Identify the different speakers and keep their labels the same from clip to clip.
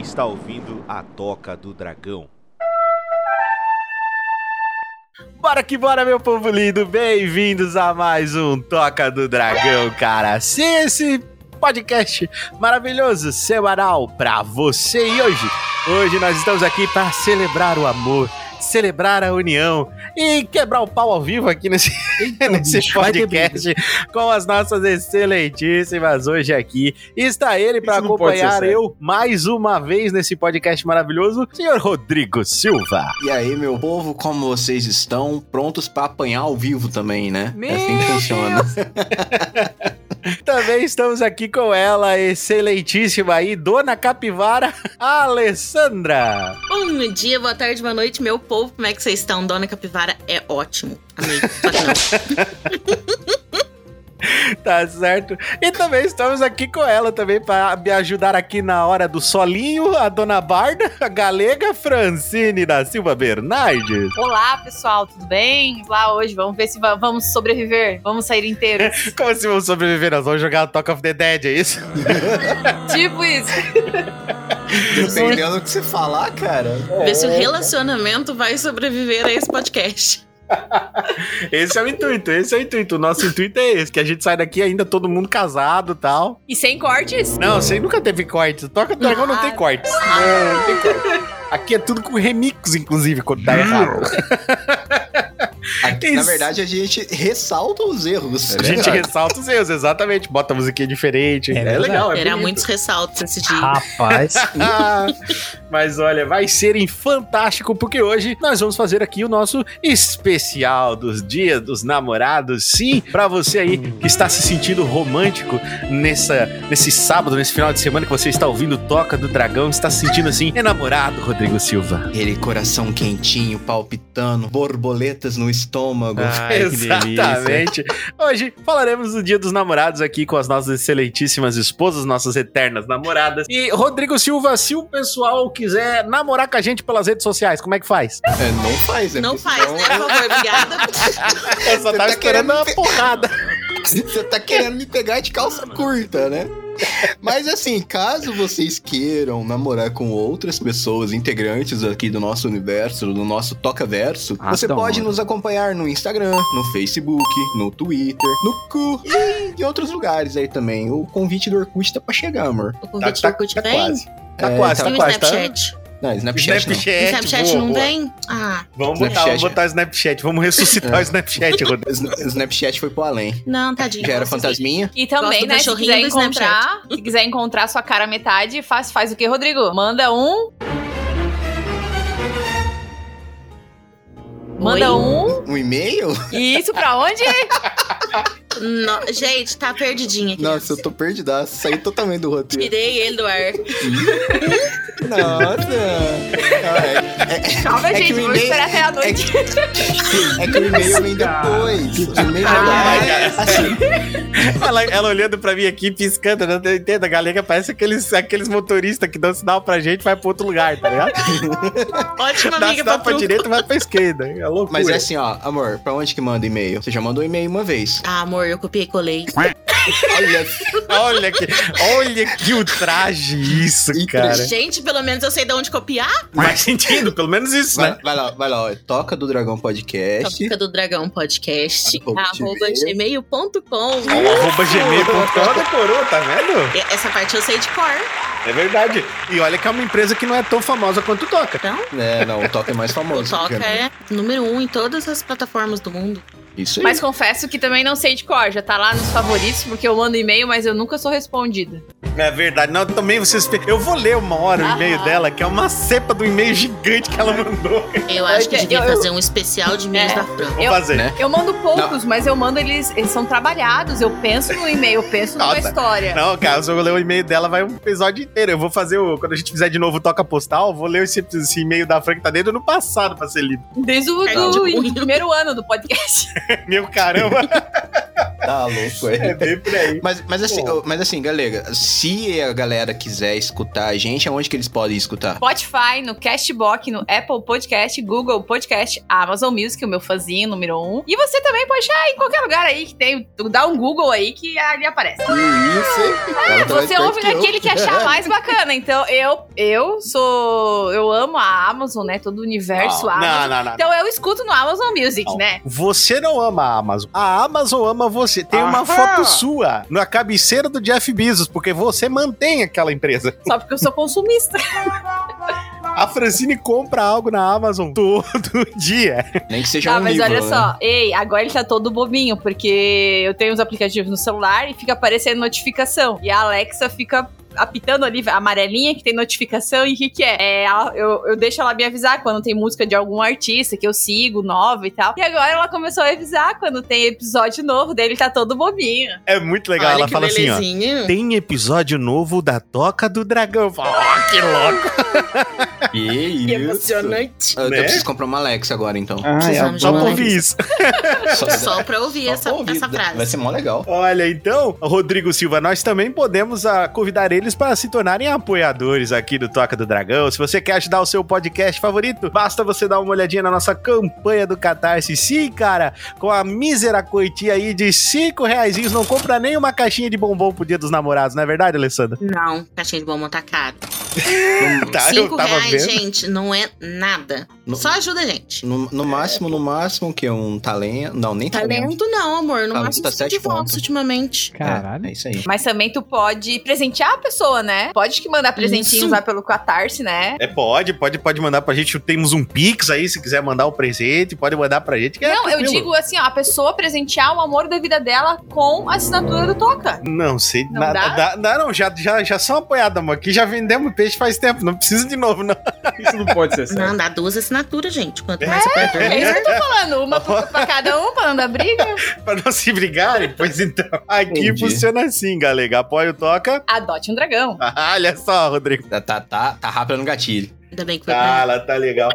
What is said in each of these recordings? Speaker 1: está ouvindo a Toca do Dragão.
Speaker 2: Bora que bora, meu povo lindo! Bem-vindos a mais um Toca do Dragão, cara! Sim, esse podcast maravilhoso, semanal pra você. E hoje, hoje nós estamos aqui para celebrar o amor, celebrar a união e quebrar o pau ao vivo aqui nesse, nesse podcast com as nossas excelentíssimas hoje aqui. Está ele para
Speaker 3: Isso não pode ser
Speaker 2: acompanhar
Speaker 3: sério.
Speaker 2: eu mais uma vez nesse podcast maravilhoso, senhor Rodrigo Silva.
Speaker 3: E aí, meu povo, como vocês estão? Prontos pra apanhar ao vivo também, né? é assim que funciona.
Speaker 2: Também estamos aqui com ela, excelentíssima aí, Dona Capivara, a Alessandra.
Speaker 4: Bom dia, boa tarde, boa noite, meu povo. Como é que vocês estão? Dona Capivara é ótimo. Amei. Só que não.
Speaker 2: Tá certo? E também estamos aqui com ela também para me ajudar aqui na hora do solinho, a Dona Barda, a galega Francine da Silva Bernardes.
Speaker 5: Olá, pessoal, tudo bem? Lá hoje, vamos ver se va- vamos sobreviver, vamos sair inteiros.
Speaker 2: Como assim vamos sobreviver? Nós vamos jogar Talk of the Dead, é isso?
Speaker 5: tipo isso.
Speaker 3: Dependendo do que você falar, cara.
Speaker 2: É.
Speaker 4: Ver se o relacionamento vai sobreviver a esse podcast.
Speaker 2: Esse é o intuito, esse é o intuito. O nosso intuito é esse, que a gente sai daqui ainda todo mundo casado e tal.
Speaker 5: E sem cortes?
Speaker 2: Não, você nunca teve cortes. Toca do dragão não
Speaker 5: Ah.
Speaker 2: tem cortes. Não, não tem cortes. Aqui é tudo com remix, inclusive, quando dá errado.
Speaker 3: Aqui, na
Speaker 2: Isso.
Speaker 3: verdade, a gente ressalta os erros.
Speaker 2: A gente ressalta os erros, exatamente. Bota a musiquinha diferente.
Speaker 6: É
Speaker 2: É,
Speaker 6: verdade.
Speaker 2: legal, é
Speaker 4: Terá
Speaker 2: bonito.
Speaker 4: muitos ressaltos esse dia.
Speaker 6: Rapaz,
Speaker 2: Ah, Mas olha, vai ser em fantástico, porque hoje nós vamos fazer aqui o nosso especial dos dias dos namorados. Sim, pra você aí que está se sentindo romântico nessa, nesse sábado, nesse final de semana que você está ouvindo Toca do Dragão, está se sentindo assim, enamorado, Rodrigo Silva.
Speaker 3: Aquele coração quentinho, palpitando, borboletas no estômago.
Speaker 6: Ai, que delícia.
Speaker 2: Exatamente. Hoje falaremos do Dia dos Namorados aqui com as nossas excelentíssimas esposas, nossas eternas namoradas. E Rodrigo Silva, se o pessoal quiser namorar com a gente pelas redes sociais, como é que faz?
Speaker 3: É, não faz, né?
Speaker 4: Não
Speaker 3: Porque
Speaker 4: faz, né?
Speaker 3: senão-
Speaker 4: Por favor, obrigada.
Speaker 2: Tá, Eu só tava
Speaker 3: Você tá
Speaker 2: esperando
Speaker 3: querendo
Speaker 2: uma
Speaker 3: pe-
Speaker 2: porrada.
Speaker 3: Você tá querendo me pegar de calça curta, né? Mas assim, caso vocês queiram namorar com outras pessoas integrantes aqui do nosso universo, do nosso Toca Verso,
Speaker 6: Ah,
Speaker 3: você
Speaker 6: da
Speaker 3: pode
Speaker 6: hora.
Speaker 3: nos acompanhar no Instagram, no Facebook, no Twitter, no cu e em outros lugares aí também. O convite do Orkut tá pra chegar, amor.
Speaker 4: O convite do Orkut vem?
Speaker 3: quase.
Speaker 2: Tá
Speaker 3: É,
Speaker 2: quase,
Speaker 4: E
Speaker 2: tá
Speaker 4: o
Speaker 2: quase, tá? É,
Speaker 4: Snapchat?
Speaker 3: Não, Snapchat,
Speaker 4: O Snapchat
Speaker 2: boa,
Speaker 4: não
Speaker 2: boa.
Speaker 4: vem? Ah,
Speaker 2: Vamos botar,
Speaker 3: Snapchat,
Speaker 2: vamos botar o Snapchat, vamos
Speaker 4: É.
Speaker 2: ressuscitar o Snapchat, Rodrigo.
Speaker 3: não. Sna- Snapchat foi pro além.
Speaker 4: não, tadinho.
Speaker 3: Já era
Speaker 4: Vocês-
Speaker 3: fantasminha?
Speaker 5: E
Speaker 4: Gosto
Speaker 5: também,
Speaker 4: do
Speaker 5: né, se
Speaker 4: cachorrinho
Speaker 5: quiser
Speaker 4: do
Speaker 5: encontrar, se quiser encontrar sua cara à metade, faz, faz o que, Rodrigo? Manda um... Manda
Speaker 4: Oi?
Speaker 5: um...
Speaker 3: Um e-mail?
Speaker 5: E isso pra onde?
Speaker 4: No- Gente, tá perdidinha aqui.
Speaker 3: Nossa, eu tô perdidaço. Saí totalmente do roteiro.
Speaker 4: Tirei ele do ar.
Speaker 3: Nossa! Ai,
Speaker 5: Calma,
Speaker 3: É que
Speaker 5: gente,
Speaker 3: o
Speaker 5: vamos
Speaker 3: e-mail-
Speaker 5: esperar até a
Speaker 3: É
Speaker 5: noite.
Speaker 3: que, é que o e-mail vem depois. O e-mail
Speaker 2: Ah,
Speaker 3: vem depois. Assim,
Speaker 2: Ela, ela olhando pra mim aqui, piscando, né? eu entendo, a galega parece aqueles, aqueles motoristas que dão sinal pra gente vai pra outro lugar, tá ligado?
Speaker 4: Ótima
Speaker 2: Dá
Speaker 4: amiga
Speaker 2: sinal
Speaker 4: pra
Speaker 2: pra
Speaker 4: tu.
Speaker 2: direita vai pra esquerda. É loucura.
Speaker 3: mas é assim, ó, amor, pra onde que manda e-mail? Você já mandou e-mail uma vez.
Speaker 4: Ah, amor, eu copiei e colei.
Speaker 3: Olha,
Speaker 2: Olha que, olha que ultraje isso,
Speaker 3: E
Speaker 2: cara.
Speaker 4: Gente, pelo menos eu sei de onde copiar.
Speaker 2: Faz sentido, pelo menos isso, né?
Speaker 3: vai, vai lá, vai lá, ó. Toca do Dragão Podcast.
Speaker 4: Tópica do Dragão Podcast.
Speaker 3: É Arroba
Speaker 4: Arroba
Speaker 3: gmail.
Speaker 4: gmail.com.
Speaker 2: O arroba gmail.com ela decorou, tá vendo?
Speaker 4: E- Essa parte eu sei de cor.
Speaker 2: É verdade. E olha que é uma empresa que não é tão famosa quanto toca.
Speaker 4: Então,
Speaker 3: É, não, o Toca é mais
Speaker 4: o
Speaker 3: famoso.
Speaker 4: Toca é número um em todas as plataformas do mundo.
Speaker 3: Isso aí.
Speaker 5: Mas confesso que também não sei de cor, já tá lá nos favoritos, porque eu mando e-mail, mas eu nunca sou respondida.
Speaker 2: É verdade. Não, também vocês. Eu vou ler uma hora o e-mail
Speaker 5: Aham. É.
Speaker 2: dela, que é uma cepa do e-mail gigante que ela mandou.
Speaker 4: Eu acho que
Speaker 5: Eu-
Speaker 4: devia
Speaker 5: É eu-
Speaker 4: fazer um especial de meios
Speaker 5: É.
Speaker 4: da Fran.
Speaker 2: Vou
Speaker 5: Eu-
Speaker 2: fazer.
Speaker 3: né?
Speaker 5: Eu mando poucos, mas eu mando eles, eles são trabalhados. Eu penso no e-mail, eu penso numa
Speaker 2: Nossa.
Speaker 5: história.
Speaker 2: Não, cara, se eu ler o e-mail dela, vai um episódio inteiro. Eu vou fazer o. Quando a gente fizer de novo o Toca Postal, eu vou ler esse, esse e-mail da Fran que tá dentro do ano passado pra ser lido.
Speaker 1: É
Speaker 5: Desde o
Speaker 1: tipo um
Speaker 4: Carne de
Speaker 5: do-
Speaker 4: punho.
Speaker 5: primeiro ano do podcast.
Speaker 2: Meu caramba.
Speaker 3: Tá louco, é.
Speaker 1: bem por aí.
Speaker 3: Mas, mas, assim,
Speaker 1: Bom.
Speaker 3: mas assim, galera, se a galera quiser escutar a gente, aonde que eles podem escutar?
Speaker 5: Spotify, no Castbox, no Apple Podcast, Google Podcast, Amazon Music, o meu fãzinho número um. E você também pode achar em qualquer lugar aí que tem. Dá um Google aí que ali aparece.
Speaker 3: Que isso, hein? Ela
Speaker 5: É,
Speaker 3: tá mais
Speaker 5: você ouve
Speaker 3: esperta eu.
Speaker 5: naquele que achar mais bacana. Então, eu, eu sou. Eu amo a Amazon, né? Todo o universo
Speaker 4: Ah,
Speaker 1: Não,
Speaker 5: Amazon.
Speaker 1: Ah, não, não, não.
Speaker 5: Então eu escuto no Amazon Music,
Speaker 1: Não.
Speaker 5: né?
Speaker 1: Você não ama a Amazon. A Amazon ama você. Tem uma
Speaker 2: Aham.
Speaker 1: foto sua na cabeceira do Jeff Bezos, porque você mantém aquela empresa.
Speaker 5: Só porque eu sou consumista.
Speaker 1: A Francine compra algo na Amazon todo dia.
Speaker 3: Nem que seja
Speaker 5: Tá,
Speaker 3: um
Speaker 5: mas
Speaker 3: livro,
Speaker 5: olha
Speaker 3: né?
Speaker 5: só. Ei, agora ele tá todo bobinho, porque eu tenho os aplicativos no celular e fica aparecendo notificação. E a Alexa fica apitando ali, a amarelinha que tem notificação e o que que é? É, ela- eu, eu deixo ela me avisar quando tem música de algum artista que eu sigo, nova e tal. E agora ela começou a avisar quando tem episódio novo dele, tá todo bobinho.
Speaker 1: É muito legal.
Speaker 4: Olha
Speaker 1: Ela
Speaker 4: que
Speaker 1: fala assim, ó.
Speaker 4: belezinha.
Speaker 1: Tem episódio novo da Toca do Dragão. Eu falo, "Ah, que louco.
Speaker 3: Que
Speaker 4: Que
Speaker 3: isso.
Speaker 2: É,
Speaker 4: emocionante.
Speaker 3: Eu,
Speaker 1: Né? é.
Speaker 3: eu preciso comprar uma Alexa agora, então.
Speaker 4: Precisamos
Speaker 1: Só
Speaker 4: Não,
Speaker 1: pra
Speaker 4: mas-
Speaker 1: ouvir isso.
Speaker 4: Só pra ouvir
Speaker 3: só
Speaker 4: essa,
Speaker 3: pra ouvir.
Speaker 4: essa frase.
Speaker 3: Vai ser mó legal.
Speaker 1: Olha, então, Rodrigo Silva, nós também podemos ah, convidar eles para se tornarem apoiadores aqui do Toca do Dragão. Se você quer ajudar o seu podcast favorito, basta você dar uma olhadinha na nossa campanha do Catarse. Sim, cara, com a mísera coitia aí de cinco reais, não compra nem uma caixinha de bombom pro dia dos namorados, não é verdade, Alessandra?
Speaker 4: Não, caixinha de bombom tá caro.
Speaker 1: Tá,
Speaker 4: Cinco reais, gente, não é nada.
Speaker 3: No-
Speaker 4: Só ajuda a gente.
Speaker 3: No, no máximo, no máximo, que é um talento. Não, nem talento.
Speaker 4: Talento não, amor. No
Speaker 3: Talento
Speaker 4: máximo
Speaker 3: tá
Speaker 4: cinco
Speaker 3: sete
Speaker 4: de votos
Speaker 3: ponto.
Speaker 4: ultimamente.
Speaker 2: Caralho.
Speaker 3: É, é isso aí.
Speaker 5: Mas também tu pode presentear a pessoa, né? Pode que mandar presentinhos
Speaker 4: Isso.
Speaker 5: lá pelo Catarse, né?
Speaker 1: É, pode, pode, pode mandar pra gente. Temos um Pix aí, se quiser mandar o presente, pode mandar pra gente. que é
Speaker 5: Não, eu
Speaker 1: tranquilo.
Speaker 5: digo assim, ó, a pessoa presentear o amor da vida dela com a assinatura do Toca.
Speaker 1: Não sei
Speaker 5: Não
Speaker 1: nada.
Speaker 5: dá?
Speaker 1: dá- dá não, já, já, já são apoiados, amor. Aqui já vendemos peixe faz tempo, não precisa de novo, não.
Speaker 2: Isso não pode
Speaker 1: Tá
Speaker 2: ser certo.
Speaker 4: Não, dá duas assinaturas, gente. Quanto mais apoiador,
Speaker 5: É isso que eu tô falando, uma pra, pra cada um, pra não dar briga.
Speaker 1: pra não se brigarem. Pois então, aqui
Speaker 3: Entendi.
Speaker 1: funciona assim, galera. Apoio toca.
Speaker 5: Adote um dragão.
Speaker 1: Olha só, Rodrigo.
Speaker 3: Tá, tá, tá, tá rápido no gatilho.
Speaker 4: Ainda bem que foi
Speaker 1: Ah,
Speaker 4: pra
Speaker 1: ela tá legal.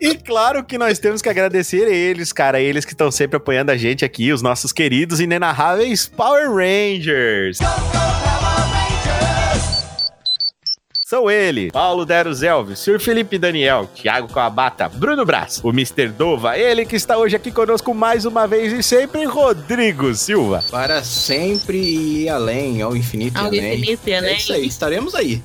Speaker 1: E claro que nós temos que agradecer eles, cara. Eles que estão sempre apoiando a gente aqui, os nossos queridos inenarráveis Power Rangers. São ele, Paulo Deros Elves, Sr. Felipe Daniel, Thiago Coabata, Bruno Braz, o Mr. Dova, ele que está hoje aqui conosco mais uma vez e sempre, Rodrigo Silva.
Speaker 3: Para sempre e além, ao infinito
Speaker 4: Algo
Speaker 3: e além.
Speaker 4: infinito, né?
Speaker 3: É isso aí, estaremos aí.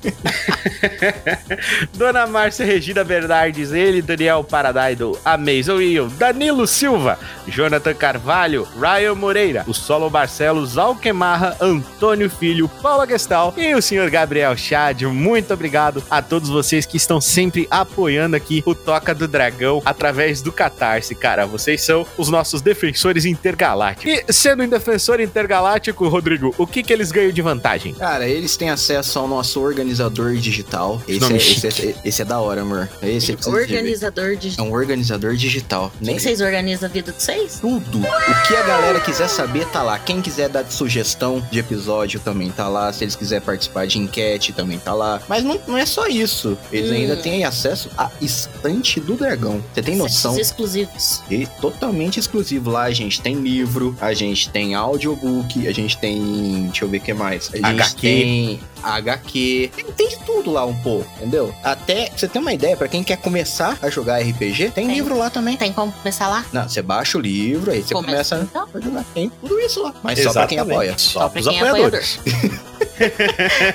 Speaker 1: Dona Márcia Regina Bernardes, ele, Daniel Paradaido, Amazon Ian, Danilo Silva, Jonathan Carvalho, Ryan Moreira, o Solo Barcelos, Alquemarra, Antônio Filho, Paula Gestal e o senhor Gabriel Chad. Muito obrigado a todos vocês que estão sempre apoiando aqui o Toca do Dragão através do Catarse, cara. Vocês são os nossos defensores intergalácticos. E sendo um defensor intergaláctico, Rodrigo, o que, que eles ganham de vantagem?
Speaker 3: Cara, eles têm acesso ao nosso organizador digital. Esse,
Speaker 1: nome
Speaker 3: é, esse, é, esse é da hora, amor. Esse é
Speaker 4: Organizador de...
Speaker 3: É um organizador digital. Nem
Speaker 4: Nem vocês organizam a vida de vocês?
Speaker 3: tudo. O que a galera quiser saber tá lá. Quem quiser dar sugestão de episódio também tá lá. Se eles quiserem participar de enquete também tá lá. Mas não, não é só isso. Eles
Speaker 4: Hum.
Speaker 3: ainda têm acesso à estante do dragão. Você tem noção?
Speaker 4: Serviços exclusivos.
Speaker 3: Ele é totalmente exclusivo lá, a gente tem livro, a gente tem audiobook, a gente tem. Deixa eu ver o que mais. A gente
Speaker 1: HQ.
Speaker 3: tem HQ. Tem, tem de tudo lá um pouco, entendeu? Até, pra você tem uma ideia, pra quem quer começar a jogar RPG, tem
Speaker 4: Tem.
Speaker 3: livro lá também.
Speaker 4: Tem como começar lá?
Speaker 3: Não, você baixa o livro, aí você
Speaker 1: né?
Speaker 4: Começa,
Speaker 3: começa
Speaker 4: então.
Speaker 3: a jogar. Tem tudo isso lá. Mas só pra quem
Speaker 1: Exatamente.
Speaker 3: apoia.
Speaker 1: Só
Speaker 4: pra
Speaker 1: Ah, pros
Speaker 4: quem é
Speaker 1: apoiadores.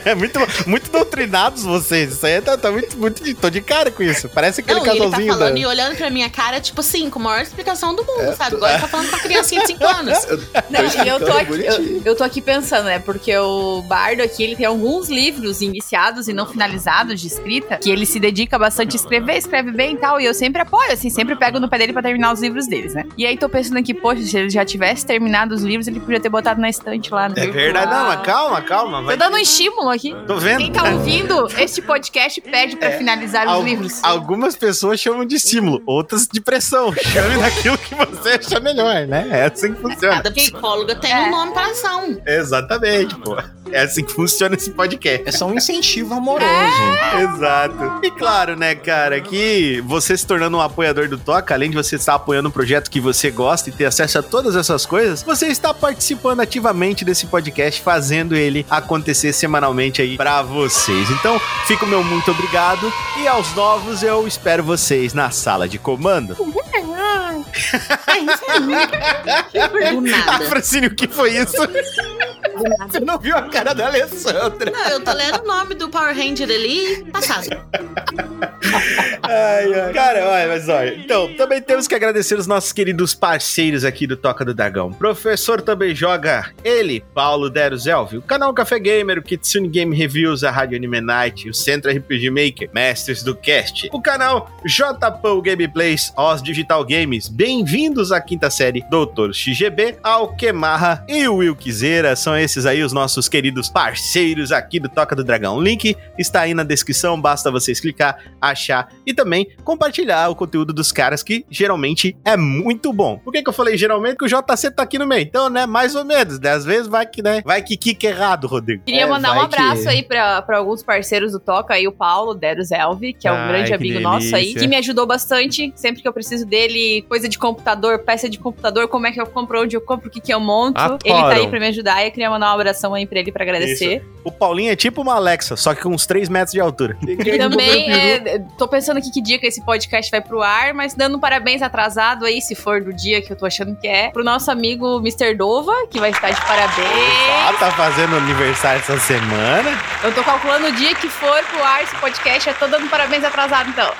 Speaker 1: É muito, muito doutrinados vocês. Isso aí tá, tá muito, muito. de- Tô de cara com isso. Parece aquele
Speaker 4: Não, e ele tá
Speaker 1: casalzinho né?
Speaker 4: falando
Speaker 1: da.
Speaker 4: e olhando pra minha cara, tipo assim, com a maior explicação do
Speaker 1: É,
Speaker 4: mundo, sabe? Agora ele tá falando pra criancinha de 5 anos.
Speaker 5: Não, e eu tô,
Speaker 3: explicando
Speaker 5: aqui, eu,
Speaker 3: bonitinho.
Speaker 5: eu tô aqui pensando, né? Porque o Bardo aqui, ele tem alguns livros iniciados e não finalizados de escrita, que ele se dedica bastante a escrever, escreve bem e tal, e eu sempre apoio, assim, sempre pego no pé dele pra terminar os livros deles, né? E aí tô pensando aqui, poxa, se ele já tivesse terminado os livros, ele podia ter botado na estante lá, né?
Speaker 1: É verdade, não, mas calma, calma.
Speaker 5: Tô
Speaker 1: Vai.
Speaker 5: dando um estímulo aqui.
Speaker 1: Tô vendo.
Speaker 5: Quem tá ouvindo este podcast pede
Speaker 1: É,
Speaker 5: pra finalizar os
Speaker 1: Al-
Speaker 5: livros.
Speaker 1: Algumas pessoas chamam de estímulo, outras de pressão. Chame daquilo que você acha melhor, né? É assim que funciona.
Speaker 4: Cada psicóloga tem
Speaker 5: É.
Speaker 4: um nome pra ação.
Speaker 1: Exatamente, pô. É assim que funciona esse podcast.
Speaker 3: É só um incentivo amoroso.
Speaker 1: É. Exato. E claro, né, cara, que você se tornando um apoiador do Toca, além de você estar apoiando um projeto que você gosta e ter acesso a todas essas coisas, você está participando ativamente desse podcast, fazendo ele acontecer semanalmente aí pra vocês. Então, fica o meu muito obrigado e aos novos eu espero vocês na sala de comando.
Speaker 4: É, Do
Speaker 1: Ah,
Speaker 4: nada.
Speaker 1: Francine, o que foi isso? Você não viu a cara da Alessandra?
Speaker 4: Não, eu tô lendo o nome do Power Ranger ali e passado.
Speaker 1: Ai, ai. Cara, olha, mas olha. Então, também temos que agradecer os nossos queridos parceiros aqui do Toca do Dragão. Professor também joga ele, Paulo Deruzelvi, o canal Café Gamer, o Kitsune Game Reviews, a Rádio Anime Night, o Centro RPG Maker, Mestres do Cast, o canal JPão Gameplays, Os Digital Games. Bem-vindos à quinta série Doutor XGB, Alquemarra e o Will Quiseira. São esses aí os nossos queridos parceiros aqui do Toca do Dragão. O link está aí na descrição, basta vocês clicar achar e também compartilhar o conteúdo dos caras, que geralmente é muito bom. Por que, que eu falei geralmente? Que o JC tá aqui no meio. Então, né, mais ou menos. Né, às vezes vai que, né? Vai que quica errado, Rodrigo.
Speaker 5: Queria
Speaker 3: É,
Speaker 5: mandar um
Speaker 3: vai que-
Speaker 5: abraço aí pra, pra alguns parceiros do Toca, aí o Paulo Deros Elvi, que é um
Speaker 2: Ai,
Speaker 5: grande
Speaker 2: que
Speaker 5: amigo nosso aí,
Speaker 2: delícia.
Speaker 5: que me ajudou bastante. Sempre que eu preciso dele, coisa de computador, peça de computador, como é que eu compro, onde eu compro, o que, que eu monto.
Speaker 2: Adoro.
Speaker 5: Ele tá aí pra me ajudar e eu queria mandar um abração aí pra ele pra agradecer.
Speaker 1: O Paulinho é tipo uma Alexa, só que com uns 3 metros de altura.
Speaker 5: E também é, tô pensando aqui que dia que esse podcast vai pro ar, mas dando um parabéns atrasado aí, se for do dia que eu tô achando que é, pro nosso amigo Mr. Dova, que vai estar de parabéns.
Speaker 1: Ah, tá fazendo aniversário essa semana.
Speaker 5: Eu tô calculando o dia que for pro ar esse podcast. Eu tô dando parabéns atrasado, então.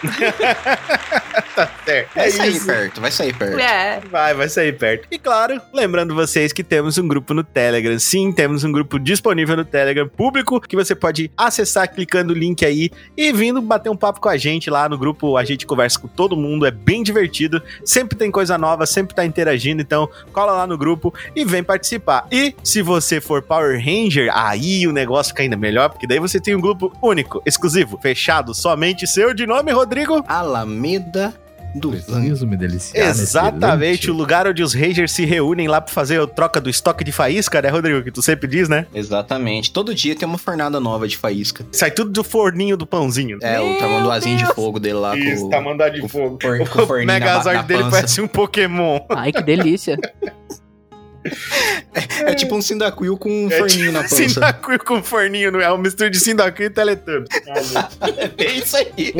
Speaker 1: É,
Speaker 3: Vai sair perto, vai sair perto.
Speaker 5: É.
Speaker 1: Vai, vai sair perto. E claro, lembrando vocês que temos um grupo no Telegram. Sim, temos um grupo disponível no Telegram público que você pode acessar clicando o link aí e vindo bater um papo com a gente lá no grupo. A gente conversa com todo mundo, é bem divertido. Sempre tem coisa nova, sempre tá interagindo. Então, cola lá no grupo e vem participar. E se você for Power Ranger, aí o negócio fica ainda melhor, porque daí você tem um grupo único, exclusivo, fechado, somente seu de nome, Rodrigo.
Speaker 3: Alameda do Zango.
Speaker 7: Preciso me deliciar. nesse
Speaker 1: É Exatamente, o
Speaker 7: leite.
Speaker 1: lugar onde os Rangers se reúnem lá pra fazer a troca do estoque de faísca, né, Rodrigo? Que tu sempre diz, né?
Speaker 3: Exatamente. Todo dia tem uma fornada nova de faísca.
Speaker 1: Sai tudo do forninho do pãozinho.
Speaker 3: É, o tamanduazinho de fogo dele lá com o-
Speaker 1: mandado
Speaker 3: de
Speaker 1: fogo.
Speaker 3: com o
Speaker 1: O
Speaker 3: forninho na ba-
Speaker 1: Megazord
Speaker 3: na
Speaker 1: dele
Speaker 3: pança.
Speaker 1: parece um Pokémon.
Speaker 8: Ai, que delícia.
Speaker 3: É tipo um Sindacuil com um
Speaker 1: É
Speaker 3: forninho na
Speaker 1: tipo
Speaker 3: pança.
Speaker 1: Sindacuil com forninho, não é? É um mistura de Sindacuil e Teletubbies.
Speaker 3: É isso aí.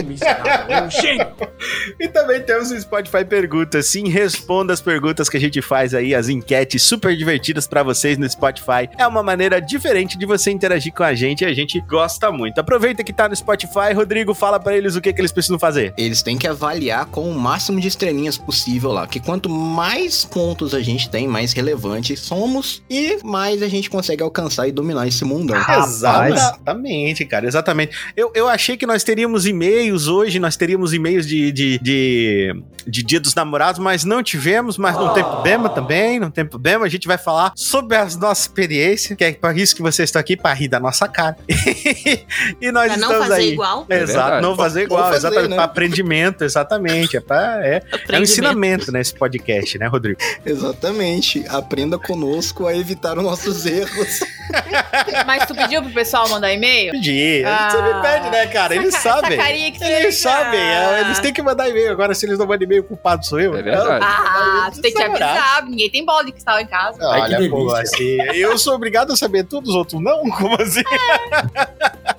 Speaker 1: E também temos o Spotify Perguntas. Sim, responda as perguntas que a gente faz aí, as enquetes super divertidas pra vocês no Spotify. É uma maneira diferente de você interagir com a gente e a gente gosta muito. Aproveita que tá no Spotify, Rodrigo, fala pra eles o que, que eles precisam fazer.
Speaker 3: Eles têm que avaliar com o máximo de estrelinhas possível lá. Que quanto mais pontos a gente tem, mais relevantes somos e mais a gente consegue alcançar e dominar esse mundão.
Speaker 1: Ah. Exatamente, cara, exatamente. Eu, eu achei que nós teríamos e-mails hoje, nós teríamos e-mails de, de, de, de Dia dos Namorados, mas não tivemos, mas não tem problema também, não tem problema. A gente vai falar sobre as nossas experiências, que é para isso que vocês estão aqui, para rir da nossa cara. e nós
Speaker 4: Pra não
Speaker 1: estamos
Speaker 4: fazer
Speaker 1: aí.
Speaker 4: igual.
Speaker 8: É
Speaker 1: Exato,
Speaker 8: verdade.
Speaker 1: não fazer
Speaker 3: Ou
Speaker 1: igual,
Speaker 3: fazer,
Speaker 1: exatamente,
Speaker 3: né?
Speaker 1: pra aprendimento, exatamente, é, pra, é, é um
Speaker 4: Aprendimento.
Speaker 1: ensinamento, né, esse podcast, né, Rodrigo?
Speaker 3: Exatamente. Aprenda conosco a evitar os nossos erros.
Speaker 5: É. Mas tu pediu pro pessoal mandar e-mail?
Speaker 1: Pedir, você me pede, né, cara, eles
Speaker 5: Saca-
Speaker 1: sabem.
Speaker 5: Sacaria que tu
Speaker 1: Eles
Speaker 5: fez,
Speaker 1: sabem,
Speaker 5: ah.
Speaker 1: é, eles têm que mandar e-mail. Agora, se eles não mandam e-mail, o culpado sou eu.
Speaker 8: É verdade.
Speaker 5: Ah, tu tem que
Speaker 1: Sacanagem.
Speaker 5: avisar. Ninguém tem bola de cristal em casa.
Speaker 1: Então,
Speaker 2: Ai, que
Speaker 1: olha, pô,
Speaker 2: delícia.
Speaker 1: assim, eu sou obrigado a saber tudo, os outros não? Como assim?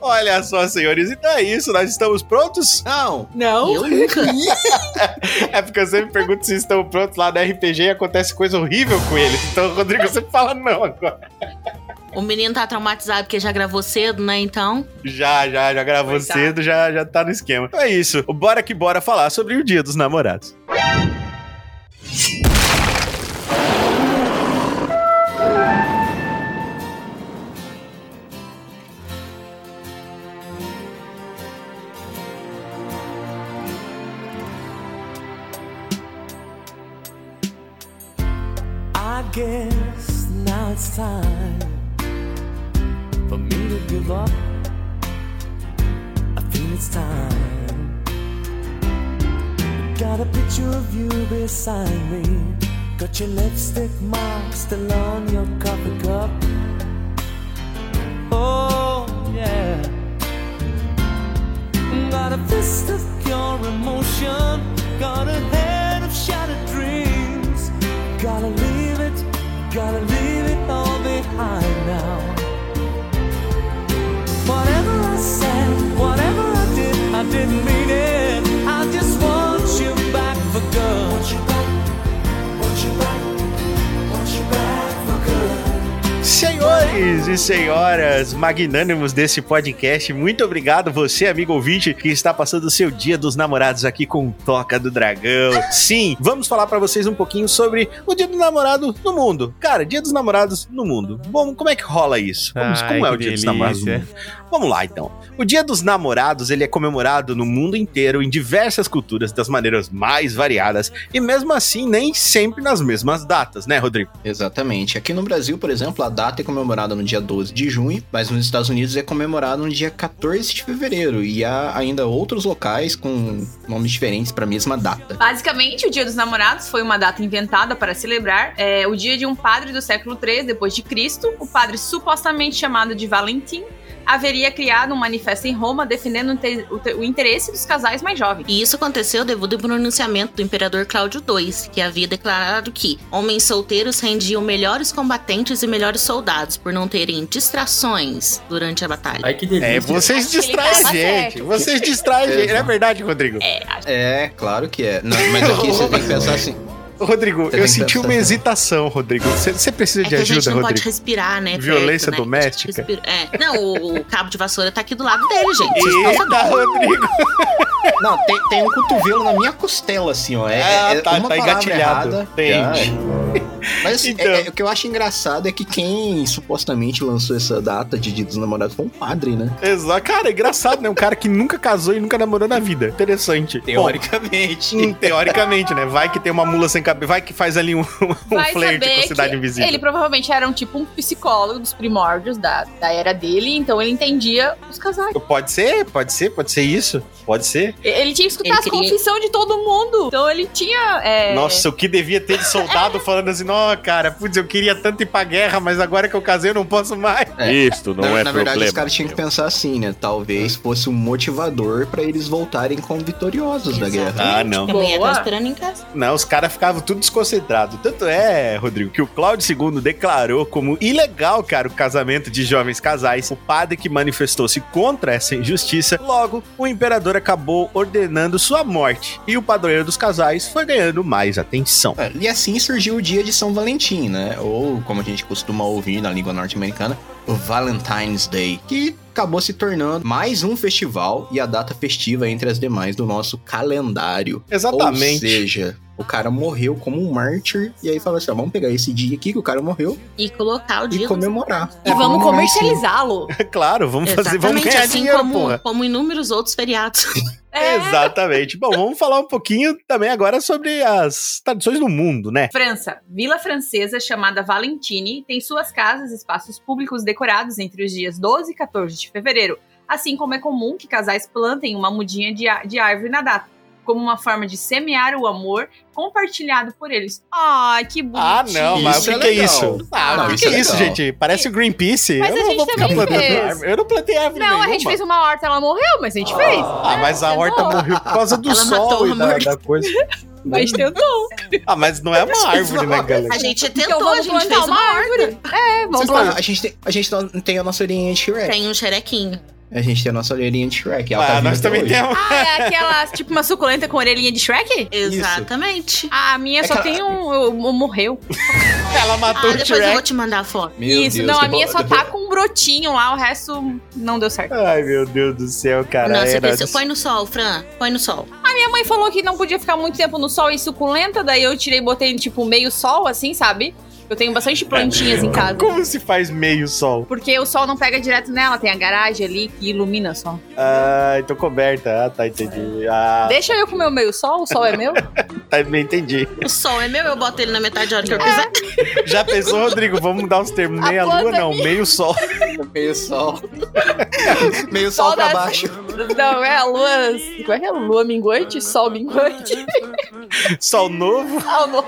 Speaker 1: olha só, senhores, então é isso, nós estamos prontos?
Speaker 3: Não.
Speaker 5: Não.
Speaker 4: Eu nunca.
Speaker 1: É porque eu sempre pergunto se estão prontos lá no RPG e acontece coisa horrível com eles. Então, Rodrigo, você fala não agora.
Speaker 4: O menino tá traumatizado porque já gravou cedo, né? Então.
Speaker 1: Já, já, já gravou
Speaker 5: Coitado.
Speaker 1: cedo, já, já tá no esquema. Então é isso, bora que bora falar sobre o dia dos namorados.
Speaker 9: I guess now it's time for me to give up. I feel it's time. Got a picture of you beside me. Got your lipstick mark still on your coffee cup. Oh,
Speaker 7: Got a fist of pure emotion. Got a head of shattered dreams. Gotta leave it, gotta leave it all behind now. Whatever I said, whatever I did, I didn't mean it. I just want you back for good. Want you back, want you back, want you back for good.
Speaker 2: Senhores e senhoras magnânimos desse podcast, muito obrigado você, amigo ouvinte, que está passando o seu dia dos namorados aqui com o Toca do Dragão. Sim, vamos falar para vocês um pouquinho sobre o Dia do Namorado no mundo. Cara, Dia dos Namorados no mundo. Bom, como é que rola isso? Vamos,
Speaker 1: Ai,
Speaker 2: como é o
Speaker 1: que
Speaker 2: Dia dos Namorados no
Speaker 1: delícia.
Speaker 2: mundo? Vamos lá, então. O Dia dos Namorados, ele é comemorado no mundo inteiro, em diversas culturas, das maneiras mais variadas, e mesmo assim, nem sempre nas mesmas datas, né, Rodrigo?
Speaker 3: Exatamente. Aqui no Brasil, por exemplo, a data é comemorada no dia 12 de junho, mas nos Estados Unidos é comemorada no dia 14 de fevereiro. E há ainda outros locais com nomes diferentes para a mesma data.
Speaker 5: Basicamente, o Dia dos Namorados foi uma data inventada para celebrar é, o dia de um padre do século III depois de Cristo. O padre supostamente chamado de Valentim haveria criado um manifesto em Roma defendendo o te- o, te- o interesse dos casais mais jovens.
Speaker 4: E isso aconteceu devido ao pronunciamento do imperador Cláudio II, que havia declarado que homens solteiros rendiam melhores combatentes e melhores soldados por não terem distrações durante a batalha.
Speaker 10: Ai, que delícia.
Speaker 2: É, vocês
Speaker 5: Acho que ele
Speaker 2: distraem
Speaker 5: tava
Speaker 2: a gente.
Speaker 5: certo.
Speaker 2: Vocês distraem a gente. Não é verdade, Rodrigo?
Speaker 3: É, claro que é. Não, mas aqui você tem que pensar assim.
Speaker 2: Rodrigo,
Speaker 3: Você
Speaker 2: eu
Speaker 3: tem que
Speaker 2: senti
Speaker 3: pensar
Speaker 2: uma
Speaker 3: certo.
Speaker 2: hesitação, Rodrigo. Você você precisa
Speaker 4: É
Speaker 2: de
Speaker 4: que a gente
Speaker 2: ajuda,
Speaker 4: não pode
Speaker 2: Rodrigo?
Speaker 4: respirar, né?
Speaker 2: Violência
Speaker 4: perto, né?
Speaker 2: doméstica?
Speaker 4: Respira- É. Não, o, o cabo de vassoura tá aqui do lado dele, gente. Vocês estão
Speaker 2: Eita, Rodrigo!
Speaker 3: Não, tem, tem um cotovelo na minha costela, assim, ó. É,
Speaker 2: Ah,
Speaker 3: é- é
Speaker 2: tá,
Speaker 3: uma
Speaker 2: tá
Speaker 3: palavra
Speaker 2: engatilhado.
Speaker 3: errada.
Speaker 2: Entendi.
Speaker 3: Já. Mas assim,
Speaker 2: Então.
Speaker 3: é- é- o que eu acho engraçado é que quem supostamente lançou essa data de Dia dos Namorados foi um padre, né?
Speaker 2: Exato. Cara, é engraçado, né? Um cara que nunca casou e nunca namorou na vida. Interessante.
Speaker 3: Teoricamente.
Speaker 2: Bom, hum, teoricamente, né? Vai que tem uma mula sem cabeça. Vai que faz ali um, um
Speaker 5: Vai
Speaker 2: flerte
Speaker 5: saber
Speaker 2: com a cidade
Speaker 5: que
Speaker 2: invisível.
Speaker 5: Ele provavelmente era um tipo um psicólogo dos primórdios da, da era dele, então ele entendia os casais.
Speaker 2: Pode ser, pode ser, pode ser isso. Pode ser.
Speaker 5: E- Ele tinha que escutar
Speaker 4: Ele
Speaker 5: as
Speaker 4: queria-
Speaker 5: confissões de todo mundo. Então ele tinha. é,
Speaker 2: Nossa, o que devia ter de soldado falando assim, ó, cara, putz, eu queria tanto ir pra guerra, mas agora que eu casei eu não posso mais.
Speaker 3: É.
Speaker 11: Isto não
Speaker 3: na,
Speaker 11: é
Speaker 3: na
Speaker 11: problema.
Speaker 3: verdade, os caras tinham que pensar assim, né?
Speaker 2: É.
Speaker 3: Talvez fosse um motivador pra eles voltarem como vitoriosos da guerra.
Speaker 2: Ah, não.
Speaker 4: A mulher
Speaker 5: Boa.
Speaker 4: tá esperando em casa.
Speaker 2: Não, os caras ficavam tudo desconcentrado. Tanto é, Rodrigo, que o Cláudio II declarou como ilegal, cara, o casamento de jovens casais. O padre que manifestou-se contra essa injustiça, logo, o imperador acabou ordenando sua morte. E o padroeiro dos casais foi ganhando mais atenção.
Speaker 3: É, E assim surgiu o dia de São Valentim, né? Ou, como a gente costuma ouvir na língua norte-americana, o Valentine's Day, que acabou se tornando mais um festival e a data festiva entre as demais do nosso calendário. Ou seja, o cara morreu como um mártir, e aí fala assim: ó, vamos pegar esse dia aqui que o cara morreu
Speaker 4: E colocar o
Speaker 3: e
Speaker 4: dia do
Speaker 3: comemorar.
Speaker 5: E
Speaker 3: É,
Speaker 5: vamos
Speaker 3: comemorar sim.
Speaker 5: comercializá-lo.
Speaker 2: claro, vamos fazer, vamos
Speaker 4: Exatamente,
Speaker 2: ganhar
Speaker 4: assim
Speaker 2: dinheiro,
Speaker 4: como,
Speaker 2: porra.
Speaker 4: como inúmeros outros feriados.
Speaker 5: É.
Speaker 2: Exatamente. Bom, vamos falar um pouquinho também agora sobre as tradições do mundo, né?
Speaker 5: França. Vila francesa chamada Valentine tem suas casas e espaços públicos decorados entre os dias 12 e 14 de fevereiro, assim como é comum que casais plantem uma mudinha de, á- de árvore na data, como uma forma de semear o amor compartilhado por eles. Ai, que bonito.
Speaker 2: Ah, não, mas
Speaker 3: Isso
Speaker 2: o que
Speaker 3: é
Speaker 2: que, é
Speaker 3: legal.
Speaker 2: isso?
Speaker 3: Ah,
Speaker 2: Ah, o que,
Speaker 3: isso
Speaker 2: que é
Speaker 3: é
Speaker 2: isso,
Speaker 3: legal.
Speaker 2: gente? Parece o Greenpeace.
Speaker 5: Mas
Speaker 2: eu
Speaker 5: a
Speaker 2: não
Speaker 5: gente
Speaker 2: vou ficar
Speaker 5: também
Speaker 2: plantando
Speaker 5: fez.
Speaker 2: árvore. Eu não plantei árvore
Speaker 5: Não,
Speaker 2: nenhuma.
Speaker 5: a gente fez uma horta, ela morreu, mas a gente fez.
Speaker 2: Ah, mas a
Speaker 5: Tentou.
Speaker 2: horta morreu por causa do
Speaker 4: Ela
Speaker 2: sol
Speaker 4: matou
Speaker 2: e
Speaker 4: a
Speaker 2: da,
Speaker 4: morte.
Speaker 2: da coisa.
Speaker 5: Mas tentou.
Speaker 2: Ah, mas não é uma árvore, né, galera?
Speaker 4: A gente
Speaker 5: Então
Speaker 4: tentou, a
Speaker 5: vamos
Speaker 4: gente
Speaker 5: plantar
Speaker 4: fez
Speaker 5: uma,
Speaker 4: uma...
Speaker 5: árvore. É, vamos
Speaker 3: Vocês
Speaker 5: plantar.
Speaker 3: falam, a gente tem, a gente não- tem a nossa orelhinha de Shrek.
Speaker 4: Tem um xerequinho.
Speaker 3: A gente tem a nossa orelhinha de Shrek. ela tá
Speaker 2: Ah,
Speaker 3: viva
Speaker 2: nós
Speaker 3: até
Speaker 2: também
Speaker 3: hoje.
Speaker 2: temos.
Speaker 5: Ah, é aquela, tipo uma suculenta com orelhinha de Shrek?
Speaker 4: Exatamente.
Speaker 5: Ah, a minha
Speaker 3: É
Speaker 5: só
Speaker 3: que-
Speaker 5: tem um... eu- eu- morreu.
Speaker 2: Ela matou
Speaker 4: Ah,
Speaker 2: o
Speaker 4: depois eu vou
Speaker 2: Shrek.
Speaker 4: te mandar a foto.
Speaker 3: Meu
Speaker 5: Isso,
Speaker 3: Deus,
Speaker 5: não, a
Speaker 3: depois-
Speaker 5: minha só
Speaker 3: depois-
Speaker 5: tá com um brotinho lá, o resto não deu certo.
Speaker 2: Ai, meu Deus do céu, cara.
Speaker 4: Nossa,
Speaker 2: era-
Speaker 4: pensou, põe no sol, Fran. Põe no sol.
Speaker 5: Minha mãe falou que não podia ficar muito tempo no sol e suculenta, daí eu tirei e botei, tipo, meio sol, assim, sabe? Eu tenho
Speaker 3: É,
Speaker 5: bastante plantinhas em casa.
Speaker 2: Como se faz meio sol?
Speaker 5: Porque o sol não pega direto nela, tem a garagem ali que ilumina só.
Speaker 2: Ah, tô coberta. Ah, tá, entendi. Ah,
Speaker 5: Deixa eu comer o meio sol, o sol é meu.
Speaker 2: tá, entendi.
Speaker 4: O sol é meu, eu boto ele na metade da hora que eu quiser.
Speaker 2: Já pensou, Rodrigo? Vamos mudar os termos.
Speaker 5: A
Speaker 2: Meia lua,
Speaker 5: planta
Speaker 2: não. Meio sol.
Speaker 3: Meio sol. Meio sol,
Speaker 5: Sol
Speaker 3: pra
Speaker 5: das-
Speaker 3: baixo.
Speaker 5: Não, é a lua. Como é que é? Lua minguante? Sol minguante?
Speaker 2: Sol novo.
Speaker 5: Ah, o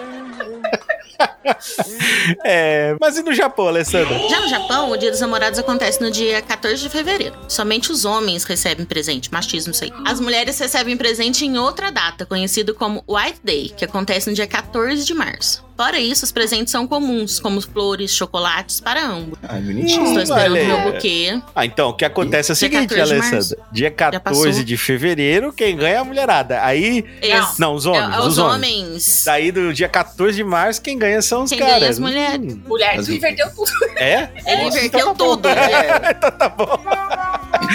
Speaker 2: É, mas e no Japão, Alessandra?
Speaker 4: Já no Japão, o Dia dos Namorados acontece no dia 14 de fevereiro. Somente os homens recebem presente, machismo isso aí. As mulheres recebem presente em outra data, conhecido como White Day, que acontece no dia 14 de março. Fora isso, os presentes são comuns, como flores, chocolates, para ambos.
Speaker 3: Ah,
Speaker 2: Hum,
Speaker 3: bonitinho.
Speaker 4: Estou esperando
Speaker 2: olha.
Speaker 4: o meu buquê.
Speaker 2: Ah, então, o que acontece é o
Speaker 4: Dia
Speaker 2: seguinte,
Speaker 4: 14 de
Speaker 2: Alessandra. Dia
Speaker 4: passou.
Speaker 2: 14 de fevereiro, quem ganha é a mulherada. Aí.
Speaker 4: Esse-
Speaker 2: Não, os homens.
Speaker 4: é- é
Speaker 2: os,
Speaker 4: os
Speaker 2: homens.
Speaker 4: homens.
Speaker 2: Daí do dia 14 de março, quem ganha são os
Speaker 4: Quem
Speaker 2: caras.
Speaker 4: ganha é as mulheres.
Speaker 5: Mulher,
Speaker 3: Mas
Speaker 5: tu
Speaker 3: eu-
Speaker 5: inverteu tudo.
Speaker 2: É?
Speaker 4: Ele
Speaker 2: Nossa,
Speaker 4: inverteu
Speaker 2: então tá bom.
Speaker 4: tudo.
Speaker 3: né?
Speaker 2: tá bom.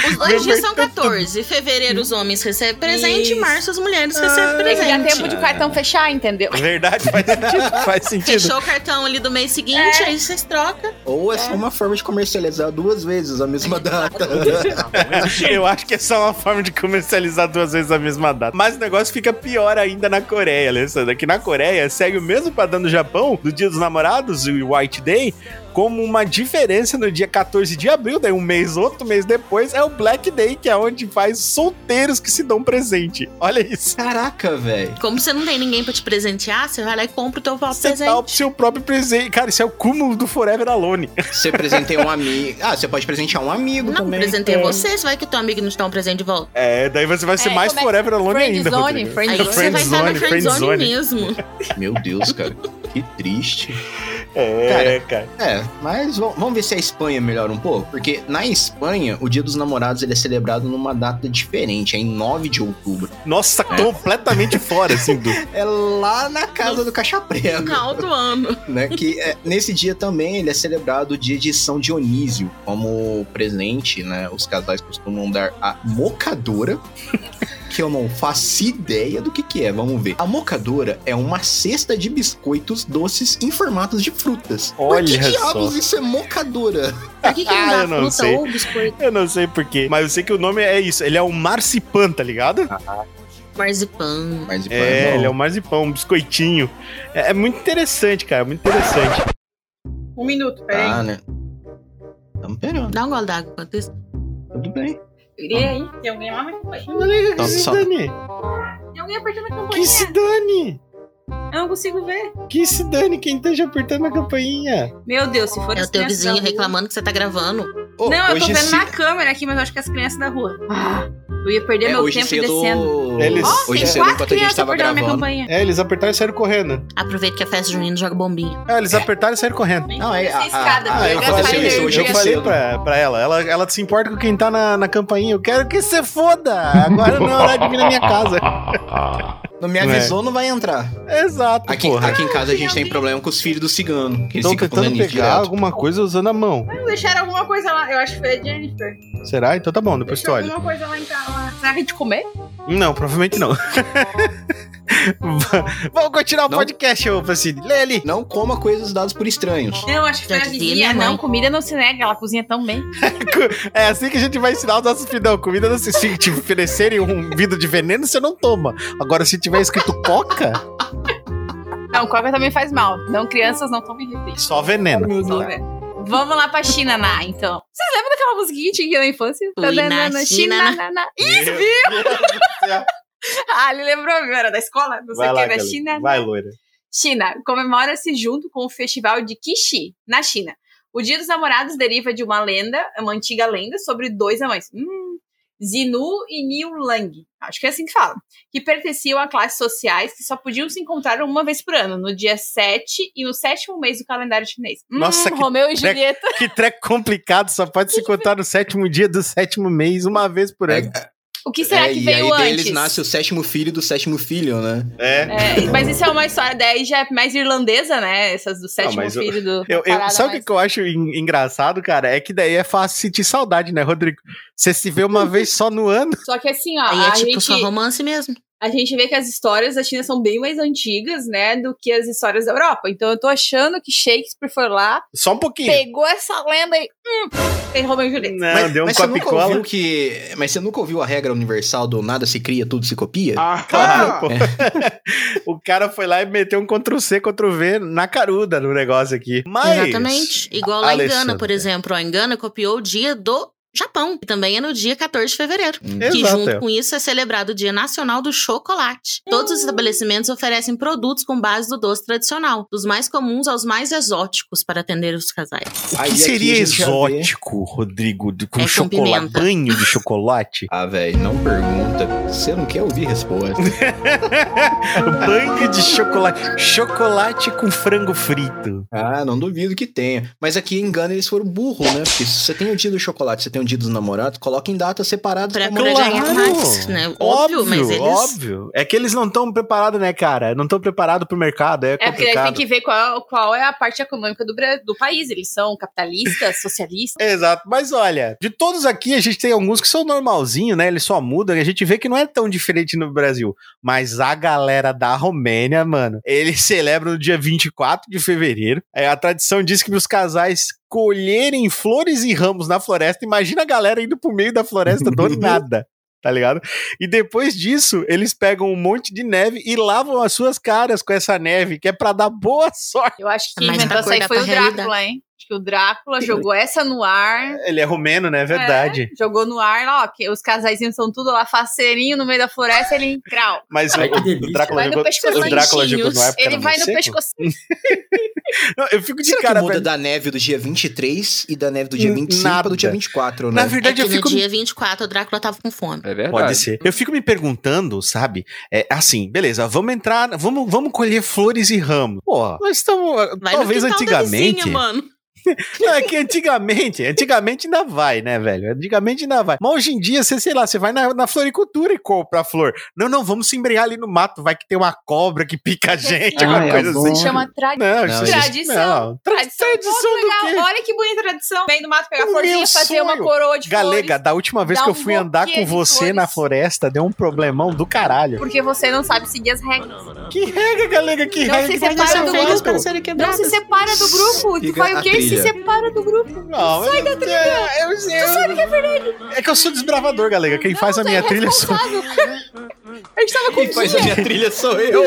Speaker 4: Os dois dias são
Speaker 2: Inverteu tudo.
Speaker 4: 14. Fevereiro, os homens recebem presente,
Speaker 5: Isso.
Speaker 4: março, as mulheres recebem é presente.
Speaker 5: Dá tempo de cartão fechar, entendeu?
Speaker 2: Verdade, faz sentido. Faz sentido.
Speaker 4: Fechou o cartão ali do mês seguinte, aí vocês trocam.
Speaker 3: Ou é só uma forma de comercializar duas vezes a mesma data.
Speaker 2: Eu acho que é só uma forma de comercializar duas vezes a mesma data. Mas o negócio fica pior ainda na Coreia, Alessandra. Que na Coreia segue o mesmo padrão do Japão, do Dia dos Namorados e White Day, como uma diferença no dia 14 de abril, daí um mês, outro mês depois, é o Black Day, que é onde faz solteiros que se dão presente. Olha isso.
Speaker 3: Caraca, velho.
Speaker 4: Como você não tem ninguém pra te presentear, você vai lá e compra o teu próprio
Speaker 2: Você dá o
Speaker 4: presente.
Speaker 2: seu próprio presente. Cara, isso é o cúmulo do Forever Alone.
Speaker 3: Você presenteia um amigo. Ah, você pode presentear um amigo
Speaker 4: Não,
Speaker 3: também.
Speaker 4: presentei você, você vai que teu amigo não te dá um presente de volta.
Speaker 2: É, daí você vai ser
Speaker 5: É,
Speaker 2: mais
Speaker 5: como é-
Speaker 2: Forever Alone ainda.
Speaker 5: Friendzone,
Speaker 2: Rodrigo.
Speaker 5: friendzone.
Speaker 4: Aí
Speaker 5: Friend
Speaker 4: você vai estar na
Speaker 2: zone, friend
Speaker 4: friendzone
Speaker 2: zone.
Speaker 4: mesmo.
Speaker 3: Meu Deus, cara. Que triste.
Speaker 2: É, cara.
Speaker 3: É, mas v- vamos ver se a Espanha melhora um pouco. Porque na Espanha, o Dia dos Namorados ele é celebrado numa data diferente, é em 9 de outubro.
Speaker 2: Nossa, tá completamente fora, assim, do,
Speaker 3: É lá na casa do Cachaprego.
Speaker 4: Final do ano.
Speaker 3: né? Que é, nesse dia também ele é celebrado o dia de São Dionísio. Como presente, né? Os casais costumam dar a mocadora. Que eu não faço ideia do que, que é, vamos ver. A mocadora é uma cesta de biscoitos doces em formatos de frutas. Por
Speaker 2: Olha
Speaker 3: que
Speaker 2: só.
Speaker 3: diabos isso é mocadora?
Speaker 4: Por que, que
Speaker 2: Ah,
Speaker 4: não dá
Speaker 2: eu não
Speaker 4: fruta
Speaker 2: sei.
Speaker 4: ou biscoito?
Speaker 2: Eu não sei porquê. Mas eu sei que o nome é isso. Ele é um marcipan, tá ligado?
Speaker 4: Marzipan.
Speaker 3: Mas
Speaker 2: é,
Speaker 3: Ah, bom.
Speaker 2: ele é um marzipan, um biscoitinho. É, é muito interessante, cara. Muito interessante.
Speaker 5: Um minuto, peraí.
Speaker 3: Tá, né? Tamo esperando,
Speaker 4: Dá um gole d'água enquanto isso.
Speaker 3: tudo bem.
Speaker 5: E aí? Tem alguém lá na campanha.
Speaker 2: Que se
Speaker 3: só-
Speaker 2: dane.
Speaker 5: Tem alguém apertando a
Speaker 2: Que se dane.
Speaker 5: Eu não consigo ver.
Speaker 2: Que se dane quem esteja apertando a campainha.
Speaker 5: Meu Deus, se for
Speaker 4: É o
Speaker 5: as
Speaker 4: teu
Speaker 5: crianças
Speaker 4: vizinho
Speaker 5: da rua-
Speaker 4: reclamando que você tá gravando.
Speaker 3: Ô,
Speaker 5: Não, eu tô
Speaker 3: hoje é
Speaker 5: vendo
Speaker 3: ce-
Speaker 5: na câmera aqui, mas eu acho que é as crianças da rua. Ah, eu ia perder
Speaker 3: é,
Speaker 5: meu
Speaker 3: hoje
Speaker 5: tempo
Speaker 3: cedo...
Speaker 5: descendo.
Speaker 2: Eles-
Speaker 5: Ó,
Speaker 3: hoje
Speaker 5: tem
Speaker 3: cedo,
Speaker 5: quatro
Speaker 3: enquanto a gente
Speaker 5: crianças
Speaker 3: tava
Speaker 5: apertando minha
Speaker 3: gravando...
Speaker 5: campanha.
Speaker 2: É, eles aproveitaram e saíram correndo.
Speaker 4: Aproveita que a festa junina joga bombinha.
Speaker 2: É, eles apertaram e saíram correndo.
Speaker 3: Não, é, a- a-
Speaker 5: escada,
Speaker 3: a- eu
Speaker 5: né? Já
Speaker 3: falei
Speaker 5: falei
Speaker 3: isso,
Speaker 5: dele,
Speaker 3: hoje
Speaker 2: eu
Speaker 3: é
Speaker 2: falei
Speaker 3: cedo.
Speaker 2: pra, pra ela, ela. Ela se importa com quem tá na, na campainha. Eu quero que você foda. Agora não é hora de vir na minha casa.
Speaker 3: Não me
Speaker 2: Não é.
Speaker 3: avisou, não vai entrar.
Speaker 2: Exato,
Speaker 3: Aqui,
Speaker 2: porra.
Speaker 3: aqui em casa a gente tem problema com os filhos do cigano. Que eles
Speaker 2: Estão
Speaker 3: ficam
Speaker 2: tentando
Speaker 3: falando
Speaker 2: pegar
Speaker 3: isso direto.
Speaker 2: alguma coisa usando a mão.
Speaker 5: Deixaram alguma coisa lá. Eu acho que foi a Jennifer.
Speaker 2: Será? Então tá bom, depois tu
Speaker 5: Deixou
Speaker 2: olha.
Speaker 5: alguma coisa lá em casa. lá. Será que a gente comer?
Speaker 2: Não, provavelmente não. Va- Vamos continuar o
Speaker 3: Não?
Speaker 2: podcast, ô Francine. Lê ali.
Speaker 3: Não coma coisas dadas por estranhos.
Speaker 5: Não, acho que foi
Speaker 4: Já
Speaker 5: a
Speaker 4: dizia
Speaker 5: vizinha.
Speaker 4: minha mãe.
Speaker 5: Não, comida não se nega, ela cozinha tão bem.
Speaker 2: É assim que a gente vai ensinar os nossos filhos. Não, comida não se... Se te oferecerem um vidro de veneno, você não toma. Agora, se tiver escrito coca,
Speaker 5: Não, coca também faz mal. Não, crianças não tomem refrigerante.
Speaker 2: só veneno.
Speaker 5: Só, né? Vamos lá pra China, Ná, então. Vocês lembram daquela musiquinha que tinha na infância?
Speaker 4: Fui na
Speaker 5: Tananana,
Speaker 4: China,
Speaker 5: China, na, na. Isso, viu? Ah, ele lembrou, viu? Era da escola, não sei o que, era China,
Speaker 2: Vai, loira.
Speaker 5: China comemora-se junto com o Festival de Qixi, na China. O Dia dos Namorados deriva de uma lenda, uma antiga lenda, sobre dois amantes. Hum, Zinu e Niu Lang, acho que é assim que fala, que pertenciam a classes sociais que só podiam se encontrar uma vez por ano, no dia 7 e no sétimo mês do calendário chinês. Hum,
Speaker 2: Nossa, que
Speaker 5: Romeu e
Speaker 2: treco.
Speaker 5: Julieta.
Speaker 2: Que treco complicado. Só pode se contar no sétimo dia do sétimo mês, uma vez por ano.
Speaker 5: O que será
Speaker 3: É, e
Speaker 5: que
Speaker 3: aí
Speaker 5: veio antes?
Speaker 3: deles nasce o sétimo filho do sétimo filho, né?
Speaker 2: É.
Speaker 5: É, mas isso é uma história daí já é mais irlandesa, né? Essas do sétimo
Speaker 2: mas eu-
Speaker 5: filho do.
Speaker 2: Eu, eu-
Speaker 5: parada
Speaker 2: sabe o
Speaker 5: mais-
Speaker 2: que, que eu acho en- engraçado, cara? É que daí é fácil sentir saudade, né, Rodrigo? Você se vê uma vez só no ano.
Speaker 5: Só que assim, ó,
Speaker 4: Aí é
Speaker 5: a
Speaker 4: tipo
Speaker 5: gente
Speaker 4: só romance mesmo.
Speaker 5: a gente vê que as histórias da China são bem mais antigas, né, do que as histórias da Europa. Então eu tô achando que Shakespeare foi lá,
Speaker 2: Só um pouquinho.
Speaker 5: pegou essa lenda e hum, tem Romeu e Julieta.
Speaker 2: Não, deu um
Speaker 3: mas você nunca
Speaker 2: copicola.
Speaker 3: ouviu que. Mas você nunca ouviu a regra universal do nada se cria, tudo se copia?
Speaker 2: Ah,
Speaker 3: É.
Speaker 2: Claro, pô. o cara foi lá e meteu um Ctrl C, Ctrl V na caruda no negócio aqui. Mas.
Speaker 4: Exatamente. Igual lá em Gana,
Speaker 2: Alessandra.
Speaker 4: por exemplo. ó, Em Gana copiou o dia do Japão, que também é no dia 14 de fevereiro. Que
Speaker 2: Exato,
Speaker 4: junto
Speaker 2: é.
Speaker 4: com isso é celebrado o Dia Nacional do Chocolate. Todos
Speaker 2: Hum.
Speaker 4: os estabelecimentos oferecem produtos com base do doce tradicional, dos mais comuns aos mais exóticos para atender os casais.
Speaker 2: O que seria exótico, Rodrigo? de- Com
Speaker 4: É com
Speaker 2: chocolate,
Speaker 4: pimenta.
Speaker 2: banho de chocolate?
Speaker 3: Ah, velho, não pergunta. Você não quer ouvir resposta.
Speaker 2: banho de chocolate. Chocolate com frango frito.
Speaker 3: ah, não duvido que tenha. Mas aqui em Gana eles foram burros, né? Porque se você tem o dia do chocolate, você tem o dia dos namorados, coloca em datas separadas
Speaker 4: Pra,
Speaker 3: como-
Speaker 4: pra ganhar
Speaker 2: claro.
Speaker 4: mais, né? Óbvio, mas eles.
Speaker 2: óbvio. É que eles não estão preparados, né, cara? Não estão preparados pro mercado, é
Speaker 5: É, porque daí tem
Speaker 2: complicado.
Speaker 5: que ver qual, qual é a parte econômica do, Bra- do país. Eles são capitalistas, socialistas.
Speaker 2: Exato, mas olha, de todos aqui a gente tem alguns que são normalzinho, né? Eles só mudam, e a gente vê que não é tão diferente no Brasil. Mas a galera da Romênia, mano, eles celebram no dia 24 de fevereiro. É, a tradição diz que os casais colherem flores e ramos na floresta. Imagina a galera indo pro meio da floresta do nada. Tá ligado? E depois disso, eles pegam um monte de neve e lavam as suas caras com essa neve, que é pra dar boa sorte.
Speaker 5: Eu acho que
Speaker 4: Mas
Speaker 5: inventou
Speaker 4: pra
Speaker 5: essa aí
Speaker 4: acordar
Speaker 5: foi
Speaker 4: pra
Speaker 5: o Drácula, hein? Acho que o Drácula jogou essa no ar.
Speaker 2: Ele é romeno, né? É verdade.
Speaker 5: Jogou no ar lá, ó, que os casaizinhos são tudo lá, faceirinho no meio da floresta, ele em crau.
Speaker 2: Mas o,
Speaker 10: Ai, que
Speaker 2: o
Speaker 10: delícia.
Speaker 2: Drácula
Speaker 5: Vai no
Speaker 2: jogou,
Speaker 5: pescoço
Speaker 2: o Drácula jogou no ar porque
Speaker 5: Ele
Speaker 2: era
Speaker 5: vai no
Speaker 2: morcego?
Speaker 5: pescoço.
Speaker 2: Não, eu fico de
Speaker 3: Será
Speaker 2: cara
Speaker 3: que muda
Speaker 2: velho.
Speaker 3: da neve do dia 23 e da neve do dia
Speaker 2: Hum,
Speaker 3: 25
Speaker 2: nada.
Speaker 3: para do dia 24,
Speaker 2: Na
Speaker 3: né?
Speaker 4: É
Speaker 2: verdade,
Speaker 4: que
Speaker 2: eu
Speaker 4: no
Speaker 2: fico.
Speaker 4: dia 24 o Drácula tava com fome.
Speaker 10: É verdade.
Speaker 2: Pode ser. Eu fico me perguntando, sabe? É, assim, beleza, vamos entrar, vamos, vamos colher flores e ramos. Pô, nós estamos.
Speaker 4: Vai
Speaker 2: talvez
Speaker 4: no quintal da
Speaker 2: antigamente.
Speaker 4: vizinha, mano.
Speaker 2: Não, é que antigamente, antigamente ainda vai, né, velho? Antigamente ainda vai. Mas hoje em dia, você, sei lá, você vai na, na floricultura e compra a flor. Não, não, vamos se embrear ali no mato, vai que tem uma cobra que pica a gente,
Speaker 5: Ah,
Speaker 2: uma
Speaker 10: é
Speaker 2: coisa
Speaker 10: bom.
Speaker 2: assim.
Speaker 5: Se chama tra...
Speaker 2: Não,
Speaker 3: Não,
Speaker 2: isso- é
Speaker 5: tradição.
Speaker 2: não. Tra-
Speaker 5: tradição.
Speaker 2: Tradição
Speaker 5: Pô,
Speaker 2: do
Speaker 5: é um legal,
Speaker 2: quê?
Speaker 5: Olha que bonita tradição. Vem no mato pegar
Speaker 2: O
Speaker 5: florzinha,
Speaker 2: meu
Speaker 5: fazer uma
Speaker 2: sonho.
Speaker 5: coroa de
Speaker 2: Galega,
Speaker 5: flores.
Speaker 2: da última vez
Speaker 5: Dá
Speaker 2: que eu
Speaker 5: um
Speaker 2: fui andar
Speaker 5: buquê
Speaker 2: com
Speaker 5: de
Speaker 2: você na
Speaker 5: flores.
Speaker 2: floresta, deu um problemão do caralho.
Speaker 5: Porque você não sabe seguir as regras.
Speaker 2: Que regra, Galega, que
Speaker 5: Não
Speaker 2: regra.
Speaker 5: se
Speaker 2: que vai
Speaker 5: separa
Speaker 2: dar
Speaker 5: do
Speaker 2: certo?
Speaker 5: grupo
Speaker 4: para serem
Speaker 5: Não se separa do grupo. Tu
Speaker 3: Siga
Speaker 5: vai o
Speaker 3: a
Speaker 5: quê? Se
Speaker 3: trilha.
Speaker 5: separa do grupo.
Speaker 2: Não, sai da trilha. Eu, eu, tu sabe que é verdade. É que eu sou desbravador, Galega. Quem faz a
Speaker 5: tu é
Speaker 2: minha trilha sou...
Speaker 5: responsável. A gente tava com
Speaker 3: Quem faz a minha trilha sou eu.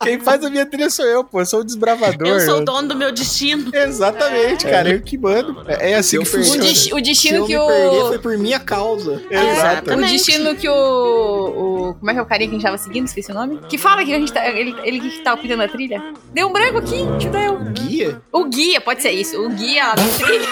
Speaker 2: Quem faz a minha trilha sou eu, pô. Eu sou o desbravador.
Speaker 4: Eu sou o dono do meu destino.
Speaker 2: Exatamente, cara. Eu que mando. É é assim
Speaker 3: Eu
Speaker 2: que
Speaker 3: fui-
Speaker 5: O,
Speaker 2: funciona.
Speaker 5: desti-
Speaker 3: Se
Speaker 5: o
Speaker 3: eu
Speaker 5: destino
Speaker 3: me
Speaker 5: que o.
Speaker 3: perder foi por minha causa.
Speaker 2: Exato.
Speaker 5: O
Speaker 4: Exatamente.
Speaker 5: destino que o, o- Como é que é o carinha que a gente tava seguindo? Esqueci o nome. Que fala que a gente tá. Ele, ele que tava cuidando da trilha. Deu um branco aqui, judeu.
Speaker 3: Guia?
Speaker 5: O guia, pode ser isso. O guia da trilha.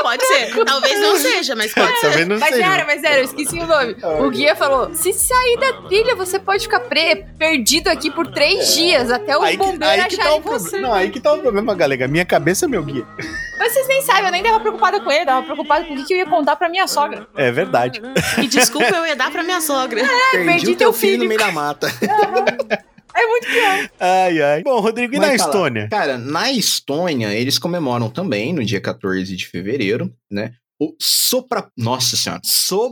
Speaker 4: Pode ser. Talvez não seja, mas pode ser.
Speaker 2: Também não
Speaker 5: Mas
Speaker 2: sei.
Speaker 5: era, mas era, eu esqueci o nome. O guia falou: se sair da trilha, você pode ficar pre- perdido aqui por três dias até o
Speaker 2: É. Aí que,
Speaker 5: bombeiro
Speaker 2: aí que tá
Speaker 5: achar
Speaker 2: o
Speaker 5: você.
Speaker 2: problema. Não, aí que tá o problema, Galega. Minha cabeça é meu guia.
Speaker 5: Mas vocês nem sabem, eu nem tava preocupada com ele, eu tava preocupada com o que que eu ia contar pra minha sogra.
Speaker 2: É verdade.
Speaker 4: E desculpa, eu ia dar pra minha sogra.
Speaker 3: Perdi,
Speaker 5: Ah, perdi
Speaker 3: o teu
Speaker 5: teu
Speaker 3: filho
Speaker 5: filho.
Speaker 3: no meio da mata.
Speaker 5: É muito pior.
Speaker 2: Ai, ai. Bom, Rodrigo, e
Speaker 3: Mas
Speaker 2: na
Speaker 3: fala,
Speaker 2: Estônia?
Speaker 3: Cara, na Estônia, eles comemoram também no dia 14 de fevereiro, né? O Sopra. Nossa Senhora.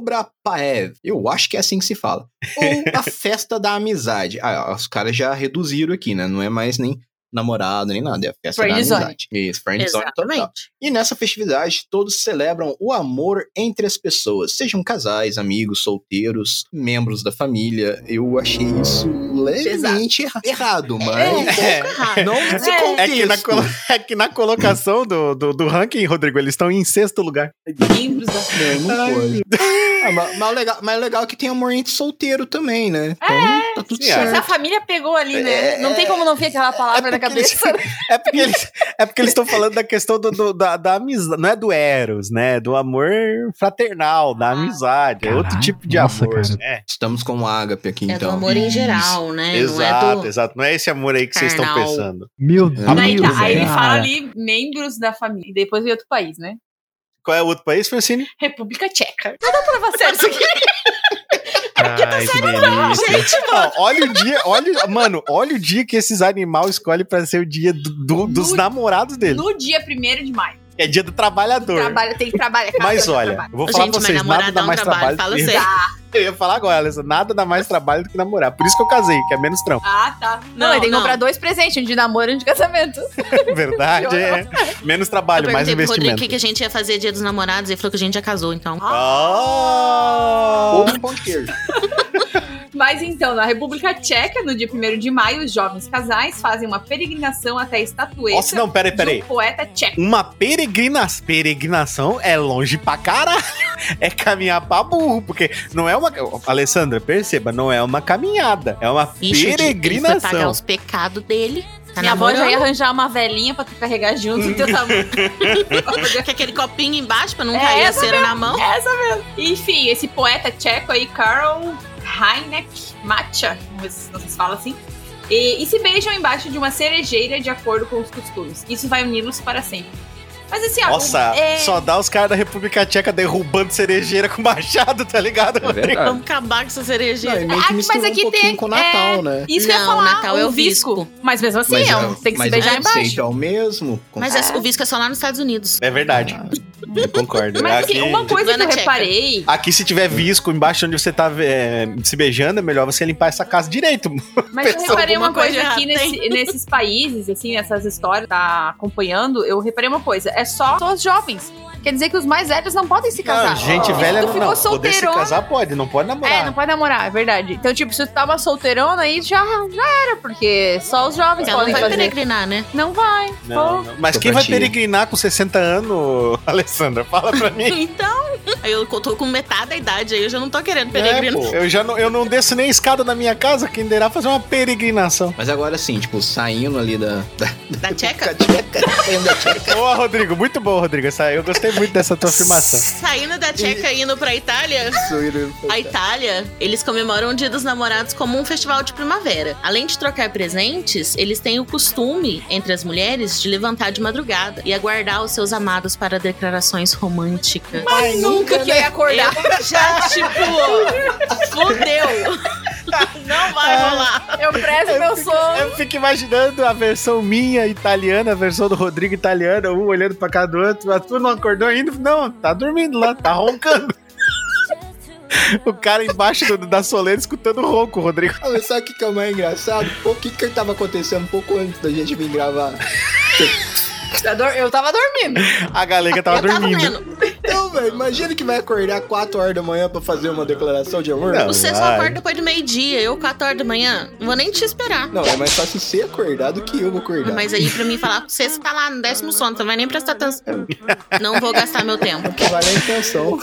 Speaker 3: Sobrapaev. Eu acho que é assim que se fala. Ou a festa da amizade. Ah, os caras já reduziram aqui, né? Não é mais nem namorado, nem nada. É a festa da
Speaker 5: Friendzone.
Speaker 3: amizade. Isso, friendzone total.
Speaker 4: Exatamente.
Speaker 3: E nessa festividade, todos celebram o amor entre as pessoas, sejam casais, amigos, solteiros, membros da família. Eu achei isso levemente erra- errado, mas.
Speaker 4: É. errado.
Speaker 3: Não nesse
Speaker 5: É.
Speaker 2: É que, na, colo-
Speaker 3: contexto.
Speaker 2: é que na colocação do, do, do ranking, Rodrigo, eles estão em sexto lugar.
Speaker 5: Membros da
Speaker 3: Não, não pode. Ah, mas, mas o legal, mas o legal é que tem amor entre solteiro também, né? Então, tá tudo
Speaker 2: sim,
Speaker 5: Mas
Speaker 3: certo.
Speaker 5: a família pegou ali, né?
Speaker 3: É.
Speaker 5: Não tem como não vir aquela palavra na cabeça.
Speaker 2: Eles, é porque eles é porque eles estão falando da questão do, do- da, da amizade, não é do Eros, né? Do amor fraternal,
Speaker 4: Ah.
Speaker 2: da amizade. É outro
Speaker 10: Caralho,
Speaker 2: tipo de
Speaker 10: nossa,
Speaker 2: amor.
Speaker 10: cara.
Speaker 2: né?
Speaker 3: Estamos com o ágape aqui,
Speaker 4: É
Speaker 3: então.
Speaker 4: do amor em geral, né?
Speaker 2: exato,
Speaker 4: não é do.
Speaker 2: exato. Não é esse amor aí que vocês estão
Speaker 4: Carnal.
Speaker 2: pensando.
Speaker 10: Meu Deus.
Speaker 3: Não,
Speaker 5: Daí tá,
Speaker 2: é.
Speaker 5: aí ele
Speaker 10: cara.
Speaker 5: fala ali membros da família. E depois veio outro país, né?
Speaker 2: Qual é o outro país, Francine?
Speaker 5: República Tcheca. Não dá pra levar a sério isso aqui.
Speaker 4: É tá
Speaker 10: Ai, que delícia.
Speaker 2: Ó, olha o dia, olha, mano, olha o dia que esses animais escolhem pra ser o dia do- do- dos
Speaker 5: No-
Speaker 2: namorados deles.
Speaker 5: No dia 1 de maio.
Speaker 2: É dia do trabalhador.
Speaker 5: Trabalho, tem que trabalhar. cada
Speaker 2: Mas
Speaker 5: dia
Speaker 2: olha,
Speaker 5: trabalha.
Speaker 2: eu vou falar
Speaker 4: Gente,
Speaker 2: pra
Speaker 4: mas
Speaker 2: vocês, nada
Speaker 4: namorar
Speaker 2: dá
Speaker 4: dá um
Speaker 2: mais trabalho.
Speaker 4: trabalho, fala
Speaker 2: que-
Speaker 4: sério.
Speaker 2: Eu ia falar agora, Alessa, nada dá mais trabalho do que namorar. Por isso que eu casei, que é menos trampo.
Speaker 5: Ah, tá. Não,
Speaker 4: Não,
Speaker 5: ele tem que
Speaker 4: não.
Speaker 5: comprar dois presentes, um de namoro e um de casamento.
Speaker 2: Verdade, é. Menos
Speaker 4: Eu
Speaker 2: trabalho, mais
Speaker 4: perguntei pro Rodrigo o
Speaker 2: investimento.
Speaker 4: que que a gente ia fazer dia dos namorados e ele falou que a gente já casou, então.
Speaker 2: Ah!
Speaker 3: Ou um pão de queijo.
Speaker 5: Mas então, na República Tcheca, no dia 1 de maio, os jovens casais fazem uma peregrinação até a estatueta
Speaker 2: Nossa, não, peraí, peraí.
Speaker 5: do poeta tcheco.
Speaker 2: Uma peregrina... peregrinação é longe pra caralho. É caminhar pra burro, porque não é uma. Alessandra, perceba, não é uma caminhada. É uma
Speaker 4: Ixi, ele- Ele foi pagar
Speaker 2: peregrinação.
Speaker 4: os pecados dele. Tá
Speaker 5: Minha avó já ia
Speaker 4: namorando.
Speaker 5: arranjar uma velhinha pra tu carregar junto então tá no teu tamanho.
Speaker 4: Com aquele copinho embaixo pra não
Speaker 5: É,
Speaker 4: cair a
Speaker 5: essa
Speaker 4: cera na mão.
Speaker 5: Essa mesmo. Enfim, esse poeta tcheco aí, Karl Heineck Macha, não sei se vocês falam assim, e, e se beijam embaixo de uma cerejeira de acordo com os costumes. Isso vai uni-los para sempre. Mas assim, ó,
Speaker 2: Nossa,
Speaker 5: é,
Speaker 2: só dá os caras da República Tcheca derrubando cerejeira com machado, tá ligado?
Speaker 3: É verdade.
Speaker 4: Vamos acabar com essa
Speaker 3: Não,
Speaker 4: cerejeira.
Speaker 3: e meio
Speaker 5: Ah, mas
Speaker 3: que misturou
Speaker 5: aqui
Speaker 3: um pouquinho
Speaker 5: tem-
Speaker 3: com o Natal, né?
Speaker 5: isso que eu ia
Speaker 4: Não, o
Speaker 5: falar,
Speaker 4: Natal é
Speaker 5: o
Speaker 4: o
Speaker 5: visco.
Speaker 4: visco.
Speaker 5: Mas mesmo assim, é um- tem que se
Speaker 3: mas
Speaker 5: beijar
Speaker 3: o conceito
Speaker 5: embaixo.
Speaker 3: é o mesmo.
Speaker 4: Mas essa- o visco é só lá nos Estados Unidos.
Speaker 2: É verdade. Ah, Eu concordo.
Speaker 5: Mas assim,
Speaker 2: aqui,
Speaker 5: uma coisa que
Speaker 4: Ivana
Speaker 5: eu
Speaker 4: é Tcheca.
Speaker 5: reparei
Speaker 2: aqui, se tiver visco embaixo onde você tá é, se beijando, é melhor você limpar essa casa direito.
Speaker 5: Mas eu
Speaker 4: Pensou
Speaker 5: reparei
Speaker 4: alguma
Speaker 5: uma coisa
Speaker 4: coisa
Speaker 5: aqui
Speaker 4: errada,
Speaker 5: nesse- nesses países, assim, nessas histórias, tá acompanhando, eu reparei uma coisa, é só, só os jovens. Quer dizer que os mais velhos não podem se casar.
Speaker 2: Não, gente
Speaker 5: Se
Speaker 2: velha
Speaker 5: tu
Speaker 2: não.
Speaker 5: ficou
Speaker 2: não. Poder se
Speaker 5: solteirona,
Speaker 2: casar pode, não pode namorar.
Speaker 5: É, não pode namorar, é verdade. Então, tipo, se tu tava solteirona aí, já, já era, porque só os jovens
Speaker 4: Ela não
Speaker 5: podem
Speaker 4: vai
Speaker 5: fazer.
Speaker 4: peregrinar, né?
Speaker 5: Não vai.
Speaker 2: Não,
Speaker 5: pô.
Speaker 2: não. Mas quem vai
Speaker 3: Covardia.
Speaker 2: peregrinar com 60 anos, Alessandra? Fala pra mim.
Speaker 4: Então, aí eu tô com metade da idade aí, eu já não tô querendo
Speaker 2: É, pô,
Speaker 4: peregrino.
Speaker 2: eu já não, eu não desço nem a escada da minha casa, quem derá fazer uma peregrinação.
Speaker 3: Mas agora sim, tipo, saindo ali da. da
Speaker 4: da tcheca?
Speaker 3: tcheca, saindo da tcheca.
Speaker 2: Ô, Rodrigo, muito bom, Rodrigo. Essa, eu gostei muito dessa tua afirmação.
Speaker 4: Saindo da tcheca e indo pra Itália, a Itália, eles comemoram o Dia dos Namorados como um festival de primavera. Além de trocar presentes, eles têm o costume, entre as mulheres, de levantar de madrugada e aguardar os seus amados para declarações românticas.
Speaker 5: Mas nunca que eu ia acordar.
Speaker 4: Eu já, tipo, fudeu. Não vai rolar.
Speaker 5: Eu prezo meu sono.
Speaker 2: Eu fico imaginando a versão minha italiana, a versão do Rodrigo italiana, um olhando pra cá do outro, mas tu não acordou ainda? Não, tá dormindo lá, tá roncando. O cara embaixo do- da soleira escutando o ronco, Rodrigo.
Speaker 3: Ah, mas sabe o que, que é o mais engraçado? Pô, o que, que tava acontecendo um pouco antes da gente vir gravar?
Speaker 5: Eu dor- Eu tava dormindo.
Speaker 2: A galega tava
Speaker 4: eu tava
Speaker 2: Tá dormindo.
Speaker 4: vendo.
Speaker 3: Então, velho, imagina que vai acordar 4 horas da manhã pra fazer uma declaração de amor?
Speaker 2: Não.
Speaker 4: Você só
Speaker 2: Tá Vai.
Speaker 4: acorda depois do meio-dia, eu 4 horas da manhã. Não vou nem te esperar.
Speaker 3: Não, é mais fácil você acordar do que eu acordar.
Speaker 4: Mas aí, pra mim, falar pra você, você tá lá no décimo sono, você não vai nem prestar atenção.
Speaker 2: É.
Speaker 4: Não vou gastar meu tempo.
Speaker 3: Não vale a intenção.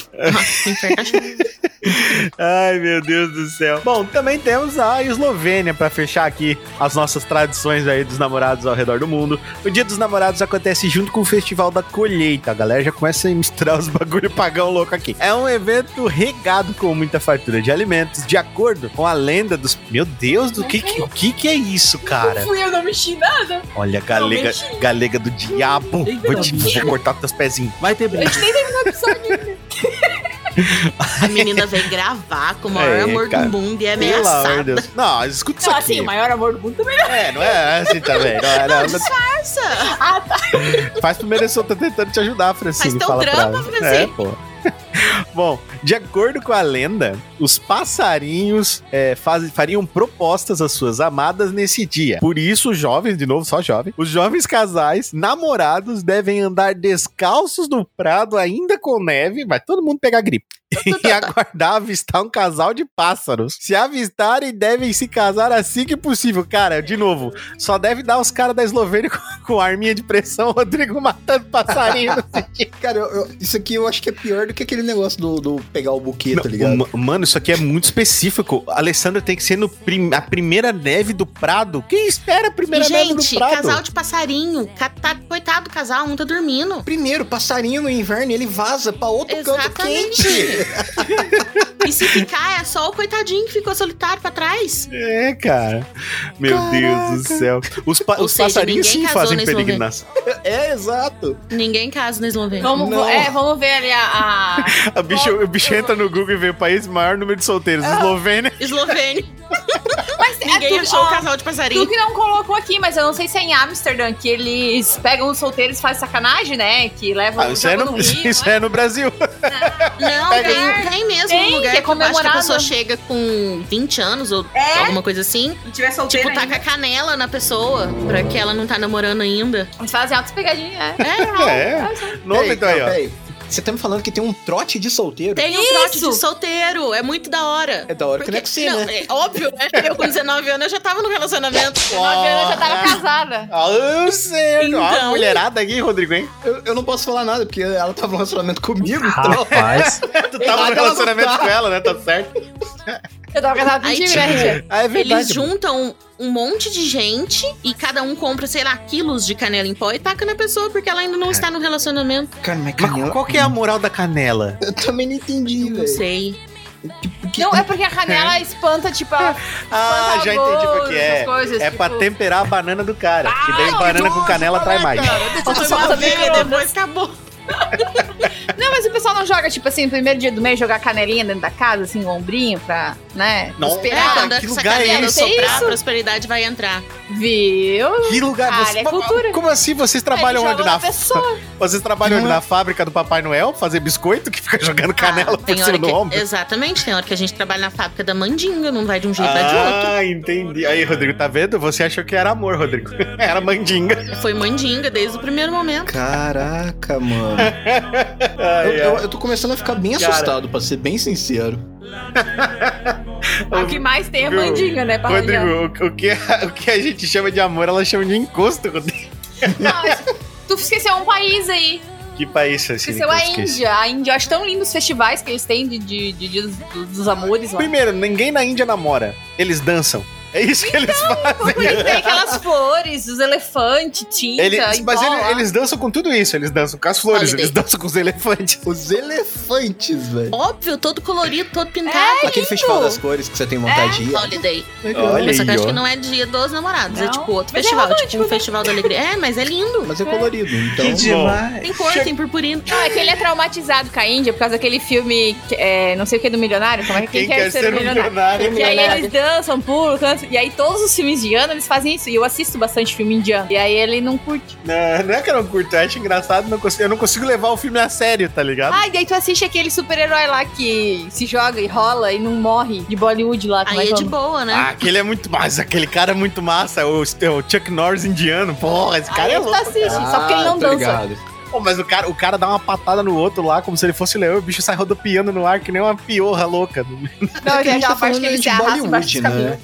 Speaker 2: Ai, meu Deus do céu. Bom, também temos a Eslovênia pra fechar aqui as nossas tradições aí dos namorados ao redor do mundo. O Dia dos Namorados acontece junto com o Festival da Colheita. A galera já começa a misturar os bagulho pagão louco aqui. É um evento regado com muita fartura de alimentos, de acordo com a lenda dos. Meu Deus, do que que, o que que é isso, cara?
Speaker 5: Fui, eu não mexi nada.
Speaker 2: Olha, galega, galega do diabo. Vou te vou cortar teus pezinhos.
Speaker 12: Vai ter
Speaker 5: A
Speaker 12: briga.
Speaker 5: gente nem terminou o episódio.
Speaker 4: A menina veio gravar com o maior
Speaker 2: É,
Speaker 4: amor
Speaker 2: cara.
Speaker 4: do mundo e é
Speaker 2: Pelo amor de
Speaker 4: ameaçada.
Speaker 2: Deus. Não, escuta isso
Speaker 5: Não, assim,
Speaker 2: aqui.
Speaker 5: o maior amor do mundo também.
Speaker 2: É, não é assim também. Não, é, não, não,
Speaker 4: Nossa,
Speaker 2: Faz pro merecer, eu tô tentando te ajudar, Francine.
Speaker 4: Faz teu
Speaker 2: fala pra
Speaker 4: drama,
Speaker 2: ela.
Speaker 4: Francine.
Speaker 2: É, pô. Bom, de acordo com a lenda, os passarinhos é, faz- fariam propostas às suas amadas nesse dia. Por isso, os jovens, de novo, só jovem, os jovens casais, namorados, devem andar descalços no prado, ainda com neve, vai todo mundo pegar gripe. e aguardar avistar um casal de pássaros. Se avistarem, devem se casar assim que possível. Cara, de novo, só deve dar os caras da Eslovênia com, com arminha de pressão, Rodrigo matando passarinho.
Speaker 3: Cara, eu- eu- isso aqui eu acho que é pior do que aquele negócio do, do pegar o buquê, tá ligado?
Speaker 2: Ma- Mano, isso aqui é muito específico. A Alessandra tem que ser no prim- a primeira neve do Prado. Quem espera a
Speaker 4: e,
Speaker 2: primeira neve
Speaker 4: gente,
Speaker 2: do Prado?
Speaker 4: casal de passarinho. ca- tá- coitado do casal, um tá dormindo.
Speaker 3: Primeiro, passarinho no inverno, ele vaza pra
Speaker 2: Tá
Speaker 3: outro canto
Speaker 4: Exatamente.
Speaker 3: quente.
Speaker 4: E se ficar, é só o coitadinho que ficou solitário pra trás.
Speaker 2: É, cara. Meu Deus do céu. Os, pa-
Speaker 4: Ou
Speaker 2: os
Speaker 4: seja,
Speaker 2: passarinhos
Speaker 4: ninguém
Speaker 2: sim
Speaker 4: casou
Speaker 2: fazem
Speaker 4: nesse momento.
Speaker 2: peregrinação.
Speaker 3: É, exato.
Speaker 4: Ninguém casa na Eslovênia.
Speaker 5: Vamos,
Speaker 3: Não.
Speaker 5: é, vamos ver ali a- a...
Speaker 2: A bicho, o bicho entra no Google e vê o país com o maior número de solteiros.
Speaker 4: Ah.
Speaker 2: Eslovênia.
Speaker 4: Eslovênia.
Speaker 5: Mas é
Speaker 4: Ninguém
Speaker 5: tudo,
Speaker 4: achou o
Speaker 5: ó,
Speaker 4: casal de passarinho.
Speaker 5: Tu que não colocou aqui, mas eu não sei se é em Amsterdã que eles pegam os solteiros e fazem sacanagem, né? Que levam
Speaker 2: Ah,
Speaker 5: o
Speaker 2: isso é, no,
Speaker 5: no Rio,
Speaker 2: isso
Speaker 5: né?
Speaker 2: é no Brasil.
Speaker 4: Não,
Speaker 2: Pega
Speaker 4: tem, tem mesmo
Speaker 5: é Tem,
Speaker 4: um lugar
Speaker 5: que é
Speaker 4: que, eu acho que a
Speaker 5: comemorado.
Speaker 4: pessoa chega com 20 anos ou
Speaker 5: É.
Speaker 4: alguma coisa assim.
Speaker 5: Se tiver solteiro
Speaker 4: Tipo, taca a canela na pessoa pra que ela não tá namorando ainda.
Speaker 5: Eles fazem altas pegadinhas, né?
Speaker 4: É,
Speaker 2: É. Novo,
Speaker 3: Peraí,
Speaker 2: então aí,
Speaker 3: não,
Speaker 2: ó.
Speaker 3: peraí. Você tá me falando que tem um trote de solteiro?
Speaker 4: Tem um
Speaker 5: Isso!
Speaker 4: trote de solteiro, é muito da hora.
Speaker 3: É da hora que não é com você,
Speaker 4: não,
Speaker 3: né?
Speaker 4: é óbvio, né? Eu com 19 anos eu já tava no relacionamento.
Speaker 2: É
Speaker 5: Nove anos eu já tava casada.
Speaker 2: Ah, eu sei, ó, a
Speaker 4: Então.
Speaker 2: mulherada aqui, Rodrigo, hein?
Speaker 3: Eu, eu não posso falar nada, porque ela tava num relacionamento comigo.
Speaker 2: Ah,
Speaker 3: então.
Speaker 13: Rapaz,
Speaker 2: Tu tava
Speaker 3: Errado,
Speaker 2: no
Speaker 3: ela
Speaker 2: relacionamento
Speaker 3: não tá.
Speaker 2: com ela, né? Tá certo?
Speaker 5: Eu tava casada
Speaker 4: Aí,
Speaker 5: contigo,
Speaker 4: tipo,
Speaker 5: né, Richard?
Speaker 2: Ah, é
Speaker 4: Eles
Speaker 2: verdade.
Speaker 4: juntam um monte de gente e cada um compra, sei lá, quilos de canela em pó e taca na pessoa porque ela ainda não está no relacionamento.
Speaker 3: Cara, mas
Speaker 2: Mas
Speaker 3: canela...
Speaker 2: qual que é a moral da canela?
Speaker 3: Eu também não entendi,
Speaker 4: Não
Speaker 3: velho.
Speaker 4: sei.
Speaker 5: Não, é porque a canela espanta, tipo, ela
Speaker 2: Ah,
Speaker 5: espanta
Speaker 2: já
Speaker 5: gosto,
Speaker 2: entendi o que
Speaker 5: essas
Speaker 2: é.
Speaker 5: coisas,
Speaker 2: É
Speaker 5: tipo,
Speaker 2: pra temperar a banana do cara. Que daí banana com canela
Speaker 5: né,
Speaker 2: atrai mais.
Speaker 4: Foi
Speaker 5: só
Speaker 4: uma
Speaker 5: também
Speaker 4: vez,
Speaker 5: micro-ondas.
Speaker 4: depois acabou.
Speaker 5: Não, mas o pessoal não joga, tipo assim, no primeiro dia do mês, jogar canelinha dentro da casa, assim, o ombrinho pra, né?
Speaker 2: Não.
Speaker 4: É,
Speaker 5: Esperar.
Speaker 4: quando
Speaker 2: que
Speaker 4: essa
Speaker 2: lugar é
Speaker 4: canela
Speaker 5: esse?
Speaker 4: soprar,
Speaker 5: Isso.
Speaker 4: a prosperidade vai entrar.
Speaker 5: Viu?
Speaker 2: Que lugar
Speaker 5: Ah,
Speaker 2: você-
Speaker 5: é cultura.
Speaker 2: Como assim vocês trabalham
Speaker 5: Ele
Speaker 2: onde?
Speaker 5: joga
Speaker 2: Na,
Speaker 5: na pessoa.
Speaker 2: vocês trabalham onde?
Speaker 3: Não é.
Speaker 2: na fábrica do Papai Noel? Fazer biscoito que fica jogando canela
Speaker 4: Ah,
Speaker 2: por
Speaker 4: tem
Speaker 2: cima
Speaker 4: hora
Speaker 2: do
Speaker 4: que,
Speaker 2: ombro?
Speaker 4: Exatamente, tem hora que a gente trabalha na fábrica da mandinga, não vai de um jeito, vai de outro.
Speaker 2: Ah, entendi. Aí, Rodrigo, tá vendo? Você achou que era amor, Rodrigo. Era mandinga.
Speaker 4: Foi mandinga desde o primeiro momento.
Speaker 3: Caraca, mano. Eu,
Speaker 2: Ai,
Speaker 3: eu-
Speaker 2: ai.
Speaker 3: eu tô começando a ficar bem
Speaker 2: Cara.
Speaker 3: assustado, pra ser bem sincero.
Speaker 5: O que mais tem é
Speaker 2: Viu?
Speaker 5: bandinha, né? Pra arranjar.
Speaker 2: Rodrigo, o, o que, o que a gente chama de amor, ela chama de encosto, Rodrigo.
Speaker 5: Não, Tu esqueceu um país aí.
Speaker 2: Que país isso assim?
Speaker 5: Esqueceu é a Índia. A Índia, eu acho tão lindo os festivais que eles têm de, de, de Dia dos, dos amores lá.
Speaker 2: Primeiro, ninguém na Índia namora. Eles dançam. É isso que eles fazem.
Speaker 5: Eles têm aquelas flores, os elefantes, tinta,
Speaker 2: Eles,
Speaker 5: e
Speaker 2: mas
Speaker 5: bola.
Speaker 2: ele- eles dançam com tudo isso. Eles dançam com as flores,
Speaker 4: Holiday.
Speaker 2: eles dançam com os elefantes.
Speaker 3: Os elefantes, velho.
Speaker 4: Óbvio, todo colorido, todo pintado.
Speaker 5: É
Speaker 3: Aquele festival das cores que você tem vontade
Speaker 2: É.
Speaker 3: de ir.
Speaker 4: Holiday.
Speaker 3: Legal.
Speaker 2: Olha
Speaker 4: Só que
Speaker 2: aí,
Speaker 4: acho
Speaker 2: ó.
Speaker 4: que não é dia dos namorados, é
Speaker 5: Não.
Speaker 4: tipo outro
Speaker 5: Mas é
Speaker 4: festival,
Speaker 5: romântico,
Speaker 4: tipo um
Speaker 5: né?
Speaker 4: festival da alegria. É, mas é lindo.
Speaker 3: Mas é colorido, então.
Speaker 5: É,
Speaker 4: Tem cor, tem purpurina.
Speaker 5: Não, é que ele é traumatizado com a Índia por causa daquele filme, que- é, não sei o que, do milionário. Como é que
Speaker 2: Quem quer ser um milionário?
Speaker 5: E aí eles dançam, pulam, cantam. E aí todos os filmes indianos eles fazem isso. E eu assisto bastante filme indiano. E aí ele não curte.
Speaker 2: Não, não é que eu não curto, eu acho engraçado, não consigo- eu não consigo levar o filme a sério, tá ligado?
Speaker 5: Ah, e daí tu assiste aquele super-herói lá que se joga e rola e não morre de Bollywood lá. como
Speaker 4: Aí
Speaker 5: que
Speaker 4: é de
Speaker 5: o nome?
Speaker 4: boa, né?
Speaker 2: Ah, aquele é muito massa, aquele cara é muito massa, o, o Chuck Norris indiano, porra, esse cara Ah,
Speaker 5: Aí
Speaker 2: é
Speaker 5: tu
Speaker 2: louco.
Speaker 5: assiste, só porque ele não
Speaker 3: Ah, tô
Speaker 5: dança. Então
Speaker 3: ligado.
Speaker 2: Pô, mas o cara, o cara dá uma patada no outro lá, como se ele fosse leão, e o bicho sai rodopiando no ar que nem uma piorra louca.
Speaker 5: Não,
Speaker 3: É que a
Speaker 5: tem
Speaker 3: gente
Speaker 5: aquela
Speaker 3: tá
Speaker 5: parte
Speaker 3: falando
Speaker 5: que ele
Speaker 3: de
Speaker 5: se arrasta embaixo dos
Speaker 3: Bollywood,
Speaker 5: cabelos.
Speaker 3: né?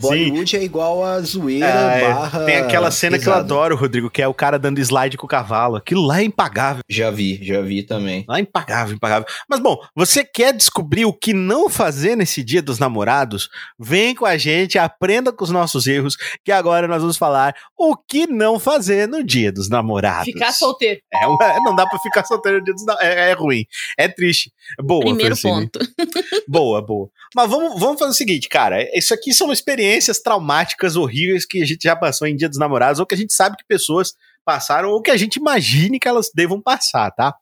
Speaker 3: Bollywood é igual a zoeira
Speaker 2: Ah, é.
Speaker 3: barra...
Speaker 2: Tem aquela cena que eu
Speaker 3: pesada.
Speaker 2: adoro, Rodrigo, que é o cara dando slide com o cavalo. Aquilo lá é impagável.
Speaker 3: Já vi, já vi também.
Speaker 2: Lá é impagável, impagável. Mas bom, você quer descobrir o que não fazer nesse dia dos namorados? Vem com a gente, aprenda com os nossos erros, que agora nós vamos falar o que não fazer no dia dos namorados.
Speaker 5: Ficar solteiro.
Speaker 2: É um- não dá pra ficar solteiro no dia dos namorados. É, é ruim. É triste. Boa, assim.
Speaker 4: Primeiro
Speaker 2: Francine.
Speaker 4: ponto.
Speaker 2: Boa, boa. Mas vamos, vamos fazer o seguinte, cara. Isso aqui são experiências traumáticas, horríveis que a gente já passou em Dia dos Namorados, ou que a gente sabe que pessoas passaram, ou que a gente imagine que elas devam passar, tá?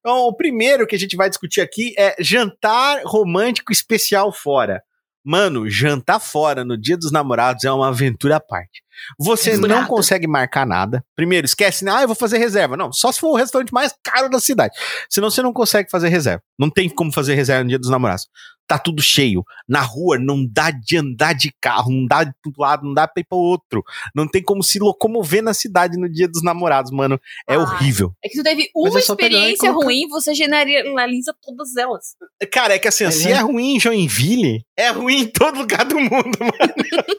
Speaker 2: Então, o primeiro que a gente vai discutir aqui é jantar romântico especial fora. Mano, jantar fora no Dia dos Namorados é uma aventura à parte. Você não
Speaker 4: Exato.
Speaker 2: consegue marcar nada. Primeiro, esquece, né? ah, eu vou fazer reserva. Não, só se for o restaurante mais caro da cidade. Senão você não consegue fazer reserva. Não tem como fazer reserva no Dia dos Namorados tá tudo cheio. Na rua não dá de andar de carro, não dá de um lado, não dá pra ir pro outro. Não tem como se locomover na cidade no dia dos namorados, mano. É
Speaker 5: Ah.
Speaker 2: horrível.
Speaker 5: É que tu teve
Speaker 3: Mas
Speaker 5: uma
Speaker 3: é só pegar e
Speaker 5: experiência
Speaker 3: colocar.
Speaker 5: ruim, você generaliza todas elas.
Speaker 2: Cara, é que assim,
Speaker 3: É,
Speaker 2: se
Speaker 3: né?
Speaker 2: é ruim em Joinville, é ruim em todo lugar do mundo, mano.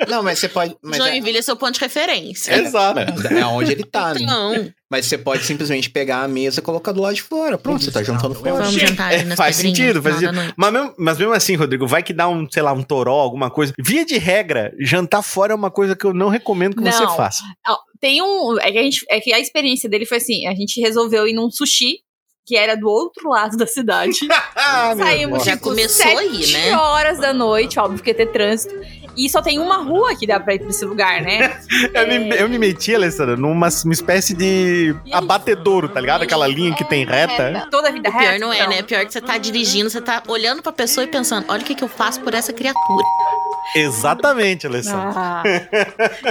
Speaker 3: Não, mas você pode... Mas é,
Speaker 4: Joinville é seu ponto de referência.
Speaker 2: Exato.
Speaker 3: é onde ele tá, né?
Speaker 4: Então,
Speaker 3: Mas você pode simplesmente pegar a mesa e colocar do lado de fora. Pronto, você tá jantando fora.
Speaker 4: vamos
Speaker 2: Chega.
Speaker 4: jantar ali
Speaker 2: É,
Speaker 4: nas
Speaker 2: faz
Speaker 4: pedrinhas,
Speaker 2: sentido, faz
Speaker 4: final da noite.
Speaker 2: Mas mesmo, mas mesmo assim, Rodrigo, vai que dá um, sei lá, um toró, alguma coisa. Via de regra, jantar fora é uma coisa que eu não recomendo que você
Speaker 5: Não.
Speaker 2: faça.
Speaker 5: Ó, Tem um. É que, a gente, é que a experiência dele foi assim: a gente resolveu ir num sushi, que era do outro lado da cidade.
Speaker 2: Ah, meu
Speaker 5: Saímos
Speaker 2: Deus.
Speaker 4: Já
Speaker 5: tipo,
Speaker 4: começou
Speaker 5: sete
Speaker 4: aí, né?
Speaker 5: horas da noite, óbvio que ia ter trânsito. E só tem uma rua que dá pra ir pra esse lugar, né?
Speaker 2: Eu me, eu me meti, Alessandra, numa uma espécie de abatedouro, tá ligado? Aquela linha que tem reta.
Speaker 5: Toda a vida
Speaker 4: O pior
Speaker 5: reta,
Speaker 4: não é,
Speaker 5: então.
Speaker 4: né? Pior que você tá dirigindo, você tá olhando pra pessoa e pensando, olha o que, que eu faço por essa criatura.
Speaker 2: Exatamente, Alessandra.
Speaker 5: Ah.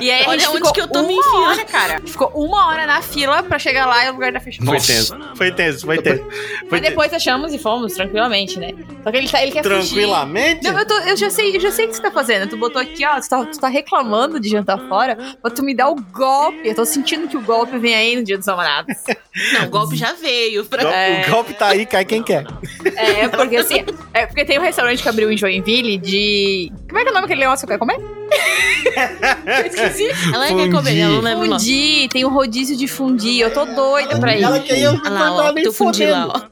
Speaker 5: E aí a
Speaker 4: Olha
Speaker 5: gente
Speaker 4: onde
Speaker 5: ficou
Speaker 4: que eu tô me
Speaker 5: uma
Speaker 4: enfiando.
Speaker 5: hora, cara. A gente ficou uma hora na fila pra chegar lá e o lugar da fechou.
Speaker 2: Foi
Speaker 14: Nossa.
Speaker 2: tenso, foi tenso, foi tenso. Foi
Speaker 5: Mas
Speaker 2: tenso.
Speaker 5: depois achamos e fomos, tranquilamente, né? Só que ele, tá, ele quer fugir.
Speaker 2: Tranquilamente?
Speaker 5: Não, eu, tô- eu já sei, eu já sei o que você tá fazendo. Tu botou aqui, ó, tu tá, tu tá reclamando de jantar fora pra tu me dar o golpe. Eu tô sentindo que o golpe vem aí no dia dos namorados.
Speaker 4: Não, o golpe já veio. Pra...
Speaker 2: Go-
Speaker 5: É.
Speaker 2: O golpe tá aí, cai quem quer.
Speaker 5: É, porque assim, é porque tem um restaurante que abriu em Joinville de. Como é que é o nome daquele negócio que eu quero comer? Eu esqueci.
Speaker 4: Ela quer comer,
Speaker 2: Fundi.
Speaker 4: ela não é lembra o nome.
Speaker 5: Fundi, tem um rodízio de fundi. Eu tô doida É pra ir.
Speaker 4: Olha Ah lá, ó, teu fundi lá, ó.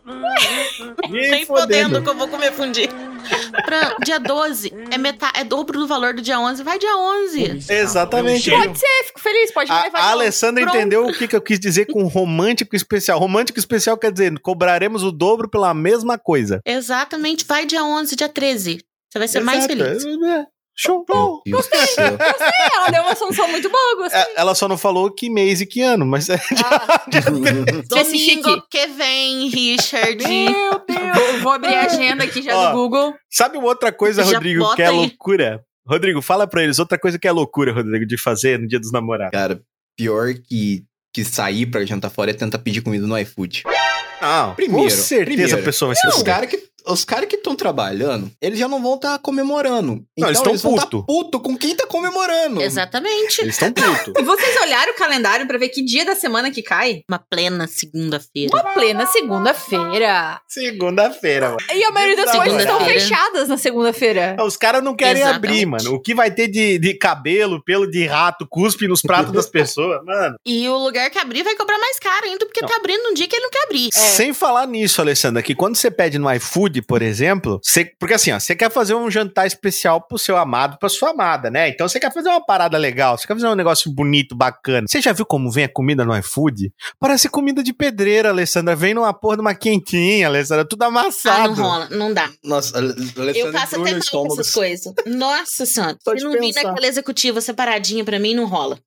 Speaker 4: Nem podendo que eu vou comer fundi. Pra dia 12, é, metade, é dobro do valor do dia 11. Vai dia 11.
Speaker 2: Exatamente.
Speaker 5: Pode ser, fico feliz, pode me
Speaker 2: A,
Speaker 5: levar.
Speaker 2: a
Speaker 5: junto.
Speaker 2: Alessandra
Speaker 5: Pronto.
Speaker 2: entendeu o que, que eu quis dizer com romântico especial. Romântico especial quer dizer, cobraremos o dobro pela mesma coisa.
Speaker 4: Exatamente, vai dia 11, dia 13. Você vai ser mais
Speaker 2: Exato.
Speaker 4: feliz.
Speaker 2: É. Show. Bom.
Speaker 3: Meu Deus do céu.
Speaker 5: É, Ela deu uma solução muito boa, eu gostei.
Speaker 2: É, Ela só não falou que mês e que ano, mas é
Speaker 5: Esse chique.
Speaker 4: Domingo que vem, Richard.
Speaker 5: Meu Deus, vou abrir a agenda aqui já
Speaker 2: Ó.
Speaker 5: no Google.
Speaker 2: Sabe uma outra coisa,
Speaker 4: Já
Speaker 2: Rodrigo,
Speaker 4: bota
Speaker 2: que é
Speaker 4: aí.
Speaker 2: loucura? Rodrigo, fala pra eles outra coisa que é loucura, Rodrigo, de fazer no dia dos namorados.
Speaker 3: Cara, pior que, que sair pra jantar fora é tentar pedir comida no iFood.
Speaker 2: Não, com
Speaker 3: primeiro,
Speaker 2: certeza
Speaker 3: primeiro.
Speaker 2: a pessoa vai se
Speaker 3: Os
Speaker 2: fuder.
Speaker 3: caras que os cara que estão trabalhando, eles já não vão estar comemorando. então
Speaker 2: eles
Speaker 3: eles,
Speaker 2: tão
Speaker 3: vão tá
Speaker 2: puto.
Speaker 3: puto com quem tá comemorando.
Speaker 4: Exatamente.
Speaker 2: Eles estão putos.
Speaker 5: E vocês olharam o calendário pra ver que dia da semana que cai?
Speaker 4: Uma plena segunda-feira.
Speaker 5: Uma plena segunda-feira.
Speaker 2: Segunda-feira, mano.
Speaker 5: E a maioria das
Speaker 2: Não,
Speaker 5: coisas estão
Speaker 4: cara.
Speaker 5: fechadas na segunda-feira.
Speaker 2: É, Os caras não querem
Speaker 4: Exatamente.
Speaker 2: abrir, mano. O que vai ter de, de cabelo, pelo de rato, cuspe nos pratos das pessoas, mano.
Speaker 4: E o lugar que abrir vai cobrar mais caro ainda, porque tá abrindo um dia que ele não quer abrir.
Speaker 2: Sem falar nisso, Alessandra, que quando você pede no iFood, por exemplo, você- porque assim, ó, você quer fazer um jantar especial pro seu amado, pra sua amada, né? Então você quer fazer uma parada legal, você quer fazer um negócio bonito, bacana. Você já viu como vem a comida no iFood? Parece comida de pedreira, Alessandra. Vem numa porra de uma quentinha, Alessandra, tudo
Speaker 4: Ah, não
Speaker 2: amassado.
Speaker 4: rola, não dá.
Speaker 3: Nossa, a Alessandra
Speaker 4: Eu faço
Speaker 3: entrou
Speaker 4: até
Speaker 3: no
Speaker 4: mal com
Speaker 3: estômago.
Speaker 4: essas coisas. Nossa senhora.
Speaker 3: Só de
Speaker 4: Se não vir
Speaker 3: pensar.
Speaker 4: naquela executiva separadinha pra mim, não rola.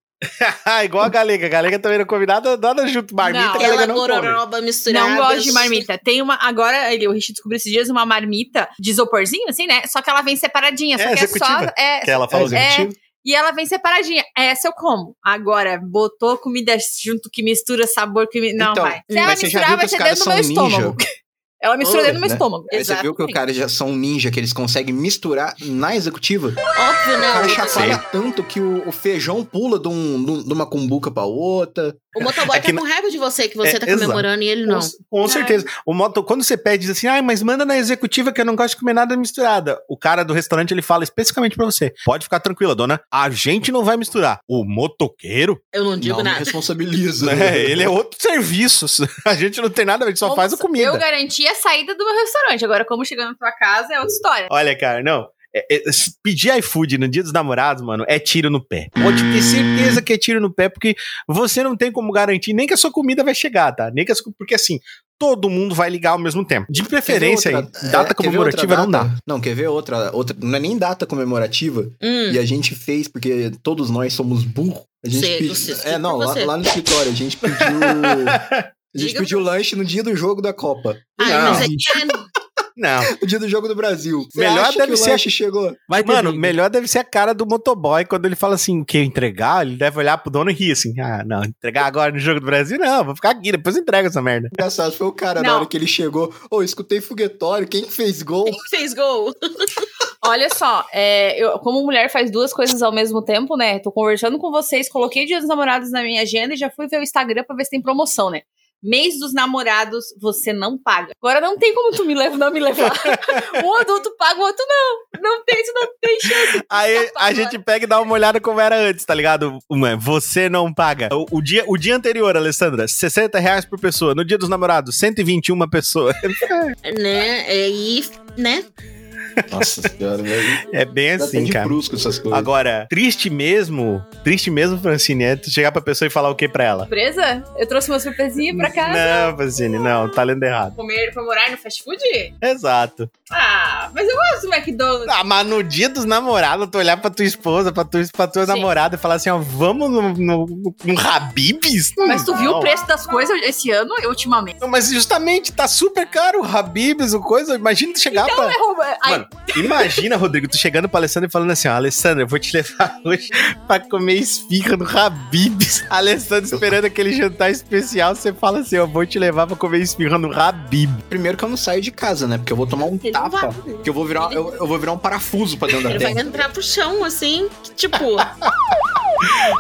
Speaker 2: Ah, Igual a galega. A galega também não come nada, nada junto. Marmita,
Speaker 5: Não.
Speaker 2: a galega
Speaker 4: Ela
Speaker 2: não come.
Speaker 4: gororoba misturada.
Speaker 5: Não gosto de marmita. Tem uma. Agora, ele, o Rich descobriu esses dias uma marmita de isoporzinho, assim, né? Só que ela vem separadinha. Só
Speaker 2: É,
Speaker 5: que
Speaker 2: executiva.
Speaker 5: é só. É,
Speaker 2: Que ela fala,
Speaker 5: É,
Speaker 2: gente,
Speaker 5: E ela vem separadinha. Essa eu como. Agora, botou comida junto que mistura sabor que. mi- Não,
Speaker 3: Então,
Speaker 5: vai. Se
Speaker 3: mas
Speaker 5: ela
Speaker 3: você já
Speaker 5: misturar,
Speaker 3: viu
Speaker 5: vai
Speaker 3: que os
Speaker 5: ser
Speaker 3: caras
Speaker 5: dentro do meu
Speaker 3: são ninja?
Speaker 5: estômago. Ela misturou
Speaker 3: Oh,
Speaker 5: dentro do meu
Speaker 3: né?
Speaker 5: estômago.
Speaker 3: Aí você viu que os caras já são ninja, que eles conseguem misturar na executiva.
Speaker 4: Óbvio,
Speaker 3: O cara
Speaker 4: não.
Speaker 3: chacoalha tanto que o, o feijão pula de, um- de um- de uma cumbuca pra outra.
Speaker 4: O motoboy
Speaker 2: É que
Speaker 4: tá com raiva de você, que você
Speaker 2: É,
Speaker 4: tá
Speaker 2: exato.
Speaker 4: comemorando e ele não.
Speaker 2: Com certeza. O moto, quando você pede, diz assim, ah, mas manda na executiva que eu não gosto de comer nada misturada. O cara do restaurante, ele fala especificamente pra você. Pode ficar tranquila, dona. A gente não vai misturar. O motoqueiro,
Speaker 4: Eu não digo
Speaker 3: não, não
Speaker 4: nada.
Speaker 3: responsabiliza.
Speaker 2: né, ele é outro serviço. A gente não tem nada a ver, a gente só faz a
Speaker 5: Eu
Speaker 2: comida.
Speaker 5: garanti a saída do meu restaurante. Agora, como chegando na tua casa, é outra história.
Speaker 2: Olha, cara, não. É, é, s- pedir iFood no dia dos namorados, mano, é tiro no pé. Pode ter certeza que é tiro no pé, porque você não tem como garantir nem que a sua comida vai chegar, tá? Nem que a sua, porque assim, todo mundo vai ligar ao mesmo tempo. De
Speaker 3: Quer ver
Speaker 2: preferência,
Speaker 3: outra-
Speaker 2: em data
Speaker 3: é, quer ver outra
Speaker 2: comemorativa não dá.
Speaker 3: data? Não, quer ver outra, outra. Não é nem data comemorativa.
Speaker 4: Hum.
Speaker 3: E a gente fez, porque todos nós somos burros. A gente
Speaker 4: Sei,
Speaker 3: pediu.
Speaker 4: você-
Speaker 3: É, não, lá,
Speaker 4: você.
Speaker 3: lá no escritório, a gente pediu. A gente
Speaker 4: Diga
Speaker 3: pediu lanche no dia do jogo da Copa.
Speaker 4: Ai,
Speaker 2: Não.
Speaker 4: mas é que
Speaker 2: Não.
Speaker 3: O dia do jogo do Brasil. Você
Speaker 2: Melhor
Speaker 3: acha
Speaker 2: deve
Speaker 3: que
Speaker 2: ser-
Speaker 3: o lanche chegou.
Speaker 2: Mas, Mano, melhor deve ser a cara do motoboy quando ele fala assim, o que entregar, ele deve olhar pro dono e rir assim, ah, não, entregar agora no jogo do Brasil, não, vou ficar aqui, depois entrega essa merda.
Speaker 3: Engraçado, foi o cara
Speaker 5: Não.
Speaker 3: na hora que ele chegou. Ô, escutei foguetório, quem que fez gol?
Speaker 4: fez gol.
Speaker 5: Olha só, é, eu, como mulher faz duas coisas ao mesmo tempo, né? Tô conversando com vocês, coloquei Dia dos Namorados na minha agenda e já fui ver o Instagram pra ver se tem promoção, né? Mês dos namorados, você não paga. Agora não tem como tu me levar, não me levar. um adulto paga, o outro não. Não tem, isso não tem chance.
Speaker 2: Aí a gente pega e dá uma olhada como era antes, tá ligado? Mano, você não paga. O, o dia, o dia anterior, Alessandra, 60 reais por pessoa, no dia dos namorados, 121 pessoa.
Speaker 4: Né? E, né?
Speaker 3: Nossa senhora, velho.
Speaker 2: É bem
Speaker 3: Dá até
Speaker 2: assim,
Speaker 3: de
Speaker 2: cara.
Speaker 3: brusco essas coisas.
Speaker 2: Agora, triste mesmo, triste mesmo, Francine, é tu chegar pra pessoa e falar o que pra ela?
Speaker 5: Surpresa? Eu trouxe uma surpresinha pra cá.
Speaker 2: Não, Francine, não, tá lendo errado.
Speaker 5: Comer, comemorar no fast food?
Speaker 2: Exato.
Speaker 5: Ah, mas eu gosto do McDonald's.
Speaker 2: Ah, mas no dia dos namorados, tu olhar pra tua esposa, pra, tu, pra tua
Speaker 5: Sim.
Speaker 2: namorada e falar assim, ó, vamos no, no, no Habibs?
Speaker 5: Mas tu viu
Speaker 2: Não.
Speaker 5: o preço das coisas esse ano, ultimamente?
Speaker 2: Não, Mas justamente, tá super caro o Habibs, o coisa. Imagina tu chegar pra...
Speaker 5: Então, é roubo- aí
Speaker 2: Mano, imagina, Rodrigo, tu chegando pra Alessandra e falando assim, ó, Alessandra, eu vou te levar hoje pra comer esfirra no Habib's. A Alessandra esperando aquele jantar especial, você fala assim, ó, vou te levar pra comer esfirra no Habib.
Speaker 3: Primeiro que eu não saio de casa, né? Porque eu vou tomar um
Speaker 2: Tá,
Speaker 4: Ele não
Speaker 3: tapa.
Speaker 4: vai.
Speaker 3: Que eu vou virar, eu, eu vou virar um parafuso pra dentro da
Speaker 4: Ele vai
Speaker 3: tenda.
Speaker 4: entrar pro chão, assim, que, tipo,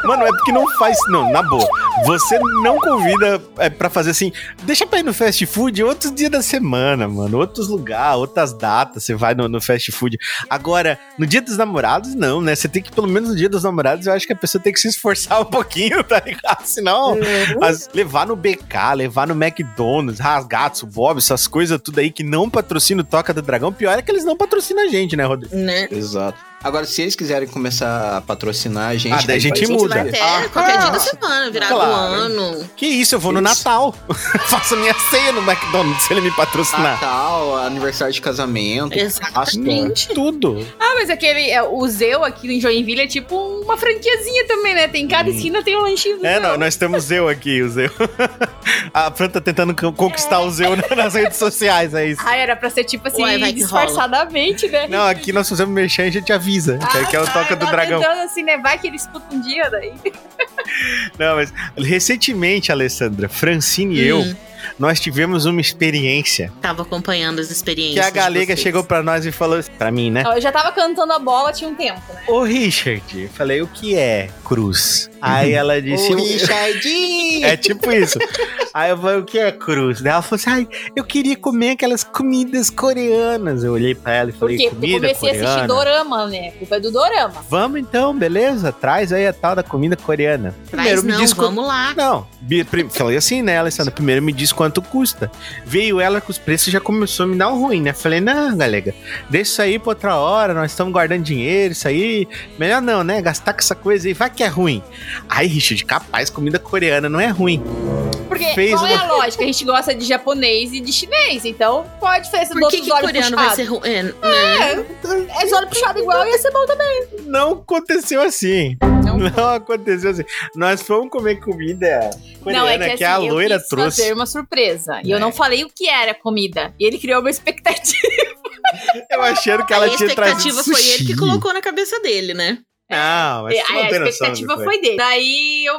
Speaker 2: Mano, é porque não faz, não, na boa. Você não convida é, pra fazer assim, deixa pra ir no fast food outros dias da semana, mano, outros lugares, outras datas, você vai no, no fast food. Agora, no dia dos namorados, não, né? Você tem que, pelo menos no dia dos namorados, eu acho que a pessoa tem que se esforçar um pouquinho, tá ligado? Senão, as- levar no BK, levar no McDonald's, Rasgatos, Bob, essas coisas tudo aí que não patrocina o Toca do Dragão, pior é que eles não patrocinam a gente, né, Rodrigo?
Speaker 4: né?
Speaker 3: Exato. Agora, se eles quiserem começar a patrocinar a gente.
Speaker 2: Ah, daí a gente
Speaker 4: A gente
Speaker 2: muda.
Speaker 4: vai até
Speaker 3: Ah,
Speaker 4: qualquer dia da semana, virado
Speaker 2: Claro.
Speaker 4: do ano.
Speaker 2: Que isso, eu vou no
Speaker 3: Isso.
Speaker 2: Natal. Faço minha ceia no McDonald's se ele me patrocinar.
Speaker 3: Natal, Ah, aniversário de casamento.
Speaker 4: Exatamente.
Speaker 2: Tudo.
Speaker 5: Ah, mas aquele. é, O Zeu aqui em Joinville é tipo uma franquiazinha também, né? Tem cada esquina tem um lanchinho do
Speaker 2: É,
Speaker 5: Zeu.
Speaker 2: não, nós temos eu aqui, o Zeu. A Fran tá tentando co- conquistar o Zeu nas redes sociais, é isso.
Speaker 5: Ah, era pra ser tipo assim,
Speaker 4: Ué, vai que
Speaker 5: disfarçadamente, né?
Speaker 2: Não, aqui nós fizemos mexer e a gente avisa.
Speaker 5: Ah,
Speaker 2: que é o
Speaker 5: tá,
Speaker 2: Toca do
Speaker 5: tava
Speaker 2: Dragão.
Speaker 5: tentando assim, né? Vai que ele escuta um dia daí.
Speaker 2: Não, mas recentemente, Alessandra, Francine e eu,
Speaker 4: Hum.
Speaker 2: nós tivemos uma experiência.
Speaker 4: Tava acompanhando as
Speaker 2: Que
Speaker 4: experiências.
Speaker 2: a galega
Speaker 4: de vocês.
Speaker 2: chegou pra nós e falou assim, pra mim, né?
Speaker 5: Não, eu já tava cantando a bola tinha um tempo, né?
Speaker 2: Ô, Richard, falei, o que é cruz? Aí ela disse,
Speaker 3: O
Speaker 2: "Eu-
Speaker 3: Richardinho!
Speaker 2: É tipo isso. Aí eu falei, o que é cruz? Daí ela falou assim, ai, eu queria comer aquelas comidas coreanas. Eu olhei pra ela e falei,
Speaker 5: Porque eu
Speaker 2: comida
Speaker 5: comecei a
Speaker 2: coreana?
Speaker 5: assistir Dorama, né? Culpa é do Dorama.
Speaker 2: Vamos então, beleza? Traz aí a tal da comida coreana.
Speaker 4: Traz não,
Speaker 2: diz quanto...
Speaker 4: vamos lá.
Speaker 2: Não, bi- prim- falei assim, né, Alessandra? Primeiro me diz quanto custa. Veio ela com os preços e já começou a me dar um ruim, né? Falei, não, galega, deixa isso aí pra outra hora, nós estamos guardando dinheiro, isso aí. Melhor não, né? Gastar com essa coisa aí, vai que é ruim. Ai, Richard, capaz, comida coreana não é ruim.
Speaker 5: Porque
Speaker 2: Fez
Speaker 5: qual é
Speaker 2: uma-
Speaker 5: a lógica? A gente gosta de japonês e de chinês, então qual a diferença do
Speaker 4: Por que,
Speaker 5: outro
Speaker 4: que
Speaker 5: olho
Speaker 4: coreano vai ser
Speaker 5: puxado?
Speaker 4: ruim? É, né?
Speaker 5: É só olho puxado igual ia ser bom também.
Speaker 2: não aconteceu assim. Não,
Speaker 5: Não
Speaker 2: aconteceu assim. Nós fomos comer comida coreana é que, a
Speaker 5: assim, eu
Speaker 2: loira
Speaker 5: quis
Speaker 2: trouxe. É.
Speaker 5: fazer uma surpresa. E eu não falei o que era a comida. E ele criou uma expectativa.
Speaker 2: Eu achando que
Speaker 4: Aí
Speaker 2: ela
Speaker 4: a
Speaker 2: tinha trazido
Speaker 4: expectativa foi ele
Speaker 2: sushi.
Speaker 4: que colocou na cabeça dele, né?
Speaker 2: Não, mas tu
Speaker 5: Aí
Speaker 2: não tem
Speaker 5: É, a
Speaker 2: noção do que
Speaker 5: expectativa foi dele. Daí eu,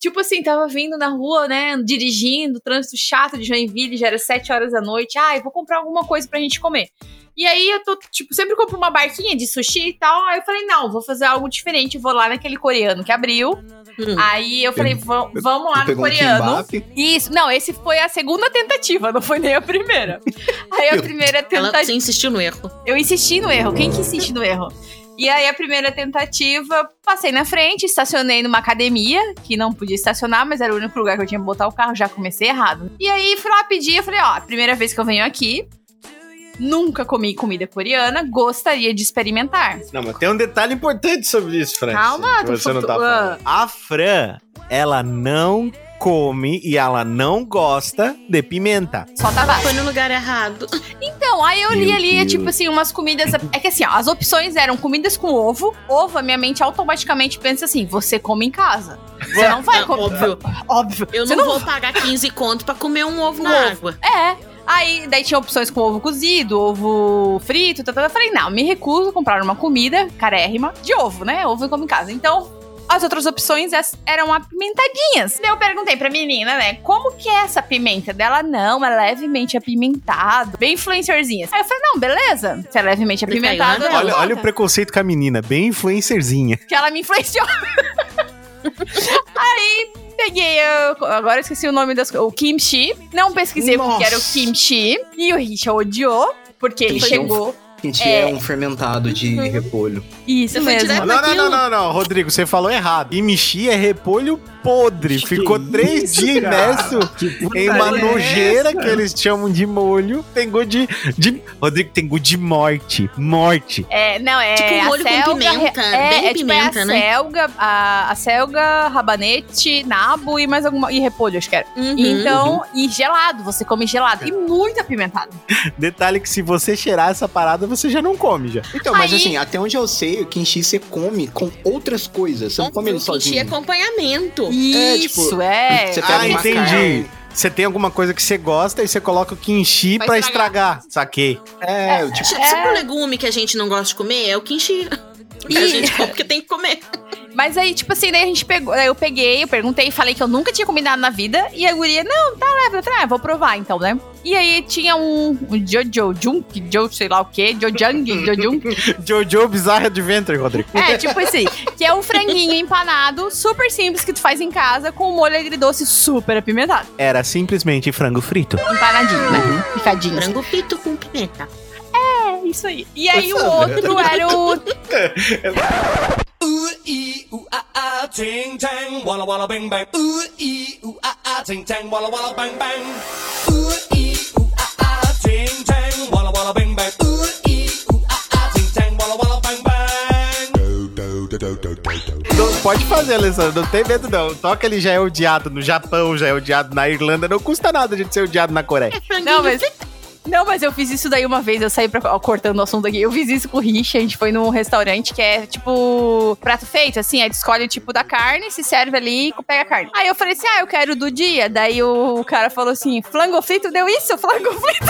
Speaker 5: tipo assim, tava vindo na rua, né? Dirigindo, trânsito chato de Joinville, já era 7 horas da noite. Ah, eu vou comprar alguma coisa pra gente comer. E aí eu tô, tipo, sempre compro uma barquinha de sushi e tal. Aí eu falei, não, vou fazer algo diferente. Vou lá naquele coreano que abriu.
Speaker 4: Hum.
Speaker 5: Aí eu falei, "Va- vamos lá no
Speaker 3: Pegou um
Speaker 5: coreano.
Speaker 3: kimbap.
Speaker 5: Isso, não, esse foi a segunda tentativa, não foi nem a primeira. Aí a
Speaker 3: Meu
Speaker 5: primeira
Speaker 4: Ela
Speaker 5: tentativa.
Speaker 4: você insistiu no erro.
Speaker 5: Eu insisti no erro. Quem que insiste no erro? E aí a primeira tentativa, passei na frente, estacionei numa academia, que não podia estacionar, mas era o único lugar que eu tinha que botar o carro, já comecei errado. E aí fui lá pedir, eu falei, ó, primeira vez que eu venho aqui, nunca comi comida coreana, gostaria de experimentar.
Speaker 2: Não, mas tem um detalhe importante sobre isso, Fran.
Speaker 5: Calma,
Speaker 2: que
Speaker 5: tô
Speaker 2: você não tá
Speaker 5: falando- Ah.
Speaker 2: falando. A Fran, ela não come e ela não gosta de pimenta.
Speaker 5: Só tabaco.
Speaker 4: Foi no lugar errado.
Speaker 5: Então, aí eu li
Speaker 3: Meu
Speaker 5: ali, é
Speaker 3: Deus.
Speaker 5: tipo assim, umas comidas. É que assim, ó, as opções eram comidas com ovo. Ovo, a minha mente automaticamente pensa assim: você come em casa. Você não vai
Speaker 4: É,
Speaker 5: comer.
Speaker 4: óbvio.
Speaker 5: Óbvio.
Speaker 4: Eu
Speaker 5: Você
Speaker 4: não,
Speaker 5: não
Speaker 4: vou pagar 15 conto pra comer um ovo
Speaker 5: Um
Speaker 4: na
Speaker 5: ovo.
Speaker 4: água.
Speaker 5: É. Aí, daí tinha opções com ovo cozido, ovo frito, tá, tá, tá. Eu Falei, não, me recuso a comprar uma comida carérrima de ovo, né? Ovo eu como em casa. Então, as outras opções as- eram apimentadinhas. Daí eu perguntei pra menina, né, como que é essa pimenta dela? Não, é levemente apimentado, bem influencerzinha. Aí eu falei, não, beleza, se é levemente
Speaker 4: Não caiu na
Speaker 5: apimentado, eu
Speaker 4: dela.
Speaker 2: Olha, olha o
Speaker 5: gosto.
Speaker 2: preconceito com a menina, bem influencerzinha.
Speaker 5: que ela me influenciou. Aí peguei, eu- agora eu esqueci o nome das coisas, o kimchi. Não pesquisei o que
Speaker 3: Nossa.
Speaker 5: era o kimchi. E o Richard odiou, porque ele
Speaker 3: Kimchi é um-
Speaker 5: chegou.
Speaker 3: Gente,
Speaker 5: É.
Speaker 3: é um fermentado de repolho.
Speaker 5: Isso
Speaker 4: Você foi
Speaker 5: mesmo.
Speaker 4: direto?
Speaker 2: Não, não,
Speaker 4: Aquilo-
Speaker 2: não, não, não, Rodrigo, você falou errado. Imishi é repolho podre. Ficou três dias imerso em uma
Speaker 3: é
Speaker 2: nojeira que eles chamam de molho. Tem gosto de, de- Rodrigo, tem gosto de morte. Morte.
Speaker 5: É, não, é.
Speaker 4: Tipo um molho
Speaker 5: a
Speaker 4: com
Speaker 5: selga,
Speaker 4: pimenta,
Speaker 5: É,
Speaker 4: bem
Speaker 5: é tipo, é
Speaker 4: pimenta,
Speaker 5: a
Speaker 4: né?
Speaker 5: selga, a, a selga, rabanete, nabo e mais alguma. E repolho, acho que era.
Speaker 4: Uhum.
Speaker 5: Então, e gelado, você come gelado. E muito apimentado.
Speaker 2: Detalhe que se você cheirar essa parada, você já não come já.
Speaker 3: Então, mas
Speaker 5: Aí-
Speaker 3: assim, até onde eu sei, o kimchi você come com outras coisas. Você não come ele
Speaker 4: Kimchi é
Speaker 3: sozinho.
Speaker 4: acompanhamento.
Speaker 5: Isso,
Speaker 3: tipo,
Speaker 5: é.
Speaker 3: Você pega
Speaker 2: Ah,
Speaker 3: uma
Speaker 2: entendi.
Speaker 3: carne,
Speaker 2: Você tem alguma coisa que você gosta e você coloca o kimchi
Speaker 5: Pra
Speaker 2: pra estragar. Saquei.
Speaker 3: É, eu, tipo,
Speaker 4: Tipo, Sempre o legume que a gente não gosta de comer é o kimchi. Que a
Speaker 5: Ih.
Speaker 4: gente come porque tem que comer.
Speaker 5: Mas aí, tipo assim, daí a gente pegou, daí eu peguei, eu perguntei, falei que eu nunca tinha combinado na vida, e a guria, não, tá leve, eu falei, ah, vou provar então, né? E aí tinha um, um Jojo Junk, Jo sei lá o quê, Jojang, Jojung,
Speaker 2: Jojo Bizarre Adventure, Rodrigo.
Speaker 5: é, tipo assim, que é um franguinho empanado, super simples, que tu faz em casa, com um molho agridoce super apimentado,
Speaker 2: Era simplesmente frango frito.
Speaker 5: empanadinho, né? Picadinho.
Speaker 4: Frango frito com pimenta.
Speaker 5: É, isso aí. E aí o outro era o
Speaker 15: Ooh ee ooh ah ah, ting tang, walla walla bang bang. Ooh ee ooh ah ah, ting tang, walla walla bang bang. Ooh ee ooh ah ah, ting tang, walla walla bang bang. Ooh ee ooh ah ah, ting tang, walla walla bang bang.
Speaker 2: Não, pode fazer, Alessandro, não tem medo não. Toca ele já é odiado no Japão, já é odiado na Irlanda, não custa nada a gente ser odiado na Coreia.
Speaker 5: Não, mas. tá- Não, mas eu fiz isso daí uma vez, eu saí pra, ó, cortando o assunto aqui. Eu fiz isso com o Rich, a gente foi num restaurante que é tipo prato feito, assim, aí tu escolhe o tipo da carne, se serve ali e pega a carne. Aí eu falei assim: ah, eu quero do dia. Daí o cara falou assim: flango frito, deu isso, flango frito.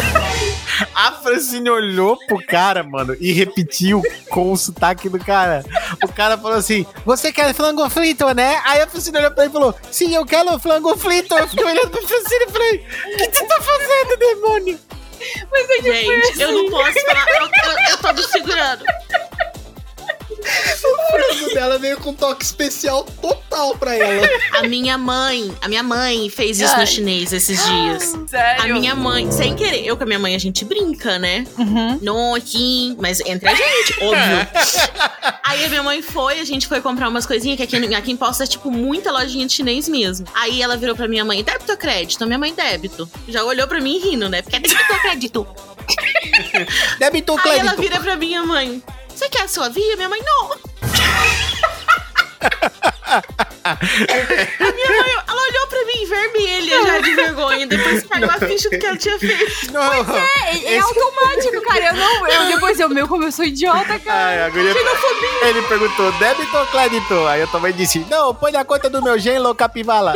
Speaker 2: A Francine olhou pro cara, mano, e repetiu com o sotaque do cara. O cara falou assim: Você quer flango frito, né? Aí a Francine olhou pra ele e falou: Sim, eu quero flango frito. Eu fiquei olhando pra Francine e falei: O que tu tá fazendo, demônio?
Speaker 5: Mas aí
Speaker 4: Gente, eu
Speaker 5: assim.
Speaker 4: não posso falar. Eu, eu, eu tô me segurando.
Speaker 3: o frango dela veio com um toque especial total pra ela.
Speaker 4: A minha mãe, a minha mãe fez isso
Speaker 5: Ai.
Speaker 4: no chinês esses dias.
Speaker 5: sério.
Speaker 4: A minha mãe, sem querer, eu com a minha mãe a gente brinca, né?
Speaker 5: Uhum.
Speaker 4: Noquim, mas entre a gente, óbvio. Aí a minha mãe foi, a gente foi comprar umas coisinhas que aqui, em- aqui em Poços é tipo muita lojinha de chinês mesmo. Aí ela virou pra minha mãe, débito ou crédito? Minha mãe, débito. Já olhou pra mim rindo, né? Porque é débito ou crédito?
Speaker 2: Débito ou
Speaker 4: Aí ela
Speaker 2: crédito?
Speaker 4: vira pra minha mãe, você quer a sua via? Minha mãe, não. a minha mãe, ela olhou pra mim vermelha já de vergonha, depois que pagou a ficha do que ela tinha feito.
Speaker 2: Não.
Speaker 5: É, é
Speaker 2: Esse-
Speaker 5: automático, cara. Eu não. Eu, depois eu, meu, como eu sou idiota,
Speaker 2: Ai,
Speaker 5: cara.
Speaker 2: a guria... Ele perguntou, débito ou crédito? Aí eu também disse, não, põe na conta do meu genlo capibala.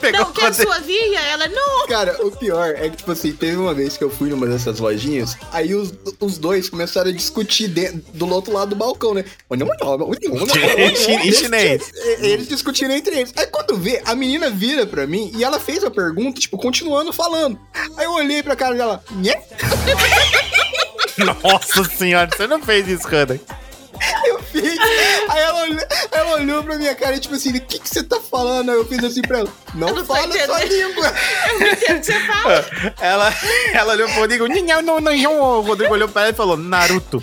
Speaker 2: Pegou
Speaker 4: Não,
Speaker 2: a
Speaker 4: quer a
Speaker 2: conta
Speaker 4: sua via? Ela, não.
Speaker 3: Cara, o pior é que, tipo assim, teve uma vez que eu fui numa dessas lojinhas, aí os, os dois começaram a discutir de- do outro lado do balcão, né? Olha, olha, olha, olha, olha.
Speaker 2: em chinês.
Speaker 3: Eles discutiram entre eles. Aí quando vê, a menina vira pra mim e ela fez a pergunta, tipo, continuando falando. Aí eu olhei pra cara dela, né?
Speaker 2: Nossa senhora, você não fez isso, Hannah.
Speaker 3: Eu fiz. Aí ela, olhou- ela olhou pra minha cara e, tipo assim, o que, que você tá falando? Aí eu fiz assim pra ela, não,
Speaker 4: Eu não tô
Speaker 3: fala sua língua.
Speaker 4: Entendo o que você fala.
Speaker 2: Ela, ela olhou pro Rodrigo, "Ninhau, não, não, não." o Rodrigo olhou pra ela e falou, Naruto.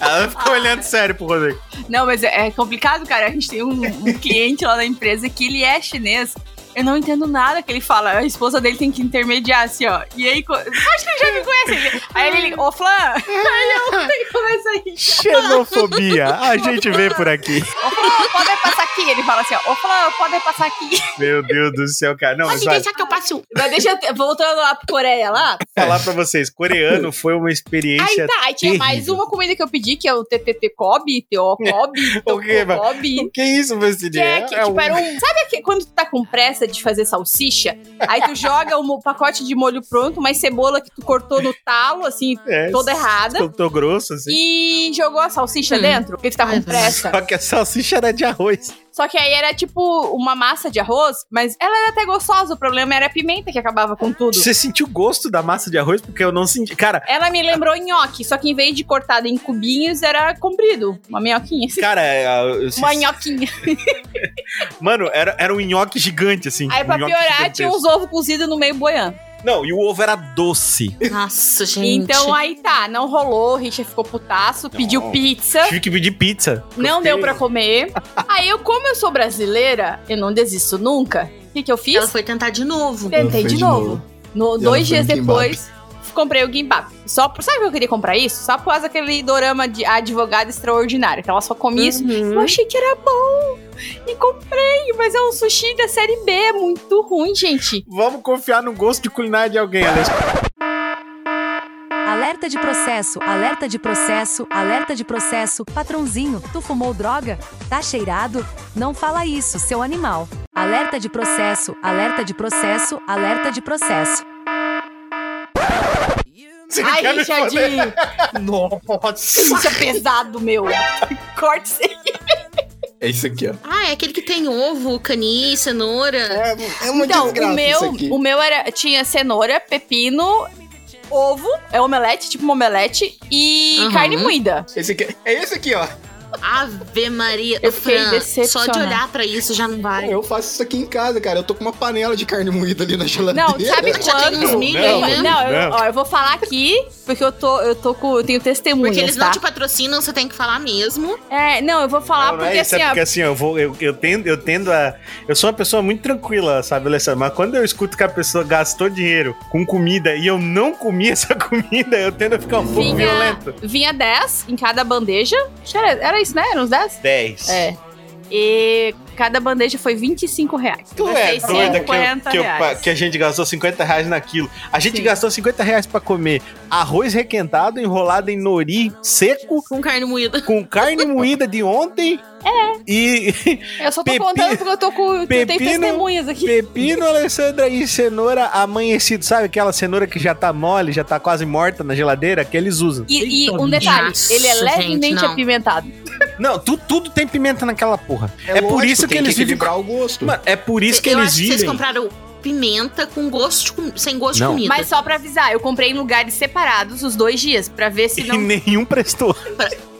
Speaker 2: Ela ficou olhando sério pro Rodrigo.
Speaker 5: Não, mas é, é complicado, cara. A gente tem um, um cliente lá na empresa que ele é chinês. Eu não entendo nada que ele fala. A esposa dele tem que intermediar, assim, ó. E aí, co- acho que ele já me conhece. Ele- Aí ele, ô, Flan! Aí eu aí começa aí.
Speaker 2: Xenofobia, a gente vê por aqui.
Speaker 5: Ô, Flan, pode passar aqui. Ele fala assim, ó. Ô, Flan, pode passar aqui.
Speaker 2: Meu Deus do céu, cara. Não, mas
Speaker 4: Pode
Speaker 2: olha,
Speaker 4: deixar que eu passe um." o...
Speaker 5: Mas deixa, eu- voltando lá pro Coreia, lá.
Speaker 2: falar pra vocês, coreano foi uma
Speaker 5: Aí
Speaker 2: experiência...
Speaker 5: tá, aí tinha mais
Speaker 2: é terrível.
Speaker 5: uma comida que eu pedi, que é o TTT Kobe, TO Kobe,
Speaker 2: O que, mano?
Speaker 5: Kobe.
Speaker 2: Que isso, Vassili?
Speaker 5: tá. Que é, que, tipo,
Speaker 2: um-
Speaker 5: era um. Sabe aquele- quando tu tá com pressa de fazer salsicha? Aí tu joga um pacote de molho pronto, uma cebola que tu cortou no talo, assim,
Speaker 2: é,
Speaker 5: toda errada.
Speaker 2: Tô, tô grosso, assim.
Speaker 5: E jogou a salsicha
Speaker 4: Hum.
Speaker 5: dentro, porque tu tá
Speaker 4: Ai,
Speaker 5: com pressa.
Speaker 2: Só que a salsicha era de arroz.
Speaker 5: Só que aí era tipo uma massa de arroz, mas ela era até gostosa, o problema era a pimenta que acabava com tudo.
Speaker 2: Você sentiu o gosto da massa de arroz? Porque eu não senti. Cara,
Speaker 5: Ela me lembrou nhoque, só que em vez de cortado em cubinhos, era comprido. Uma minhoquinha. assim.
Speaker 2: cara, é, eu- eu-
Speaker 5: Uma nhoquinha.
Speaker 2: mano, era, era um nhoque gigante, assim.
Speaker 5: Aí
Speaker 2: um
Speaker 5: pra
Speaker 2: nhoque
Speaker 5: piorar, tinha
Speaker 2: gigantesco.
Speaker 5: uns ovos cozidos no meio boiando.
Speaker 2: Não, e o ovo era doce.
Speaker 4: Nossa, gente.
Speaker 5: Então aí tá, não rolou, o Richard ficou putaço, pediu pizza,
Speaker 2: Tive que pedir pizza.
Speaker 5: não deu pra comer. aí eu, como eu sou brasileira, eu não desisto nunca. O que, que eu
Speaker 4: Ela
Speaker 5: fiz?
Speaker 4: foi tentar de novo.
Speaker 5: Tentei
Speaker 3: Ela
Speaker 5: de
Speaker 3: fez de
Speaker 5: novo. No-
Speaker 3: E
Speaker 5: dois
Speaker 3: ela
Speaker 5: dias
Speaker 3: foi no gimbap.
Speaker 5: depois, comprei o gimbap. Só por, sabe que eu queria comprar isso? Só por causa daquele dorama de advogada extraordinária, que ela só comia isso. Eu achei que era bom. E comprei, mas é um sushi da série B, é muito ruim, gente.
Speaker 2: Vamos confiar no gosto de culinária de alguém, Alex.
Speaker 7: Alerta de processo, alerta de processo, alerta de processo. Patrãozinho, tu fumou droga? Tá cheirado? Não fala isso, seu animal. Alerta de processo, alerta de processo, alerta de processo.
Speaker 5: Ai, Richardinho!
Speaker 3: Nossa!
Speaker 5: Isso é pesado, meu! Corte sem.
Speaker 3: É isso aqui, ó.
Speaker 4: Ah, é aquele que tem ovo, cani, cenoura.
Speaker 3: É, é uma
Speaker 5: Então,
Speaker 3: desgraça
Speaker 5: o
Speaker 3: isso
Speaker 5: meu,
Speaker 3: aqui.
Speaker 5: o meu era, tinha cenoura, pepino, ovo, é omelete, tipo uma omelete, e
Speaker 4: Uhum.
Speaker 5: carne moída.
Speaker 3: Esse aqui. É esse aqui, ó.
Speaker 4: Ave Maria.
Speaker 5: Eu fiquei
Speaker 4: Fran, só de
Speaker 5: decepcionada.
Speaker 4: olhar pra isso já não vai.
Speaker 3: Eu faço isso aqui em casa, cara. Eu tô com uma panela de carne moída ali na geladeira.
Speaker 5: Não, sabe
Speaker 4: Já tem uns
Speaker 5: quando?
Speaker 4: milho
Speaker 16: não,
Speaker 4: aí, né?
Speaker 5: Não, eu,
Speaker 16: Não.
Speaker 5: ó, eu vou falar aqui, porque eu tô, eu tô com, eu tenho testemunhas,
Speaker 4: Porque eles
Speaker 5: tá?
Speaker 4: não te patrocinam, você tem que falar mesmo.
Speaker 5: É, não, eu vou falar
Speaker 2: Não, não
Speaker 5: porque
Speaker 2: é isso,
Speaker 5: assim,
Speaker 2: é
Speaker 5: ó,
Speaker 2: porque assim, eu vou, eu, eu tendo, eu tendo a, eu sou uma pessoa muito tranquila, sabe, Alessandra? Mas quando eu escuto que a pessoa gastou dinheiro com comida e eu não comi essa comida, eu tendo a ficar um pouco
Speaker 5: Vinha-
Speaker 2: violento.
Speaker 5: vinha 10 em cada bandeja. Acho que Era, era isso, né? Eram uns 10?
Speaker 2: 10.
Speaker 5: É. E cada bandeja foi 25 reais.
Speaker 2: Tu é
Speaker 5: Gastei
Speaker 2: doida que, eu-
Speaker 5: 50
Speaker 2: que, eu-
Speaker 5: reais.
Speaker 2: que a gente gastou 50 reais naquilo. A gente
Speaker 5: Sim.
Speaker 2: gastou 50 reais pra comer arroz requentado enrolado em nori seco,
Speaker 4: Com carne moída.
Speaker 2: com carne moída de ontem. É. E
Speaker 5: Eu só tô
Speaker 2: Pepi-
Speaker 5: contando porque eu tô com. eu tenho
Speaker 2: Pepino-
Speaker 5: testemunhas aqui.
Speaker 2: Pepino, Alessandra e cenoura amanhecido, sabe? Aquela cenoura que já tá mole, já tá quase morta na geladeira, que eles usam.
Speaker 5: E, e
Speaker 2: Eita,
Speaker 5: um detalhe,
Speaker 4: nossa,
Speaker 5: ele é levemente
Speaker 4: gente, não.
Speaker 5: apimentado.
Speaker 2: Não, tu- tudo tem pimenta naquela porra. É, por
Speaker 3: lógico,
Speaker 2: isso que
Speaker 3: tem
Speaker 2: eles
Speaker 3: que
Speaker 2: vivem.
Speaker 3: equilibrar o gosto.
Speaker 2: Mano, é por isso que
Speaker 4: eu
Speaker 2: eles
Speaker 4: acho que vocês
Speaker 2: vivem.
Speaker 4: compraram pimenta com gosto de com- sem gosto
Speaker 2: Não.
Speaker 4: de comida.
Speaker 5: Mas só pra avisar, eu comprei em lugares separados os dois dias, pra ver se
Speaker 2: E
Speaker 5: não.
Speaker 2: nenhum prestou.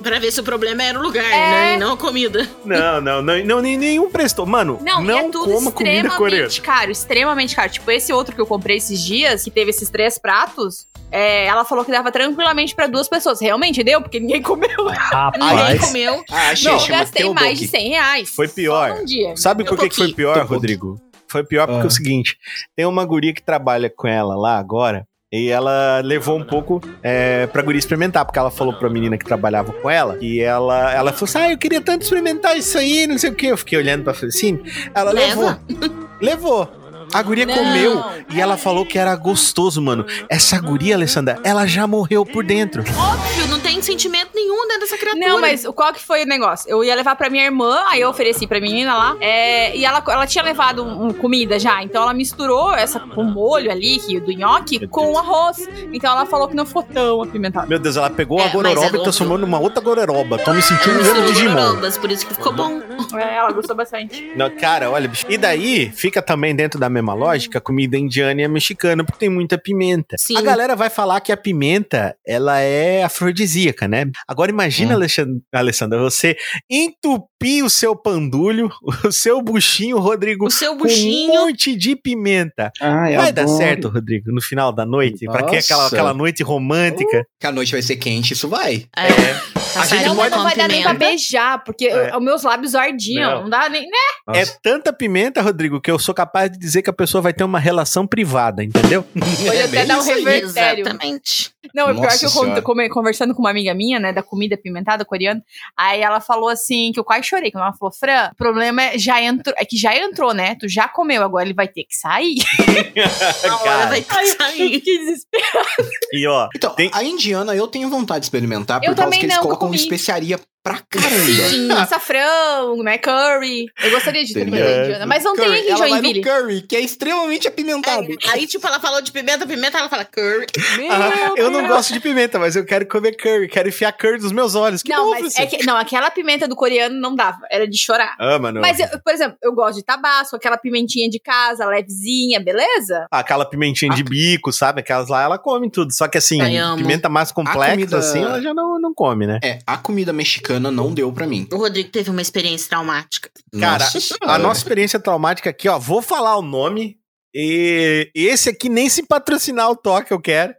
Speaker 4: Pra ver se o problema era o lugar,
Speaker 5: É.
Speaker 4: né? E não a comida.
Speaker 2: Não, não, não, não nem- nenhum prestou. Mano,
Speaker 5: Não,
Speaker 2: não,
Speaker 5: e é tudo
Speaker 2: coma comida coreana.
Speaker 5: extremamente caro, extremamente caro. Tipo, esse outro que eu comprei esses dias, que teve esses três pratos, é, ela falou que dava tranquilamente pra duas pessoas. Realmente deu, porque ninguém comeu.
Speaker 4: Ninguém
Speaker 2: Rapaz,
Speaker 4: comeu.
Speaker 3: Ah, achei,
Speaker 2: Não,
Speaker 5: eu
Speaker 3: chama
Speaker 5: gastei
Speaker 3: Teudoc.
Speaker 5: mais de 100 reais.
Speaker 2: Foi pior.
Speaker 5: Só num dia.
Speaker 2: sabe por
Speaker 4: Eu
Speaker 2: que, que foi
Speaker 4: pouquinho.
Speaker 2: pior,
Speaker 3: Tô pouquinho.
Speaker 2: Rodrigo? Foi pior porque
Speaker 3: Ah.
Speaker 2: é o seguinte: tem uma guria que trabalha com ela lá agora. E ela levou um pouco é, pra guria experimentar, porque ela falou pra menina que trabalhava com ela, e ela, ela falou assim: Ah, eu queria tanto experimentar isso aí, não sei o quê. Eu fiquei olhando pra Francine. assim, Ela
Speaker 4: Leva.
Speaker 2: levou. Levou. A guria
Speaker 5: Não.
Speaker 2: comeu e ela falou que era gostoso, mano. Essa guria, Alessandra, ela já morreu por dentro.
Speaker 4: Óbvio, não tem sentimento nenhum dentro dessa criatura.
Speaker 5: Não, mas o- qual que foi o negócio? Eu ia levar pra minha irmã, aí eu ofereci pra menina lá. é, e ela, ela tinha levado um- um comida já, então ela misturou essa com o molho ali, que- do nhoque, com o arroz. Então ela falou que não ficou tão apimentado.
Speaker 2: Meu Deus, ela pegou
Speaker 4: É,
Speaker 2: a
Speaker 4: mas é
Speaker 2: gororoba e
Speaker 4: louco.
Speaker 2: transformou numa outra gororoba. Tô me sentindo um jogo
Speaker 4: Misturou
Speaker 2: de Digimon.
Speaker 4: gororobas, por isso que ficou bom.
Speaker 5: É, ela gostou bastante.
Speaker 2: Não, cara, olha, bicho. E daí, fica também dentro da mesma lógica, a comida indiana e a mexicana, porque tem muita pimenta.
Speaker 4: Sim.
Speaker 2: A galera vai falar que a pimenta, ela é afrodisíaca, né? Agora
Speaker 3: Hum.
Speaker 2: imagina, Alexan- Alessandra, você entupir o seu pandulho, o seu buchinho, Rodrigo,
Speaker 4: O seu
Speaker 2: com um
Speaker 4: buchinho.
Speaker 2: monte de pimenta.
Speaker 3: Ah, eu
Speaker 2: vai dar
Speaker 3: adoro.
Speaker 2: certo, Rodrigo, no final da noite? Pra que aquela,
Speaker 3: Nossa.
Speaker 2: aquela noite romântica?
Speaker 3: Que a noite vai ser quente, isso vai.
Speaker 4: É. um passarinho
Speaker 5: Não, mas não
Speaker 4: com
Speaker 5: vai dar nem pra
Speaker 4: pimenta.
Speaker 5: beijar, porque
Speaker 2: É.
Speaker 5: eu- os meus lábios ardiam. Não,
Speaker 2: Não.
Speaker 5: dá nem. né?
Speaker 2: É tanta pimenta, Rodrigo, que eu sou capaz de dizer que a pessoa vai ter uma relação privada, entendeu?
Speaker 5: Pode
Speaker 3: É
Speaker 5: até
Speaker 3: bem
Speaker 5: dar um
Speaker 3: isso aí.
Speaker 5: revertério.
Speaker 4: Exatamente.
Speaker 5: Não, é pior
Speaker 3: Nossa
Speaker 5: que eu con-
Speaker 3: Senhora.
Speaker 5: come- conversando com uma amiga minha, né, da comida apimentada coreana, aí ela falou assim, que eu quase chorei, que ela falou, Fran, o problema é, já entrou, é que já entrou, né, tu já comeu, agora ele vai ter que sair.
Speaker 4: A hora vai ter que sair.
Speaker 5: que desespero.
Speaker 2: E ó,
Speaker 3: Então,
Speaker 2: Tem-
Speaker 3: a indiana eu tenho vontade de experimentar,
Speaker 5: Eu
Speaker 3: por causa
Speaker 5: também
Speaker 3: que eles
Speaker 5: não,
Speaker 3: colocam
Speaker 5: nunca comi.
Speaker 3: especiaria pra caramba.
Speaker 5: Açafrão, né, curry. Eu gostaria de ter
Speaker 3: Entendeu?
Speaker 5: comida indiana, mas não tem
Speaker 3: Curry,
Speaker 5: aqui em
Speaker 3: ela vai no
Speaker 5: Joinville.
Speaker 3: curry, que é extremamente apimentado.
Speaker 4: É, Aí, tipo, ela falou de pimenta, pimenta, ela fala curry.
Speaker 2: Ah, eu não gosto de pimenta, mas eu quero comer curry, quero enfiar curry nos meus olhos. Que
Speaker 5: Não,
Speaker 2: bom,
Speaker 5: mas
Speaker 2: Francisco.
Speaker 5: é que, não, aquela pimenta do coreano não dava, era de chorar.
Speaker 2: Ah, mano.
Speaker 5: Mas, eu- por exemplo, eu gosto de tabasco, aquela pimentinha de casa, levezinha, beleza?
Speaker 2: Aquela pimentinha
Speaker 5: Ah.
Speaker 2: de bico, sabe? Aquelas lá, ela come tudo. Só que assim,
Speaker 4: Ai, amo.
Speaker 2: pimenta mais complexa,
Speaker 3: A comida-
Speaker 2: assim, ela já não, não come, né?
Speaker 3: É, a comida mexicana não deu pra mim.
Speaker 4: O Rodrigo teve uma experiência traumática.
Speaker 2: Cara,
Speaker 3: Senhora.
Speaker 2: a nossa experiência traumática aqui, ó, vou falar o nome. E esse aqui nem se patrocinar o toque eu quero.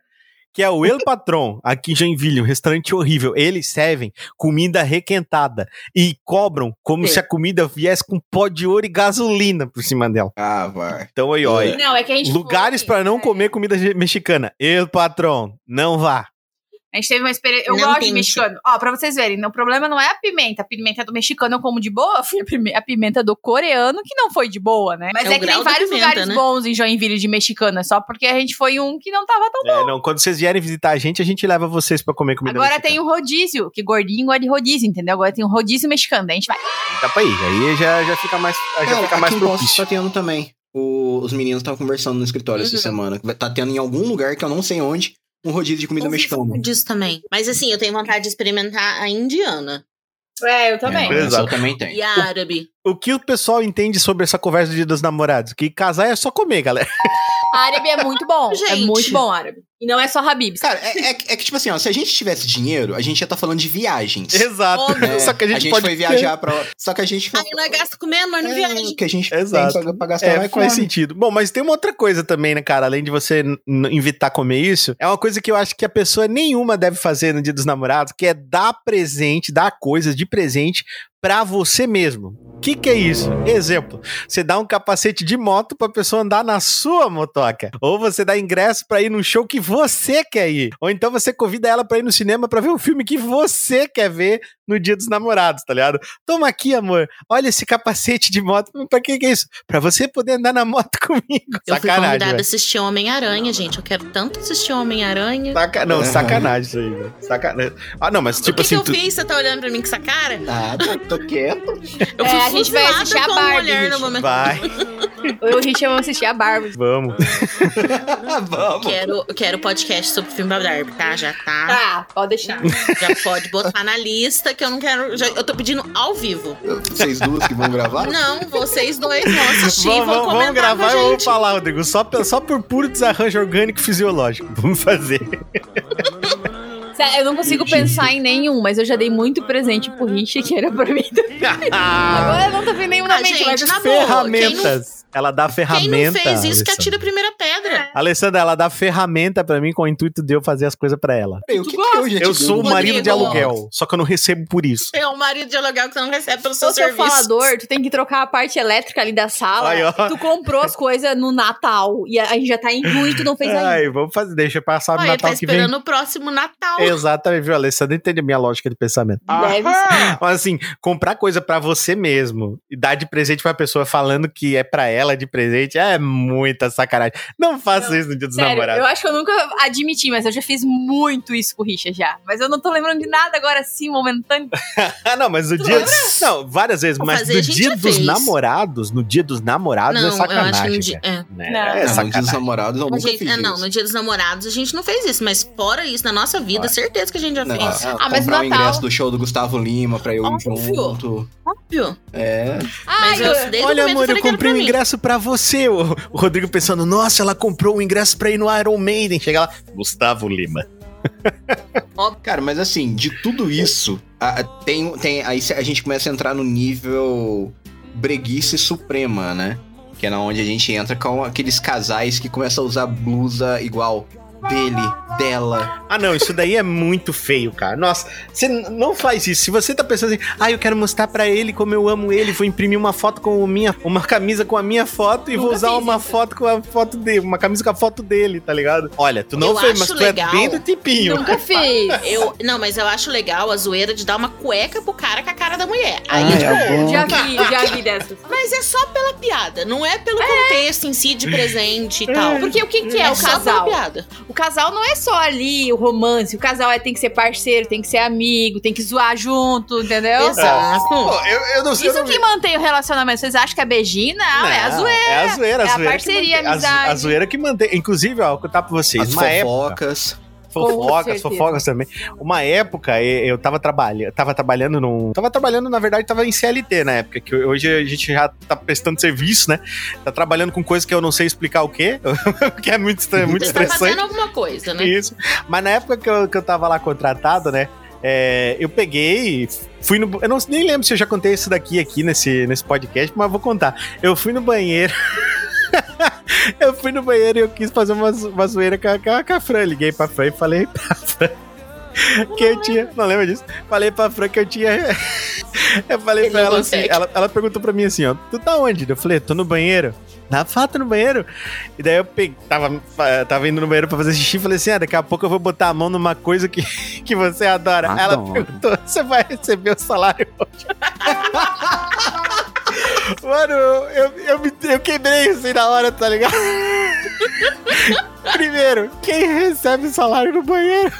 Speaker 2: Que é o El Patron, aqui em Joinville, um restaurante horrível. Eles servem comida requentada e cobram como
Speaker 4: Sim.
Speaker 2: se a comida viesse com pó de ouro e gasolina por cima dela.
Speaker 3: Ah, vai.
Speaker 2: Então aí, ó,
Speaker 3: É.
Speaker 5: Não, é que a gente
Speaker 2: Lugares
Speaker 5: foi-
Speaker 2: pra não
Speaker 5: é.
Speaker 2: comer comida ge- mexicana. Eu, patrão, não vá.
Speaker 5: A gente teve uma experiência. Eu
Speaker 4: Não
Speaker 5: gosto de
Speaker 4: pinte.
Speaker 5: mexicano. Ó, pra vocês verem, não, o problema não é a pimenta. A pimenta do mexicano eu como de boa, foi a pime- a pimenta do coreano que não foi de boa, né? Mas
Speaker 4: É
Speaker 5: é,
Speaker 4: o
Speaker 5: que
Speaker 4: grau
Speaker 5: tem
Speaker 4: da
Speaker 5: vários
Speaker 4: pimenta,
Speaker 5: lugares
Speaker 4: né?
Speaker 5: bons em Joinville de mexicano. É só porque a gente foi um que não tava tão bom.
Speaker 2: É, não, quando vocês vierem visitar a gente, a gente leva vocês pra comer comida
Speaker 5: Agora
Speaker 2: mexicana.
Speaker 5: tem o rodízio, que gordinho gosta de rodízio, entendeu? Agora tem o rodízio mexicano, daí a gente vai.
Speaker 2: Dá pra ir, Tá, aí já, já fica mais, aí já
Speaker 3: Cara,
Speaker 2: fica
Speaker 3: aqui
Speaker 2: mais
Speaker 3: em Poços
Speaker 2: propício.
Speaker 3: tá tendo também. O- os meninos estavam conversando no escritório essa
Speaker 4: Uhum.
Speaker 3: semana. Vai- Tá tendo em algum lugar que eu não sei onde um rodízio de comida
Speaker 4: Eu ouvi falar
Speaker 3: mexicana.
Speaker 4: disso também. Mas assim, eu tenho vontade de experimentar a indiana
Speaker 5: É,
Speaker 3: É,
Speaker 5: eu
Speaker 2: Exato.
Speaker 3: essa eu também tenho.
Speaker 4: e a árabe.
Speaker 2: O que o pessoal entende sobre essa conversa de Dia dos namorados? Que casar é só comer, galera.
Speaker 5: Árabe é muito bom. é
Speaker 4: Gente.
Speaker 5: muito bom árabe. E não é só Habib.
Speaker 3: Cara, é, é que- é que tipo assim, ó, se a gente tivesse dinheiro, a gente ia estar falando de viagens.
Speaker 4: Ah,
Speaker 2: Exato.
Speaker 5: Óbvio.
Speaker 3: É,
Speaker 2: Só que a gente, pode
Speaker 3: foi viajar pra. Só que a gente.
Speaker 4: Aí nós gasta comendo, mas não
Speaker 3: É,
Speaker 4: viaja.
Speaker 3: que a gente
Speaker 2: Exato.
Speaker 3: tem pra, pra gastar
Speaker 2: É,
Speaker 3: vai
Speaker 2: faz
Speaker 3: com a
Speaker 2: sentido. Bom, mas tem uma outra coisa também, né, cara? Além de você n- n- invitar a comer isso, é uma coisa que eu acho que a pessoa nenhuma deve fazer no Dia dos Namorados, que é dar presente, dar coisas de presente pra você mesmo. O que, que é isso? Exemplo, você dá um capacete de moto pra pessoa andar na sua motoca. Ou você dá ingresso pra ir num show que você quer ir. Ou então você convida ela pra ir no cinema pra ver um filme que você quer ver no Dia dos Namorados, tá ligado? Toma aqui, amor. Olha esse capacete de moto. Pra que que é isso? Pra você poder andar na moto comigo.
Speaker 4: Eu fui
Speaker 2: sacanagem,
Speaker 4: convidada a
Speaker 2: velho.
Speaker 4: assistir Homem-Aranha, gente. Eu quero tanto assistir Homem-Aranha.
Speaker 2: Saca... Não,
Speaker 3: É.
Speaker 2: sacanagem isso aí, velho. Sacanagem. Ah, não, mas tipo
Speaker 4: assim. o que, que
Speaker 2: assim...
Speaker 4: eu
Speaker 2: tu-
Speaker 4: fiz? Você tá olhando pra mim com essa cara?
Speaker 3: Ah, tô, tô quieto.
Speaker 4: Eu
Speaker 5: É,
Speaker 4: fui
Speaker 5: a gente vai
Speaker 4: fuzilada
Speaker 5: assistir a
Speaker 4: como
Speaker 5: Barbie,
Speaker 4: mulher no
Speaker 5: gente.
Speaker 4: momento.
Speaker 2: Vai,
Speaker 5: Eu e o Richard vamos assistir a Barbie.
Speaker 2: vamos. Ah,
Speaker 3: Vamos.
Speaker 4: Quero, eu quero podcast sobre o filme da Barbie, tá? Já tá.
Speaker 5: Ah, pode deixar.
Speaker 4: Já pode botar na lista que eu não quero. já- eu tô pedindo ao vivo.
Speaker 3: Vocês duas que vão gravar?
Speaker 4: Não, vocês dois vão assistir e
Speaker 2: Vamos,
Speaker 4: vão
Speaker 2: vamos,
Speaker 4: comentar
Speaker 2: vamos gravar e
Speaker 4: com a
Speaker 2: eu vou
Speaker 4: gente.
Speaker 2: falar, Rodrigo. Só, pe- só por puro desarranjo orgânico e fisiológico. Vamos fazer.
Speaker 5: Sério, eu não consigo pensar em nenhum, mas eu já dei muito presente pro Richard, que era pra mim. Agora eu não tô vendo nenhum na
Speaker 4: Ah,
Speaker 5: mente,
Speaker 4: gente,
Speaker 5: mas
Speaker 4: na boa,
Speaker 2: ferramentas. Ela dá
Speaker 4: Quem
Speaker 2: ferramenta.
Speaker 4: não fez isso que
Speaker 2: Alessandra.
Speaker 4: atira a primeira pedra?
Speaker 2: Alessandra, ela dá ferramenta pra mim com o intuito de eu fazer as coisas pra ela.
Speaker 3: Peraí, o que, é que eu já te
Speaker 2: Eu
Speaker 3: dei?
Speaker 2: sou o marido de
Speaker 4: Rodrigo.
Speaker 2: aluguel, só que eu não recebo por isso.
Speaker 4: É o marido de aluguel que você não recebe pelo
Speaker 5: Se
Speaker 4: seu
Speaker 2: é
Speaker 5: eu sou
Speaker 4: serviço.
Speaker 5: falador, tu tem que trocar a parte elétrica ali da sala.
Speaker 2: Aí, ó.
Speaker 5: Tu comprou as coisas no Natal e a a gente já tá em junho e tu não fez ainda.
Speaker 2: Ai, vamos fazer, deixa eu passar
Speaker 4: Olha,
Speaker 2: no
Speaker 4: ele é. tá
Speaker 2: Natal que vem.
Speaker 4: esperando o próximo Natal.
Speaker 2: Exatamente, viu, Alessandra? Entende a minha lógica de pensamento.
Speaker 4: Ah.
Speaker 5: Deve ser.
Speaker 2: Mas assim, comprar coisa pra você mesmo e dar de presente pra pessoa falando que é pra ela de presente é muita sacanagem. Não faça isso no dia dos
Speaker 5: Sério,
Speaker 2: namorados.
Speaker 5: eu acho que eu nunca admiti, mas eu já fiz muito isso com o Richard já. Mas eu não tô lembrando de nada agora assim, momentâneo.
Speaker 2: Ah, não, mas o dia. Não, várias vezes,
Speaker 4: Vou
Speaker 2: mas
Speaker 4: fazer,
Speaker 2: no
Speaker 4: a gente
Speaker 2: dia
Speaker 4: já
Speaker 2: dos
Speaker 4: fez.
Speaker 2: namorados, no dia dos namorados é
Speaker 4: não, eu acho que
Speaker 2: sacanagem.
Speaker 4: no dia. é.
Speaker 2: velho, né?
Speaker 5: Não.
Speaker 2: É
Speaker 3: Ah, não, dia dos
Speaker 2: sacanagem.
Speaker 3: namorados eu
Speaker 4: A
Speaker 3: nunca
Speaker 4: gente-
Speaker 3: fiz
Speaker 4: é, não,
Speaker 3: isso.
Speaker 4: no dia dos namorados a gente não fez isso, mas fora isso, na nossa vida, certeza que a gente já
Speaker 3: Não,
Speaker 4: fez.
Speaker 5: Ah, mas
Speaker 3: comprar
Speaker 5: no
Speaker 3: o
Speaker 5: Natal-
Speaker 3: ingresso do show do Gustavo Lima pra eu ir
Speaker 4: Óbvio.
Speaker 3: junto.
Speaker 4: Óbvio.
Speaker 3: É.
Speaker 5: Ai,
Speaker 4: eu- desde o
Speaker 2: Olha, amor,
Speaker 4: momento eu
Speaker 2: eu
Speaker 4: falei que era
Speaker 2: comprei
Speaker 4: pra
Speaker 2: um
Speaker 4: mim.
Speaker 2: ingresso pra você. O o Rodrigo pensando, nossa, ela comprou um ingresso pra ir no Iron Maiden. Chega lá, Gustavo Lima.
Speaker 3: Cara, mas assim, de tudo isso, a- a- tem, tem, aí a gente começa a entrar no nível breguice suprema, né? Que é na onde a gente entra com aqueles casais que começam a usar blusa igual dele, dela.
Speaker 2: Ah, não, isso daí é muito feio, cara. Nossa, você n- não faz isso. Se você tá pensando assim, ah, eu quero mostrar pra ele como eu amo ele, vou imprimir uma foto com a minha, uma camisa com a minha foto e vou
Speaker 4: Nunca
Speaker 2: usar
Speaker 4: fiz
Speaker 2: uma
Speaker 4: isso.
Speaker 2: foto com a foto dele, uma camisa com a foto dele, tá ligado? Olha, tu não
Speaker 4: Eu
Speaker 2: fez,
Speaker 4: acho
Speaker 2: mas tu
Speaker 4: legal.
Speaker 2: é bem do tipinho.
Speaker 5: nunca fiz.
Speaker 4: Eu, não, mas eu acho legal a zoeira de dar uma cueca pro cara com a cara da mulher. Aí,
Speaker 3: Ai,
Speaker 4: tipo,
Speaker 3: é bom.
Speaker 5: Já vi, já vi dessas.
Speaker 4: mas é só pela piada, não é pelo contexto em si de presente e tal. Porque
Speaker 5: Porque o que, que é, o
Speaker 4: só pela
Speaker 5: casal?
Speaker 4: piada.
Speaker 5: O casal não é só ali o romance. O casal é, tem que ser parceiro, tem que ser amigo, tem que zoar junto, entendeu?
Speaker 4: Exato. tá
Speaker 2: Pô, eu, eu não sei. eu
Speaker 5: Isso
Speaker 2: não
Speaker 5: que mantém o relacionamento. Vocês acham que é beijinho? Não, é a zoeira.
Speaker 2: É a zoeira, a
Speaker 5: É a
Speaker 2: zoeira. que
Speaker 5: parceria,
Speaker 2: mantém- a zo- A,
Speaker 5: amizade.
Speaker 2: zoeira que mantém. Inclusive, ó, vou contar pra vocês.
Speaker 3: As
Speaker 2: uma época-
Speaker 3: fofocas.
Speaker 5: Com
Speaker 2: Fofocas,
Speaker 5: certeza.
Speaker 2: fofocas também. Uma época, e- eu tava trabalhando, tava trabalhando num. Tava trabalhando, na verdade, tava em CLT na época, que hoje a gente já tá prestando serviço, né? Tá trabalhando com coisa que eu não sei explicar o quê, que é muito, estra- muito
Speaker 4: Vocês estão
Speaker 2: estressante.
Speaker 4: fazendo alguma coisa, né?
Speaker 2: Isso. Mas na época que eu, que eu tava lá contratado, né? é, eu peguei, fui no. Eu não, nem lembro se eu já contei isso daqui aqui nesse, nesse podcast, mas vou contar. Eu fui no banheiro. eu fui no banheiro e eu quis fazer uma, zo- uma zoeira com a, com, a, com a Fran. Liguei pra Fran e falei pra Fran. Que eu tinha. Não lembra disso? Falei pra Fran que eu tinha. eu falei
Speaker 4: Ele
Speaker 2: pra
Speaker 4: não
Speaker 2: ela assim.
Speaker 4: consegue.
Speaker 2: Ela, ela perguntou pra mim assim, ó, tu tá onde? Eu falei, tô no banheiro. dá fato no banheiro. E daí eu pe- tava, fa- tava indo no banheiro pra fazer xixi e falei assim: ah, daqui a pouco eu vou botar a mão numa coisa que, que você adora. Aí Ela
Speaker 1: Adoro.
Speaker 2: perguntou: você vai receber o salário hoje? Mano, eu, eu, me- eu quebrei assim na hora, tá ligado? Primeiro, quem recebe salário no banheiro?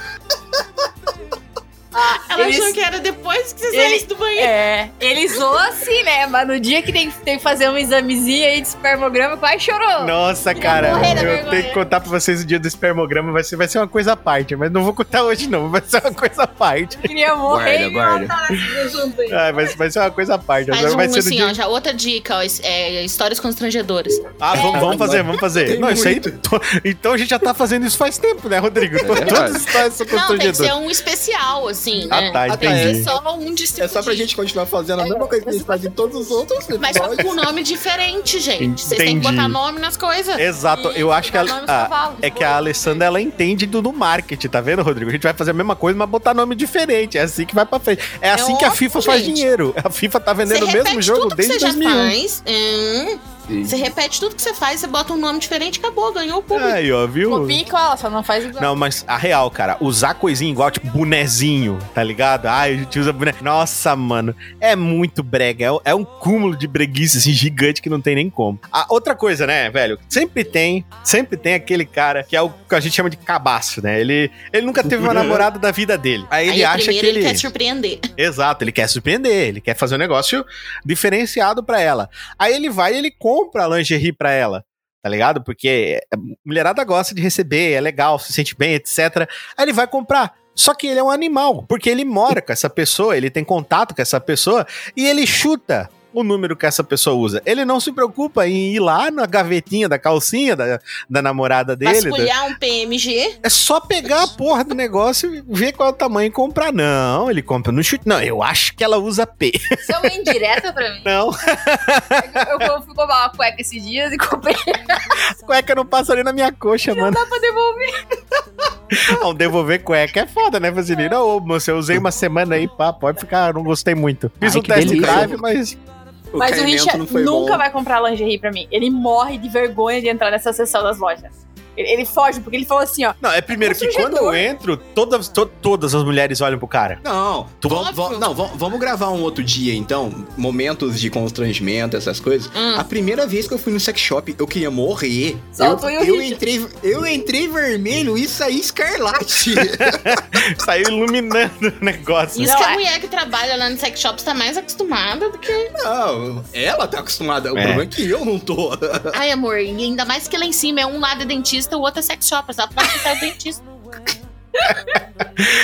Speaker 4: Ela
Speaker 5: Eles-
Speaker 4: achou que era depois que você
Speaker 5: Ele-
Speaker 4: saísse do banheiro.
Speaker 5: É, ele zoou assim, né? Mas no dia que tem, tem que fazer um examezinho aí de espermograma, quase chorou.
Speaker 2: Nossa, cara,
Speaker 5: morrer da
Speaker 2: eu
Speaker 5: vergonha.
Speaker 2: tenho que contar pra vocês o dia do espermograma, vai ser, vai ser uma coisa à parte, mas não vou contar hoje não, vai ser uma coisa à parte.
Speaker 5: Queria morrer
Speaker 3: Guarda,
Speaker 5: e tá matar essa junto aí.
Speaker 2: Ah, vai, vai ser uma coisa à parte.
Speaker 4: Faz um
Speaker 2: vai ser no
Speaker 4: assim,
Speaker 2: dia-
Speaker 4: ó, já outra dica, ó, es- é, histórias constrangedoras.
Speaker 2: Ah, vamos, vamos fazer, vamos fazer.
Speaker 3: Tem
Speaker 2: Não, isso aí,
Speaker 3: muito. É
Speaker 2: to- então a gente já tá fazendo isso faz tempo, né, Rodrigo?
Speaker 3: verdade.
Speaker 2: Todas as histórias são
Speaker 4: Não, tem que ser
Speaker 2: constrangedoras.
Speaker 4: um especial, assim, né?
Speaker 2: Ah, tá,
Speaker 3: Ah, tá,
Speaker 4: Tem que
Speaker 2: entendi.
Speaker 4: ser só um distribuidor.
Speaker 3: É só pra gente continuar fazendo a mesma coisa que a gente faz em todos os outros
Speaker 4: Mas só
Speaker 3: episódios.
Speaker 4: com nome diferente, gente. Vocês têm que
Speaker 2: Entendi.
Speaker 4: botar nome nas coisas.
Speaker 2: Exato, eu acho que a,
Speaker 4: Botar nome nos
Speaker 2: a-
Speaker 4: cavalos.
Speaker 2: é que a Alessandra ela entende do, do marketing, tá vendo, Rodrigo? A gente vai fazer a mesma coisa, mas botar nome diferente. É assim que vai pra frente. É assim que a
Speaker 4: óbvio,
Speaker 2: FIFA faz
Speaker 4: gente.
Speaker 2: dinheiro. A FIFA tá
Speaker 4: Você
Speaker 2: vendendo o
Speaker 4: repete
Speaker 2: mesmo jogo
Speaker 4: tudo
Speaker 2: desde
Speaker 4: que você
Speaker 2: 2001.
Speaker 4: já faz. hum,
Speaker 3: Sim.
Speaker 4: você repete tudo que você faz, você bota um nome diferente, acabou, ganhou
Speaker 2: É,
Speaker 4: o público.
Speaker 2: Aí, ó, viu?
Speaker 5: Copia e cola, só não faz igual.
Speaker 2: Não, mas a real, cara, usar coisinha igual, tipo, bonezinho, tá ligado? Ai, a gente usa boné. Nossa, mano, é muito brega. É, é um cúmulo de breguice, assim, gigante que não tem nem como. A outra coisa, né, velho? Sempre tem, sempre tem aquele cara que é o que a gente chama de cabaço, né? Ele, ele nunca teve uma namorada da vida dele. Aí ele
Speaker 4: Aí
Speaker 2: acha
Speaker 4: primeiro
Speaker 2: que ele.
Speaker 4: ele quer surpreender.
Speaker 2: Exato, ele quer surpreender, ele quer fazer um negócio diferenciado pra ela. Aí ele vai e ele compra a lingerie pra ela, tá ligado? Porque a mulherada gosta de receber, é legal, se sente bem, etc. Aí ele vai comprar. Só que ele é um animal, porque ele mora com essa pessoa, ele tem contato com essa pessoa e ele chuta o número que essa pessoa usa. Ele não se preocupa em ir lá na gavetinha da calcinha da, da namorada dele. da-
Speaker 4: Vasculhar um PMG.
Speaker 2: é só pegar a porra do negócio e ver qual é o tamanho e comprar. Não, ele compra no chute. Não, eu acho que ela usa P.
Speaker 5: Isso é uma indireta pra mim.
Speaker 2: Não,
Speaker 5: Eu eu fui comprar uma cueca esses dias e comprei
Speaker 2: cueca não passa nem na minha coxa, mano.
Speaker 5: pra devolver.
Speaker 2: Não, devolver cueca é foda, né, Vasilina? Não, ô, moça, eu usei uma semana aí, pá, pode ficar, não gostei muito. Fiz
Speaker 1: Ai,
Speaker 2: um
Speaker 1: que
Speaker 2: test
Speaker 1: delícia.
Speaker 2: drive, mas.
Speaker 3: O
Speaker 5: Mas o
Speaker 3: caimento
Speaker 5: Richard
Speaker 3: não foi
Speaker 5: nunca
Speaker 3: bom.
Speaker 5: vai comprar lingerie pra mim. Ele morre de vergonha de entrar nessa sessão das lojas. Ele, ele foge, porque ele falou assim, ó.
Speaker 2: Não, é primeiro que quando eu entro, todas, to- todas as mulheres olham pro cara.
Speaker 3: Não, vam- vam- não vam- vamos gravar um outro dia, então. Momentos de constrangimento, essas coisas.
Speaker 4: Hum.
Speaker 3: A primeira vez que eu fui no sex shop, eu queria morrer.
Speaker 5: Só
Speaker 3: Eu,
Speaker 5: tu e o
Speaker 3: eu,
Speaker 5: Richard.
Speaker 3: entrei, eu entrei vermelho e saí escarlate.
Speaker 2: Saiu iluminando o negócio.
Speaker 4: Isso
Speaker 5: Não,
Speaker 4: que a
Speaker 5: é-
Speaker 4: mulher que trabalha lá no sex shops tá mais acostumada do que.
Speaker 3: não, ela tá acostumada. O
Speaker 2: É.
Speaker 3: problema é que eu não tô.
Speaker 4: Ai, amor, e ainda mais que lá em cima é um lado é dentista, o outro é sex shop. Só pode ser o dentista.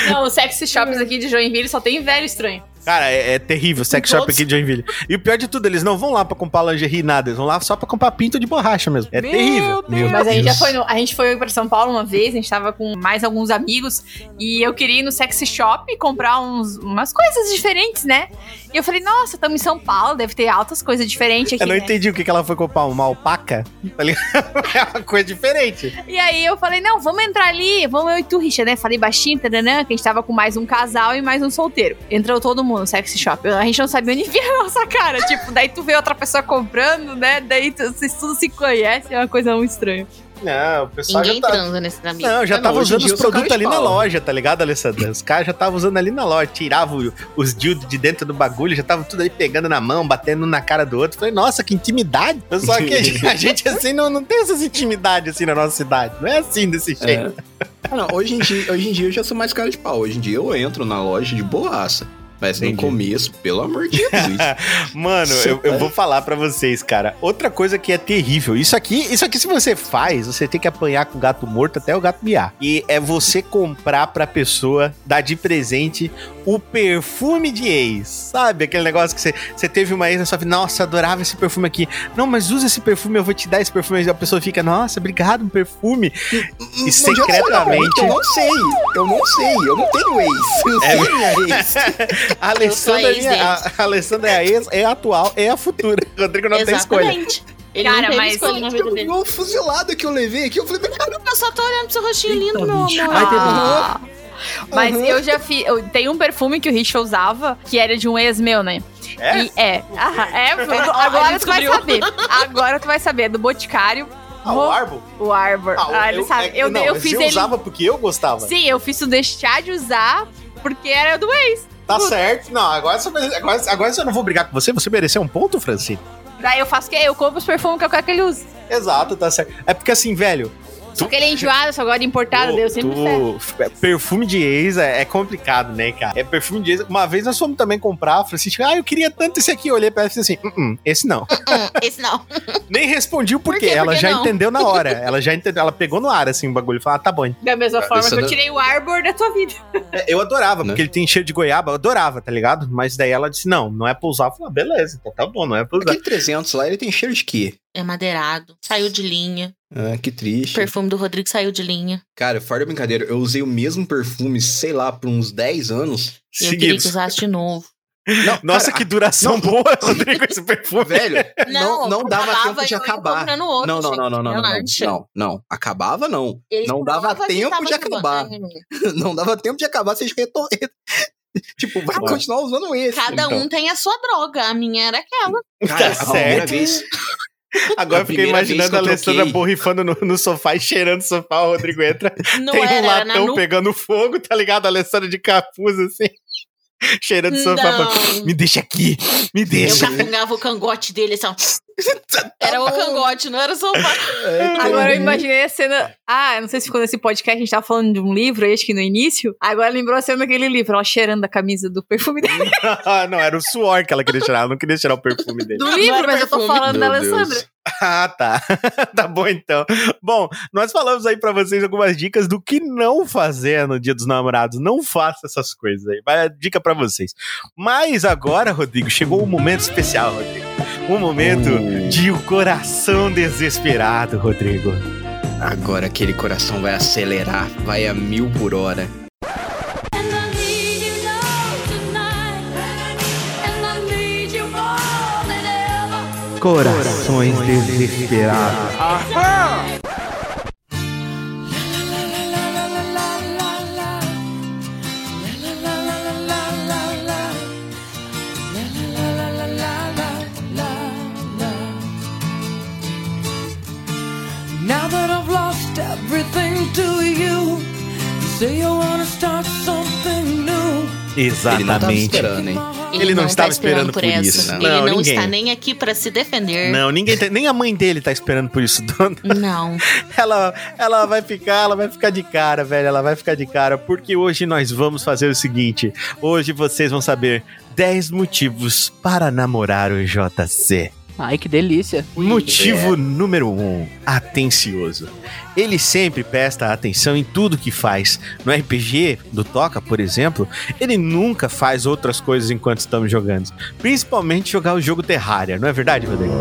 Speaker 5: Não, os sexy shops aqui de Joinville só tem velho estranho.
Speaker 2: Cara, é, é terrível, sex shop
Speaker 4: Todos.
Speaker 2: aqui de Joinville. E o pior de tudo, eles não vão lá pra comprar lingerie nada, eles vão lá só pra comprar pinto de borracha mesmo. É terrível. Meu
Speaker 5: Mas a gente já
Speaker 2: Deus.
Speaker 5: foi no- a gente foi pra São Paulo uma vez, a gente tava com mais alguns amigos e eu queria ir no sexy shop e comprar uns, umas coisas diferentes, né? E eu falei, nossa, estamos em São Paulo, deve ter altas coisas diferentes aqui.
Speaker 2: Eu não
Speaker 5: né?
Speaker 2: entendi o que, que ela foi comprar, uma alpaca? Tá ligado? É uma coisa diferente.
Speaker 5: E aí eu falei, não, vamos entrar ali, vamos eu e tu, Richard, né? Falei baixinho, taranã, que a gente tava com mais um casal e mais um solteiro. Entrou todo mundo no sexy shop. A gente não sabia onde via a nossa cara. tipo, daí tu vê outra pessoa comprando, né? Daí tu, vocês tudo se conhecem, é uma coisa muito estranha.
Speaker 2: Não, o pessoal
Speaker 4: Ninguém
Speaker 2: já tá...
Speaker 4: transa nesses amigos.
Speaker 2: Não, já
Speaker 3: Ah, não,
Speaker 2: tava
Speaker 3: hoje em
Speaker 2: usando
Speaker 3: dia
Speaker 2: os
Speaker 3: eu sou cara
Speaker 2: produtos ali
Speaker 3: de
Speaker 2: na
Speaker 3: pau.
Speaker 2: loja, tá ligado, Alessandra? Os caras já estavam usando ali na loja, tiravam o- os dildos de dentro do bagulho, já tava tudo ali pegando na mão, batendo um na cara do outro. Falei, nossa, que intimidade. Só que a gente, a gente, assim, não, não tem essas intimidades assim na nossa cidade. Não é assim desse jeito.
Speaker 3: Ah, não, hoje, em dia, hoje em dia eu já sou mais cara de pau. Hoje em dia eu entro na loja de boaça. Mas
Speaker 2: Entendi.
Speaker 3: no começo, pelo amor de Jesus.
Speaker 2: Mano,
Speaker 3: Você
Speaker 4: tá
Speaker 2: eu, eu vou falar pra vocês, cara. Outra coisa que é terrível. Isso aqui, isso aqui, se você faz, você tem que apanhar com o gato morto até o gato miar. E é você comprar pra pessoa, dar de presente, o perfume de ex. Sabe? Aquele negócio que você, você teve uma ex na sua vida. Nossa, adorava esse perfume aqui. Não, mas usa esse perfume, eu vou te dar esse perfume. E a pessoa fica, nossa, obrigado, um perfume. E
Speaker 3: Não adianta falar pra mim,
Speaker 2: secretamente.
Speaker 3: que Eu não sei. Eu não sei. Eu não tenho ex. Eu
Speaker 2: É.
Speaker 3: sei minha ex.
Speaker 2: A Alessandra,
Speaker 4: Eu sou ex
Speaker 2: é minha- a- a Alessandra é a ex, é a atual, é a futura. Rodrigo não tem escolha.
Speaker 4: Exatamente. Ele
Speaker 5: Cara,
Speaker 4: não teve
Speaker 5: mas-
Speaker 4: escolha na vida
Speaker 3: Eu,
Speaker 4: dele.
Speaker 3: eu um fuzilado que eu levei aqui, eu falei, mas caramba,
Speaker 4: Eu só tô olhando pro seu rostinho lindo, meu amor.
Speaker 5: Ah. Mas
Speaker 3: Uhum.
Speaker 5: eu já fiz. Eu, tem um perfume que o Richard usava, que era de um ex meu, né?
Speaker 2: É?
Speaker 5: E é. Ah, é, foi do-
Speaker 4: Agora
Speaker 5: agora tu vai
Speaker 4: descobriu.
Speaker 5: saber. Agora tu vai saber. É do Boticário.
Speaker 2: Ah, o
Speaker 5: Ro-
Speaker 2: Arbor?
Speaker 5: O Arbor. Ah, ele sabe. eu,
Speaker 2: não,
Speaker 5: eu
Speaker 2: mas
Speaker 5: fiz
Speaker 2: eu
Speaker 5: ele.
Speaker 2: usava porque eu gostava.
Speaker 5: Sim, eu fiz tu deixar de usar porque era do ex.
Speaker 2: Tá certo. Não, agora, você- agora, agora eu não vou brigar com você. Você mereceu um ponto, Francine?
Speaker 5: Daí eu faço o quê? Eu compro os perfumes que eu quero que ele use.
Speaker 2: Exato, tá certo. É porque assim, velho,
Speaker 5: Só que ele é enjoado, só gosta de importado, daí eu sempre peço.
Speaker 2: tu- perfume de ex é, é complicado, né, cara? É perfume de ex. Uma vez nós fomos também comprar, Francine, ah, eu queria tanto esse aqui. Eu olhei pra ela e falei assim, "Uh-uh, esse não.
Speaker 4: Hum, esse não.
Speaker 2: Nem respondi o porquê.
Speaker 4: quê? Por
Speaker 2: ela
Speaker 4: que
Speaker 2: já
Speaker 4: não?
Speaker 2: entendeu na hora. Ela já entendeu. Ela pegou no ar, assim, o bagulho. Falou, ah, tá bom.
Speaker 5: Da mesma
Speaker 3: Ah,
Speaker 5: forma
Speaker 3: isso
Speaker 5: que eu
Speaker 3: não-
Speaker 5: tirei o Arbor da tua vida.
Speaker 2: É, Eu adorava,
Speaker 3: Né?
Speaker 2: porque ele tem cheiro de goiaba. Eu adorava, tá ligado? Mas daí ela disse, não, não é pra usar. Eu falei, ah, beleza, então tá bom, não é pra usar.
Speaker 3: Aquele 300 lá, ele tem cheiro de quê?
Speaker 4: É madeirado. Saiu de linha.
Speaker 3: Ah, que
Speaker 4: O
Speaker 3: triste.
Speaker 4: perfume do Rodrigo saiu de linha.
Speaker 3: Cara, fora da brincadeira, eu usei o mesmo perfume, sei lá, por uns 10 anos.
Speaker 4: E eu queria
Speaker 2: Seguidos.
Speaker 4: que usasse de novo.
Speaker 3: Não,
Speaker 2: Nossa,
Speaker 3: cara,
Speaker 2: que duração boa, Rodrigo, esse perfume.
Speaker 3: Velho, não, não dava tempo de acabar.
Speaker 4: Não, outro,
Speaker 3: Não, não,
Speaker 4: gente.
Speaker 3: não, não, não, não, não,
Speaker 4: Relaxa.
Speaker 3: não, não. Acabava não.
Speaker 4: Ele
Speaker 3: Não dava
Speaker 4: provava que
Speaker 3: tempo
Speaker 4: tava né?
Speaker 3: de acabar.
Speaker 4: acabando.
Speaker 3: Não dava tempo de acabar, vocês retornam. tipo, vai
Speaker 2: Claro.
Speaker 3: continuar usando esse.
Speaker 4: Cada
Speaker 3: Então,
Speaker 4: um tem a sua droga. A minha era aquela.
Speaker 3: Cara,
Speaker 2: Tá
Speaker 3: a primeira
Speaker 2: certo.
Speaker 3: vez.
Speaker 2: Agora
Speaker 3: A
Speaker 2: eu fiquei
Speaker 3: primeira vez
Speaker 2: imaginando
Speaker 3: que
Speaker 2: a
Speaker 3: eu
Speaker 2: Alessandra
Speaker 3: troquei.
Speaker 2: borrifando no, no sofá e cheirando o sofá, o Rodrigo entra,
Speaker 4: Não
Speaker 2: tem um
Speaker 4: era, era Tá na
Speaker 2: latão
Speaker 4: nuca.
Speaker 2: pegando fogo, tá ligado? A Alessandra de capuz, assim, cheirando
Speaker 4: Hum.
Speaker 2: o sofá.
Speaker 4: Não.
Speaker 2: Me deixa aqui, me
Speaker 4: Eu
Speaker 2: deixa.
Speaker 4: capungava o cangote dele, assim, ó. Era
Speaker 3: Tá
Speaker 4: o cangote, não era só o sofá.
Speaker 5: Agora eu imaginei a cena. Ah, eu não sei se ficou nesse podcast, a gente tava falando de um livro, aí, acho que no início. Agora lembrou a cena daquele livro, ela cheirando a camisa do perfume dele.
Speaker 2: não, era o suor que ela queria tirar, ela não queria tirar o perfume dele.
Speaker 5: Do
Speaker 4: Não, não
Speaker 5: livro,
Speaker 4: era
Speaker 5: mas eu tô
Speaker 4: perfume.
Speaker 5: falando da
Speaker 3: Meu Deus.
Speaker 5: Alessandra.
Speaker 2: Ah, tá. tá bom então. Bom, nós falamos aí pra vocês algumas dicas do que não fazer no Dia dos Namorados. Não faça essas coisas aí. Vai a dica pra vocês. Mas agora, Rodrigo, chegou um momento especial, Rodrigo. Um momento
Speaker 3: Uh.
Speaker 2: de o coração desesperado, Rodrigo.
Speaker 3: Agora aquele coração vai acelerar, vai a mil por hora.
Speaker 2: Corações desesperados.
Speaker 9: Now that I've lost everything to you, you say you wanna start something new.
Speaker 3: Ele não tava
Speaker 2: Exatamente.
Speaker 3: esperando, hein?
Speaker 4: Ele, tá
Speaker 2: não estava esperando por
Speaker 4: essa.
Speaker 2: isso.
Speaker 4: né? Ele
Speaker 2: Não,
Speaker 4: não,
Speaker 2: ninguém.
Speaker 4: está nem aqui pra se defender.
Speaker 2: Não, ninguém tem- nem a mãe dele tá esperando por isso.
Speaker 4: Não.
Speaker 2: Ela, ela vai ficar, ela vai ficar de cara, velho. Ela vai ficar de cara, porque hoje nós vamos fazer o seguinte. Hoje vocês vão saber 10 motivos para namorar o JC.
Speaker 8: Ai, que delícia.
Speaker 3: É.
Speaker 2: Motivo número 1: um, atencioso. Ele sempre presta atenção em tudo que faz. No RPG do Toca, por exemplo, ele nunca faz outras coisas enquanto estamos jogando. Principalmente jogar o jogo Terraria, não é verdade, Rodrigo?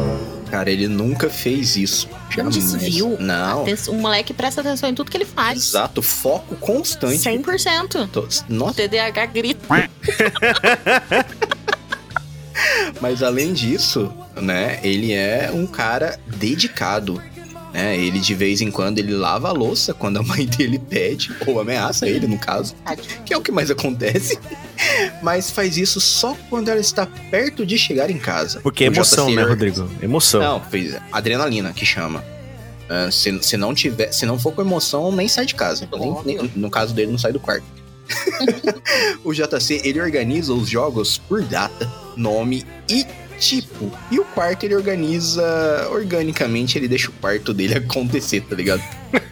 Speaker 3: Cara, ele nunca fez isso. Jamais.
Speaker 4: desvio.
Speaker 3: Não.
Speaker 4: Aten- O moleque presta atenção em tudo que ele faz.
Speaker 3: Exato, foco constante.
Speaker 4: 100%.
Speaker 3: Tô-
Speaker 4: O
Speaker 3: Nossa,
Speaker 4: TDAH grita.
Speaker 3: mas além disso, né, ele é um cara dedicado. Né? Ele de vez em quando ele lava a louça quando a mãe dele pede, ou ameaça ele, no caso, que é o que mais acontece. Mas faz isso só quando ela está perto de chegar em casa.
Speaker 2: Porque é
Speaker 3: O
Speaker 2: emoção,
Speaker 3: JC
Speaker 2: né, Rodrigo? Emoção.
Speaker 3: Não, fez adrenalina que chama. Ah, se, se não tiver, se não for com emoção, nem sai de casa. Nem- nem- no caso dele, não sai do quarto. o JC ele organiza os jogos por data, nome e tipo. E o quarto ele organiza organicamente, ele deixa o quarto dele acontecer, tá ligado?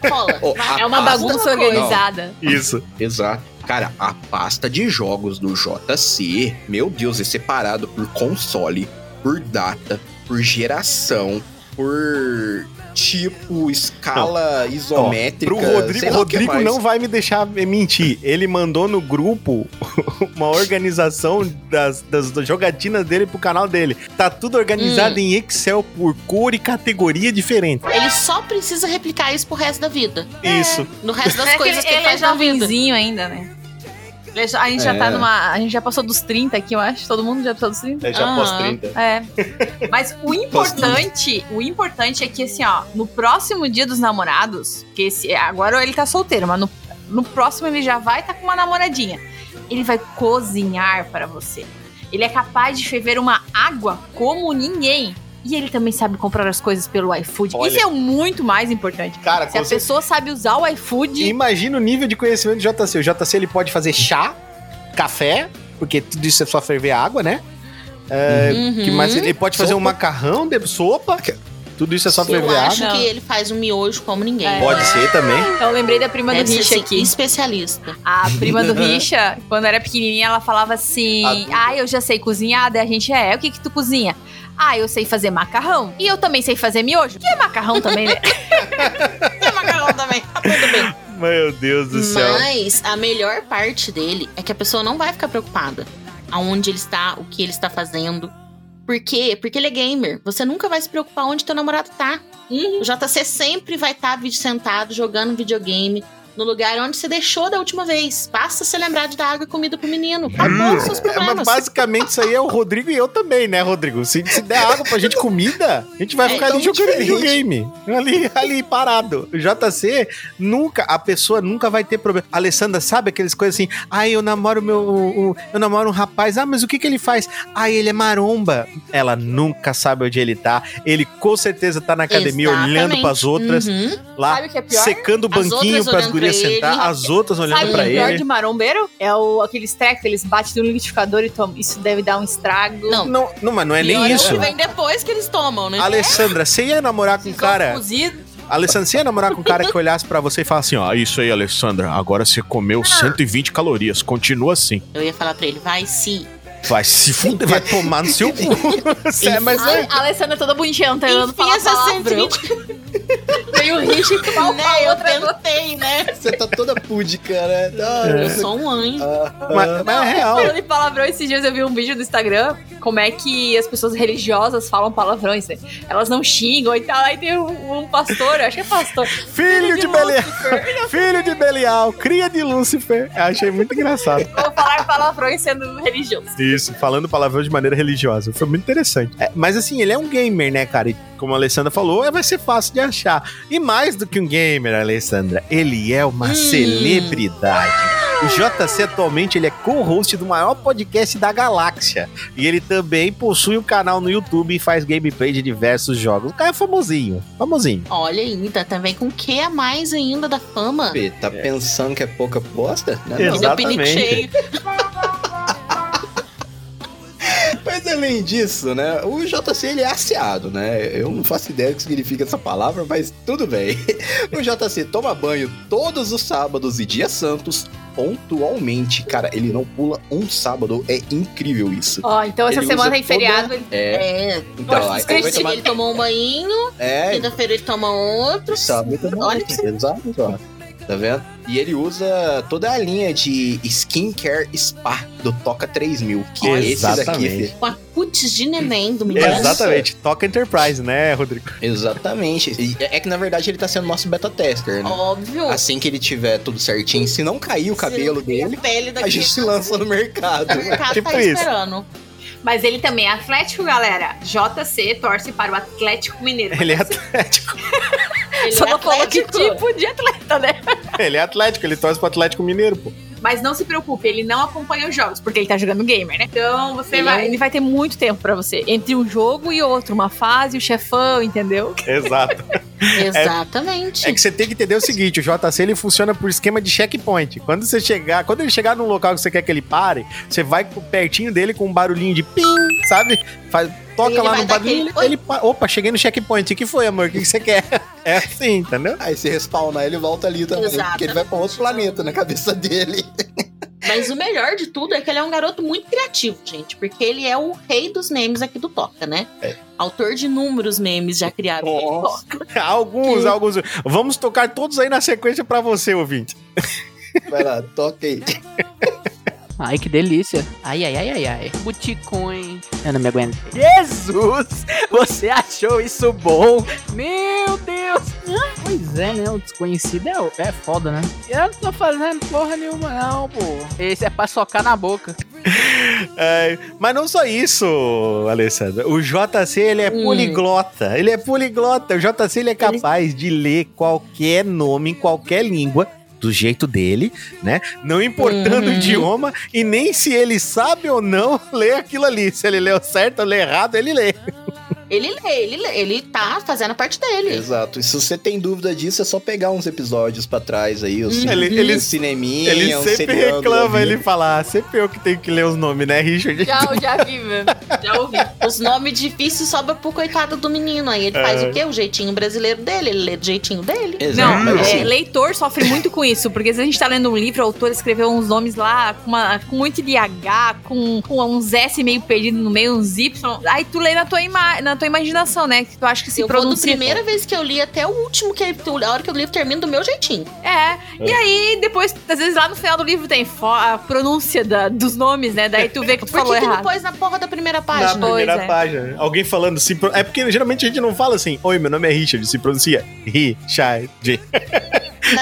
Speaker 4: Cola.
Speaker 3: Ó, a
Speaker 5: É uma
Speaker 3: pasta-
Speaker 5: bagunça organizada.
Speaker 2: Isso.
Speaker 3: Exato. Cara, a pasta de jogos do JC, meu Deus, é separado por console, por data, por geração, por tipo, escala isométrica.
Speaker 2: Pro Rodrigo,
Speaker 3: sei lá o que
Speaker 2: Rodrigo
Speaker 3: mais.
Speaker 2: não vai me deixar mentir. Ele mandou no grupo uma organização das, das jogatinas dele pro canal dele. Tá tudo organizado em Excel por cor e categoria diferente.
Speaker 4: Ele só precisa replicar isso pro resto da vida.
Speaker 2: Isso.
Speaker 4: No resto das
Speaker 5: É que
Speaker 4: coisas
Speaker 5: ele-
Speaker 4: que ele,
Speaker 5: ele é
Speaker 4: faz na vida.
Speaker 5: jovenzinho ainda, né? Ele é jo- A gente já tá
Speaker 3: É.
Speaker 5: numa. A gente já passou dos 30 aqui, eu acho. Todo mundo já passou dos 30.
Speaker 2: É já
Speaker 4: Aham.
Speaker 2: pós 30.
Speaker 5: É. Mas o importante, o importante é que assim, ó, no próximo dia dos namorados, que esse, agora ele tá solteiro, mas no, no próximo ele já vai estar tá com uma namoradinha. Ele vai cozinhar pra você. Ele é capaz de ferver uma água como ninguém. E ele também sabe comprar as coisas pelo iFood.
Speaker 1: Olha.
Speaker 5: Isso é o muito mais importante.
Speaker 2: Cara,
Speaker 5: Se a
Speaker 2: você...
Speaker 5: pessoa sabe usar o iFood,
Speaker 2: imagina o nível de conhecimento do JC. O JC ele pode fazer chá, café, porque tudo isso é só ferver água, né?
Speaker 4: Uhum.
Speaker 2: É, Que mais ele pode fazer um macarrão de sopa. que- Tudo isso é só
Speaker 4: Eu
Speaker 2: ferver água.
Speaker 4: acho
Speaker 5: Não.
Speaker 4: que ele faz um miojo como ninguém.
Speaker 5: É.
Speaker 2: Pode ser também.
Speaker 5: eu lembrei da prima
Speaker 4: Deve
Speaker 5: do
Speaker 4: ser
Speaker 5: Richa
Speaker 4: assim,
Speaker 5: aqui.
Speaker 4: especialista.
Speaker 5: A prima do Richa, quando era pequenininha, ela falava assim: Ah, eu já sei cozinhar. Daí a gente é, o que que tu cozinha? Ah, eu sei fazer macarrão. E eu também sei fazer miojo. Que é macarrão também, né?
Speaker 4: Tem macarrão também, tá tudo bem.
Speaker 2: é-
Speaker 1: Meu Deus
Speaker 4: Hum.
Speaker 1: do céu.
Speaker 4: Mas a melhor parte dele é que a pessoa não vai ficar preocupada. Aonde ele está, o que ele está fazendo. Por quê? Porque ele é gamer. Você nunca vai se preocupar onde teu namorado tá.
Speaker 5: Uhum.
Speaker 4: O JC sempre vai estar sentado jogando videogame no lugar onde você deixou da última vez. Basta se lembrar de dar água e comida pro menino. Acabou os seus
Speaker 2: É, mas
Speaker 4: problemas.
Speaker 2: basicamente isso aí é o Rodrigo e eu também, né, Rodrigo? Se, se der água pra gente comida, a gente vai
Speaker 4: É,
Speaker 2: ficar ali
Speaker 3: tamo
Speaker 2: jogando
Speaker 3: diferente.
Speaker 2: videogame. Ali, ali, parado. O JC, nunca, a pessoa nunca vai ter problema. A Alessandra sabe aquelas coisas assim, ai, eu namoro meu. o- o- eu namoro um rapaz, ah, mas o que, que ele faz? Ah, ele é maromba. Ela nunca sabe onde ele tá. Ele com certeza tá na academia olhando
Speaker 4: Exatamente.
Speaker 2: pras outras,
Speaker 4: Uhum.
Speaker 2: lá
Speaker 5: Sabe o que é pior?
Speaker 2: secando o
Speaker 4: As
Speaker 2: banquinho
Speaker 4: outras
Speaker 2: pras
Speaker 4: olhando
Speaker 2: gurias
Speaker 4: pra ele.
Speaker 2: sentar, as outras tá olhando
Speaker 5: Sabe o
Speaker 2: pra
Speaker 5: pior
Speaker 2: ele.
Speaker 5: de marombeiro? É o, aqueles trecos que eles batem no liquidificador e tomam. Isso deve dar um estrago.
Speaker 4: Não,
Speaker 2: Não, não, mas não é
Speaker 4: Pior
Speaker 2: nem
Speaker 4: o
Speaker 2: isso.
Speaker 4: que vem depois que eles tomam, né?
Speaker 2: Alessandra, você ia namorar com um cara.
Speaker 5: Cozido.
Speaker 2: Alessandra, você ia namorar com um cara que olhasse pra você e falasse assim: ó, isso aí, Alessandra, agora você comeu
Speaker 4: Ah.
Speaker 2: 120 calorias, continua assim.
Speaker 4: Eu ia falar pra ele, vai sim.
Speaker 2: Vai se fuder, vai tomar no seu cu. Sério, mas
Speaker 5: A,
Speaker 2: é.
Speaker 5: a Alessandra é toda bonitinha, não tá dando
Speaker 4: Enfia
Speaker 5: falar
Speaker 4: essa
Speaker 5: palavrão.
Speaker 4: 120
Speaker 5: Veio o Richa e mal
Speaker 4: né? Eu
Speaker 5: outra
Speaker 4: tentei, né?
Speaker 3: Você tá toda púdica, né? Não,
Speaker 4: Eu sou um anjo.
Speaker 2: Mas, mas é real.
Speaker 5: Falando em palavrão, esses dias eu vi um vídeo no Instagram como é que as pessoas religiosas falam palavrões, né? Elas não xingam e tal. Aí tem um, um pastor, eu acho que é pastor.
Speaker 2: Filho de Belial, filho de Belial, cria de Lúcifer. Eu achei muito engraçado.
Speaker 5: Vou falar palavrões sendo religioso.
Speaker 2: Isso, falando palavrão de maneira religiosa. Foi muito interessante. É, mas assim, ele é um gamer, né, cara? E como a Alessandra falou, é, vai ser fácil de achar. E mais do que um gamer, Alessandra, ele é uma
Speaker 4: Hum.
Speaker 2: celebridade. O JC atualmente ele é co-host do maior podcast da galáxia. E ele também possui um canal no YouTube e faz gameplay de diversos jogos. O cara é famosinho, famosinho.
Speaker 4: Olha ainda, também com que a mais ainda da fama.
Speaker 3: Fê, tá pensando que é pouca bosta? Né?
Speaker 2: Exato.
Speaker 4: Me deu pinico
Speaker 2: exatamente.
Speaker 4: cheio.
Speaker 3: Mas além disso, né? O JC ele é asseado, né? Eu não faço ideia do que significa essa palavra, mas tudo bem. O JC toma banho todos os sábados e dias santos, pontualmente. Cara, ele não pula um sábado. É incrível isso.
Speaker 5: Ó, então essa
Speaker 3: Ele
Speaker 5: semana
Speaker 3: usa
Speaker 5: tem feriado. ele-
Speaker 3: É,
Speaker 4: É,
Speaker 3: então, aí ele vai
Speaker 4: terça-feira
Speaker 3: tomar.
Speaker 4: ele tomou um banho,
Speaker 3: É, tá
Speaker 4: quinta-feira ele toma outro.
Speaker 3: sábado também.
Speaker 4: Olha pra
Speaker 3: né? Exato, ó. Tá vendo? E ele usa toda a linha de skincare spa do Toca 3000, que é esse daqui.
Speaker 2: Exatamente.
Speaker 3: Fê.
Speaker 4: Com a cutis de neném do menino.
Speaker 2: Exatamente. Toca Enterprise, né, Rodrigo?
Speaker 3: Exatamente. E é que na verdade ele tá sendo nosso beta tester, né?
Speaker 4: Óbvio.
Speaker 3: Assim que ele tiver tudo certinho, se não cair o cabelo dele,
Speaker 4: A pele
Speaker 3: a
Speaker 4: daqui.
Speaker 3: gente é lança no mercado.
Speaker 4: O mercado
Speaker 2: Tipo
Speaker 4: tá
Speaker 2: isso.
Speaker 4: esperando.
Speaker 5: Mas ele também é atlético, galera. JC torce para o Atlético Mineiro.
Speaker 2: Ele é atlético.
Speaker 4: Ele
Speaker 5: Só
Speaker 4: é
Speaker 5: não falou que
Speaker 4: atlético.
Speaker 5: tipo de atleta, né?
Speaker 2: Ele é atlético, ele torce pro Atlético Mineiro, pô.
Speaker 5: Mas não se preocupe, ele não acompanha os jogos, porque ele tá jogando gamer, né? Então você
Speaker 4: Ele
Speaker 5: vai.
Speaker 4: é um-
Speaker 5: Ele vai ter muito tempo pra você. Entre um jogo e outro, uma fase, o chefão, entendeu?
Speaker 2: Exato.
Speaker 4: Exatamente.
Speaker 2: É que você tem que entender o seguinte, o JC ele funciona por esquema de checkpoint. Quando você chegar, quando ele chegar num local que você quer que ele pare, você vai co- pertinho dele com um barulhinho de pim, sabe? Faz- toca
Speaker 4: Ele
Speaker 2: lá
Speaker 4: vai
Speaker 2: no
Speaker 4: dar
Speaker 2: barulhinho,
Speaker 4: aquele, "Oi".
Speaker 2: ele pa- opa, cheguei no checkpoint. O que foi, amor? O que que você quer? É assim, entendeu?
Speaker 3: Aí se respawnar, ele volta ali também. Porque ele vai pra outro planeta na cabeça dele.
Speaker 4: Mas o melhor de tudo é que ele é um garoto muito criativo, gente. Porque ele é o rei dos memes aqui do Toca, né? Autor de inúmeros memes já criados.
Speaker 3: É. Nossa.
Speaker 2: Alguns, alguns. Vamos tocar todos aí na sequência pra você, ouvinte.
Speaker 3: Vai lá, toca aí.
Speaker 8: Ai, que delícia. Ai, ai, ai, ai, ai. Buticões. Eu não me aguento. Jesus! Você achou isso bom? Meu Deus! Ah, pois é, né? O desconhecido é, o- é foda, né? Eu não tô fazendo porra nenhuma, não, pô. Esse é pra socar na boca.
Speaker 2: É, mas não só isso, Alessandra. O JC, ele é
Speaker 4: Hum.
Speaker 2: poliglota. Ele é poliglota. O JC, ele é capaz de ler qualquer nome em qualquer língua do jeito dele, né? Não importando
Speaker 5: Hum.
Speaker 2: o
Speaker 4: Uhum.
Speaker 2: idioma e nem se ele sabe ou não ler aquilo ali. Se ele leu certo ou leu errado, ele lê.
Speaker 4: Ele lê, ele lê, ele tá fazendo a parte dele.
Speaker 3: Exato. E se você tem dúvida disso, é só pegar uns episódios pra trás aí, o cine-
Speaker 2: Uhum. Ele-
Speaker 3: o
Speaker 2: ele-
Speaker 3: cineminha, um
Speaker 2: Ele
Speaker 3: o
Speaker 2: sempre
Speaker 3: seriado
Speaker 2: reclama,
Speaker 3: da
Speaker 2: ele
Speaker 3: vida.
Speaker 2: fala, ah, sempre eu que tenho que ler os nomes, né, Richard?
Speaker 5: Já, já vi mesmo. Já ouvi.
Speaker 4: Os nomes difíceis sobram pro coitado do menino. Aí ele
Speaker 2: É.
Speaker 4: faz o quê? O jeitinho brasileiro dele, ele lê do jeitinho dele.
Speaker 3: Exato.
Speaker 5: Não,
Speaker 3: mas
Speaker 5: é,
Speaker 3: assim,
Speaker 5: leitor sofre muito com isso, porque se a gente tá lendo um livro, o autor escreveu uns nomes lá com, uma- com muito IDH, com, com uns S meio perdido no meio, uns Y. Aí tu lê na tua, ima- na tua imaginação, né? Que tu acha que se
Speaker 4: eu vou do
Speaker 5: pronuncia.
Speaker 4: primeira vez que eu li até o último, que a hora que eu li, eu termino do meu jeitinho.
Speaker 5: É. E aí, depois, às vezes lá no final do livro tem fo- a pronúncia da- dos nomes, né? Daí tu vê que tu
Speaker 4: Por
Speaker 5: falou
Speaker 4: que, que não
Speaker 5: errado.
Speaker 4: pôs na porra da primeira
Speaker 2: Na
Speaker 4: página?
Speaker 5: Pois
Speaker 2: primeira
Speaker 5: é.
Speaker 2: página. Alguém falando assim. pro- É porque geralmente a gente não fala assim, oi, meu nome é Richard, se pronuncia Richard.
Speaker 4: né?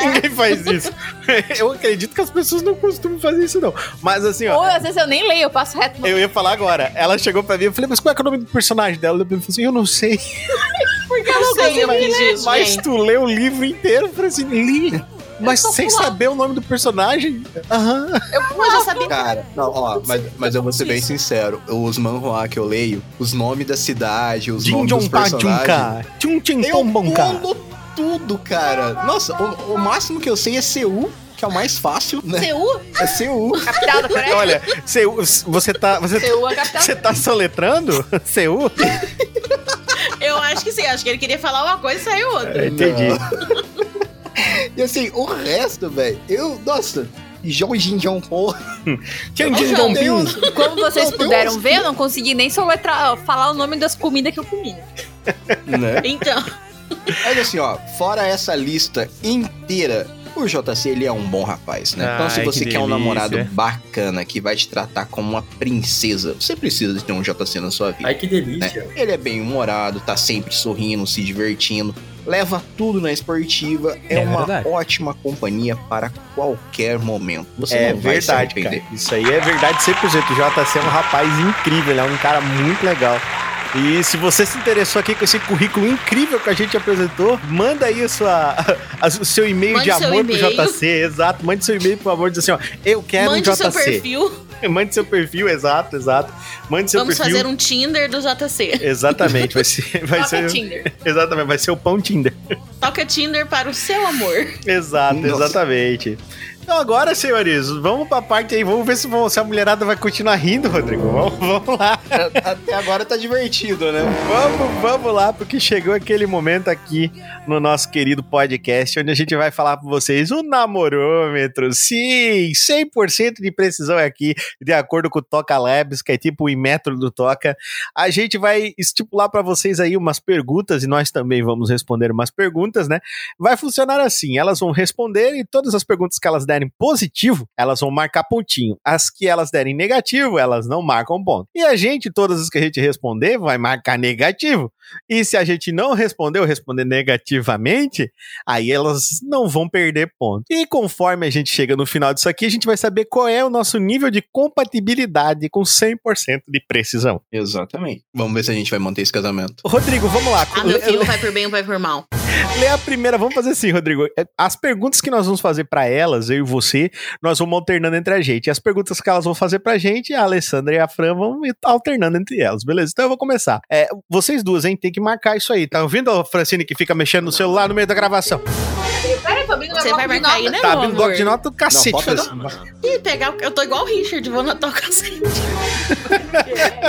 Speaker 2: Ninguém faz isso. Eu acredito que as pessoas não costumam fazer isso, não. Mas assim, ó.
Speaker 5: Ou às vezes eu nem leio, eu passo reto.
Speaker 2: Eu ia falar agora. Ela chegou pra mim eu falei, mas qual é, que é o nome do personagem dela? Ela falou assim, eu não sei.
Speaker 4: Eu sei, eu fiz
Speaker 2: Mas
Speaker 4: isso, assim, né, gente.
Speaker 2: tu lê o livro inteiro. Eu falei assim, li. Mas
Speaker 4: só
Speaker 2: sem
Speaker 4: pular.
Speaker 2: saber o nome do personagem? Aham.
Speaker 4: Eu já sabia que
Speaker 3: Cara, não, ó, mas, mas eu vou ser bem sincero. Os manhua que eu leio, os nomes da cidade, os
Speaker 2: Jin
Speaker 3: nomes
Speaker 2: Jong
Speaker 3: dos
Speaker 2: Pa
Speaker 3: personagens...
Speaker 2: Junka. Tchum Tchim
Speaker 3: Eu
Speaker 2: Tom um Então, Bom Ka.
Speaker 3: pulo tudo, cara. Nossa, o, o máximo que eu sei é Seul, que é o mais fácil, né?
Speaker 4: Seu,
Speaker 3: É Seul.
Speaker 5: Capital da Coreia.
Speaker 2: Olha, Seul, você tá. Você,
Speaker 5: Eu, a capital.
Speaker 2: você tá soletrando? Seul?
Speaker 4: eu acho que sim, acho que ele queria falar uma coisa e saiu outra.
Speaker 2: Entendi.
Speaker 3: E assim, o resto, velho, eu... Nossa... Jorginho John Ho.
Speaker 2: Tchum
Speaker 5: Ô,
Speaker 2: Tchim
Speaker 5: João,
Speaker 2: Tom Bin.
Speaker 3: um-
Speaker 5: Como vocês
Speaker 3: Meu
Speaker 5: puderam
Speaker 3: Deus.
Speaker 5: ver, eu não consegui nem soletrar, falar o nome das comidas que eu comi.
Speaker 3: Né?
Speaker 4: Então,
Speaker 3: Mas assim, ó, fora essa lista inteira, o JC ele é um bom rapaz, né? então, se
Speaker 2: Ai,
Speaker 3: você
Speaker 2: que
Speaker 3: quer um
Speaker 2: delícia.
Speaker 3: namorado bacana que vai te tratar como uma princesa, você precisa de ter um JC na sua vida.
Speaker 10: Ai, que delícia.
Speaker 3: Ele é bem humorado, tá sempre sorrindo, se divertindo, leva tudo na esportiva, é,
Speaker 8: É
Speaker 3: uma
Speaker 8: verdade.
Speaker 3: ótima companhia para qualquer momento. Você
Speaker 2: É
Speaker 3: não vai se
Speaker 2: verdade,
Speaker 3: arrepender.
Speaker 2: cara. Isso aí é verdade 100%. O JC é um rapaz incrível, ele é um cara muito legal. E se você se interessou aqui com esse currículo incrível que a gente apresentou, manda aí a sua, a- o seu e-mail
Speaker 4: Mande
Speaker 2: de
Speaker 4: seu
Speaker 2: amor pro
Speaker 4: e-mail.
Speaker 2: JC, exato. Mande seu e-mail, por favor, diz assim, ó, eu quero
Speaker 4: mande
Speaker 2: um
Speaker 4: seu
Speaker 2: JC.
Speaker 4: perfil.
Speaker 2: Mande seu perfil, exato, exato. Mande seu
Speaker 4: Vamos
Speaker 2: perfil.
Speaker 4: fazer um Tinder do JC.
Speaker 2: Exatamente, vai ser, vai
Speaker 5: Toca
Speaker 2: ser,
Speaker 5: Tinder.
Speaker 2: exatamente, vai ser o pão Tinder.
Speaker 4: Toca Tinder para o seu amor.
Speaker 2: Exato,
Speaker 3: Nossa.
Speaker 2: exatamente. Então agora, senhores, vamos pra parte aí, vamos ver se, vão- se a mulherada vai continuar rindo, Rodrigo. Vamos, vamos lá.
Speaker 3: Até agora tá divertido, né?
Speaker 2: Vamos, vamos lá, porque chegou aquele momento aqui no nosso querido podcast, onde a gente vai falar pra vocês o namorômetro. Sim, 100% de precisão é aqui, de acordo com o Toca Labs, que é tipo o Inmetro do Toca. A gente vai estipular pra vocês aí umas perguntas e nós também vamos responder umas perguntas, né? Vai funcionar assim, elas vão responder e todas as perguntas que elas derem positivo, elas vão marcar pontinho. As que elas derem negativo, elas não marcam ponto. E a gente, todas as que a gente responder, vai marcar negativo. E se a gente não responder ou responder negativamente, aí elas não vão perder ponto. E conforme a gente chega no final disso aqui, a gente vai saber qual é o nosso nível de compatibilidade com 100% de precisão.
Speaker 3: Exatamente. Vamos ver se a gente vai manter esse casamento.
Speaker 2: Rodrigo, vamos lá.
Speaker 4: Ah, meu
Speaker 2: Lê-
Speaker 4: filho, vai por bem ou vai por mal?
Speaker 2: Lê a primeira, vamos fazer assim, Rodrigo. As perguntas que nós vamos fazer pra elas, eu e você, nós vamos alternando entre a gente. E as perguntas que elas vão fazer pra gente, a Alessandra e a Fran vão ir alternando entre elas, beleza? Então eu vou começar. É, vocês duas, hein, tem que marcar isso aí. Tá ouvindo a Francine que fica mexendo no celular no meio da gravação?
Speaker 5: Peraí, É, tô abrindo meu
Speaker 4: Você
Speaker 5: bloco
Speaker 4: vai
Speaker 5: de
Speaker 4: marcar aí,
Speaker 5: notas.
Speaker 4: né,
Speaker 2: tá
Speaker 4: meu
Speaker 2: abrindo bloco de
Speaker 4: amor?
Speaker 2: nota do cacete.
Speaker 3: bota-
Speaker 10: assim,
Speaker 2: Francine.
Speaker 10: né?
Speaker 4: Ih, pegar. o- Eu tô igual o Richard, vou na toca assim.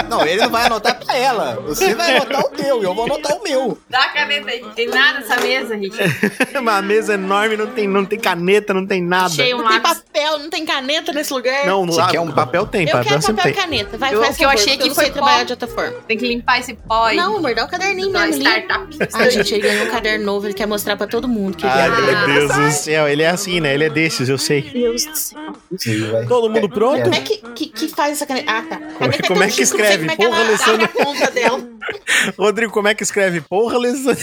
Speaker 3: Não, ele não vai anotar pra ela. Você vai anotar o teu, eu vou anotar o meu.
Speaker 5: Dá a caneta aí. Tem nada nessa mesa, Richard.
Speaker 2: Uma mesa enorme, não tem, não tem caneta, não tem nada.
Speaker 5: Cheio um
Speaker 4: Não tem
Speaker 5: lápis.
Speaker 4: papel, não tem caneta nesse lugar.
Speaker 2: Não,
Speaker 3: Você
Speaker 2: lá,
Speaker 3: quer um-
Speaker 2: papel tem,
Speaker 4: eu
Speaker 2: papel
Speaker 4: quero
Speaker 2: sempre
Speaker 4: papel e
Speaker 2: tem.
Speaker 4: caneta. Vai,
Speaker 5: Eu-
Speaker 4: faz
Speaker 5: o que eu
Speaker 4: favor, porque
Speaker 5: achei que
Speaker 4: eu não
Speaker 5: foi
Speaker 4: sei trabalhar
Speaker 5: pó.
Speaker 4: de outra forma.
Speaker 5: Tem que limpar esse pó aí.
Speaker 4: Não, amor, dá o caderninho
Speaker 5: Dá
Speaker 4: mesmo ali.
Speaker 5: startup.
Speaker 4: Ai, gente, ele ganhou um caderno novo, ele quer mostrar pra todo mundo que ele
Speaker 2: Ai,
Speaker 4: é um
Speaker 2: meu
Speaker 4: cara.
Speaker 2: Deus do céu, ele é assim, né? Ele é desses, eu sei.
Speaker 4: Deus do céu.
Speaker 3: Então,
Speaker 2: Todo mundo pronto?
Speaker 4: Como é que, que, que faz essa caneta? Ah, tá. Caneta
Speaker 2: como é
Speaker 4: eu
Speaker 2: que
Speaker 4: não sei como
Speaker 2: escreve?
Speaker 4: é que ela
Speaker 2: Porra,
Speaker 4: abre
Speaker 2: Alessandra.
Speaker 4: a ponta dela.
Speaker 2: Rodrigo, como é que escreve? Porra, Alessandra.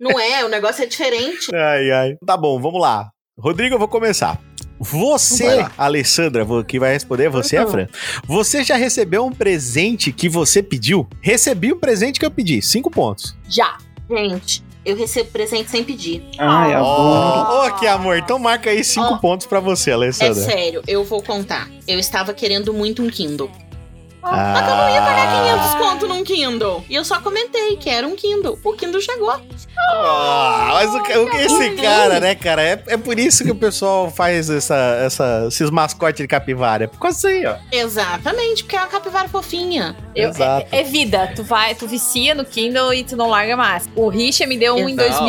Speaker 4: Não é, o negócio é diferente.
Speaker 2: Ai, ai. Tá bom, vamos lá. Rodrigo, eu vou começar.
Speaker 3: Vai
Speaker 2: Você,
Speaker 3: lá.
Speaker 2: Alessandra, vo- que vai responder, você, a Fran. Você já recebeu um presente que você pediu? Recebi um presente que eu pedi, cinco pontos.
Speaker 5: Já.
Speaker 4: Gente, Eu recebo presente sem pedir.
Speaker 10: Ai,
Speaker 2: Ó,
Speaker 10: amor.
Speaker 2: ó, que amor. Então marca aí cinco
Speaker 5: Oh.
Speaker 4: Ó.
Speaker 2: pontos pra você,
Speaker 4: É
Speaker 2: Alessandra.
Speaker 4: sério, eu vou contar. Eu estava querendo muito um Kindle. Só que eu não ia
Speaker 2: Ah.
Speaker 4: pagar 500 conto num Kindle. E eu só comentei que era um Kindle. O Kindle chegou.
Speaker 2: Ah, mas o, que- o que esse cara, né, cara? É, é por isso que o pessoal faz essa, essa- esses mascotes de capivara. É por causa disso aí, ó.
Speaker 4: Exatamente, porque é uma capivara fofinha.
Speaker 5: Eu-
Speaker 2: Exato.
Speaker 5: É vida, tu vai, tu vicia no Kindle e tu não larga mais. O Richard me deu um em
Speaker 4: Exato.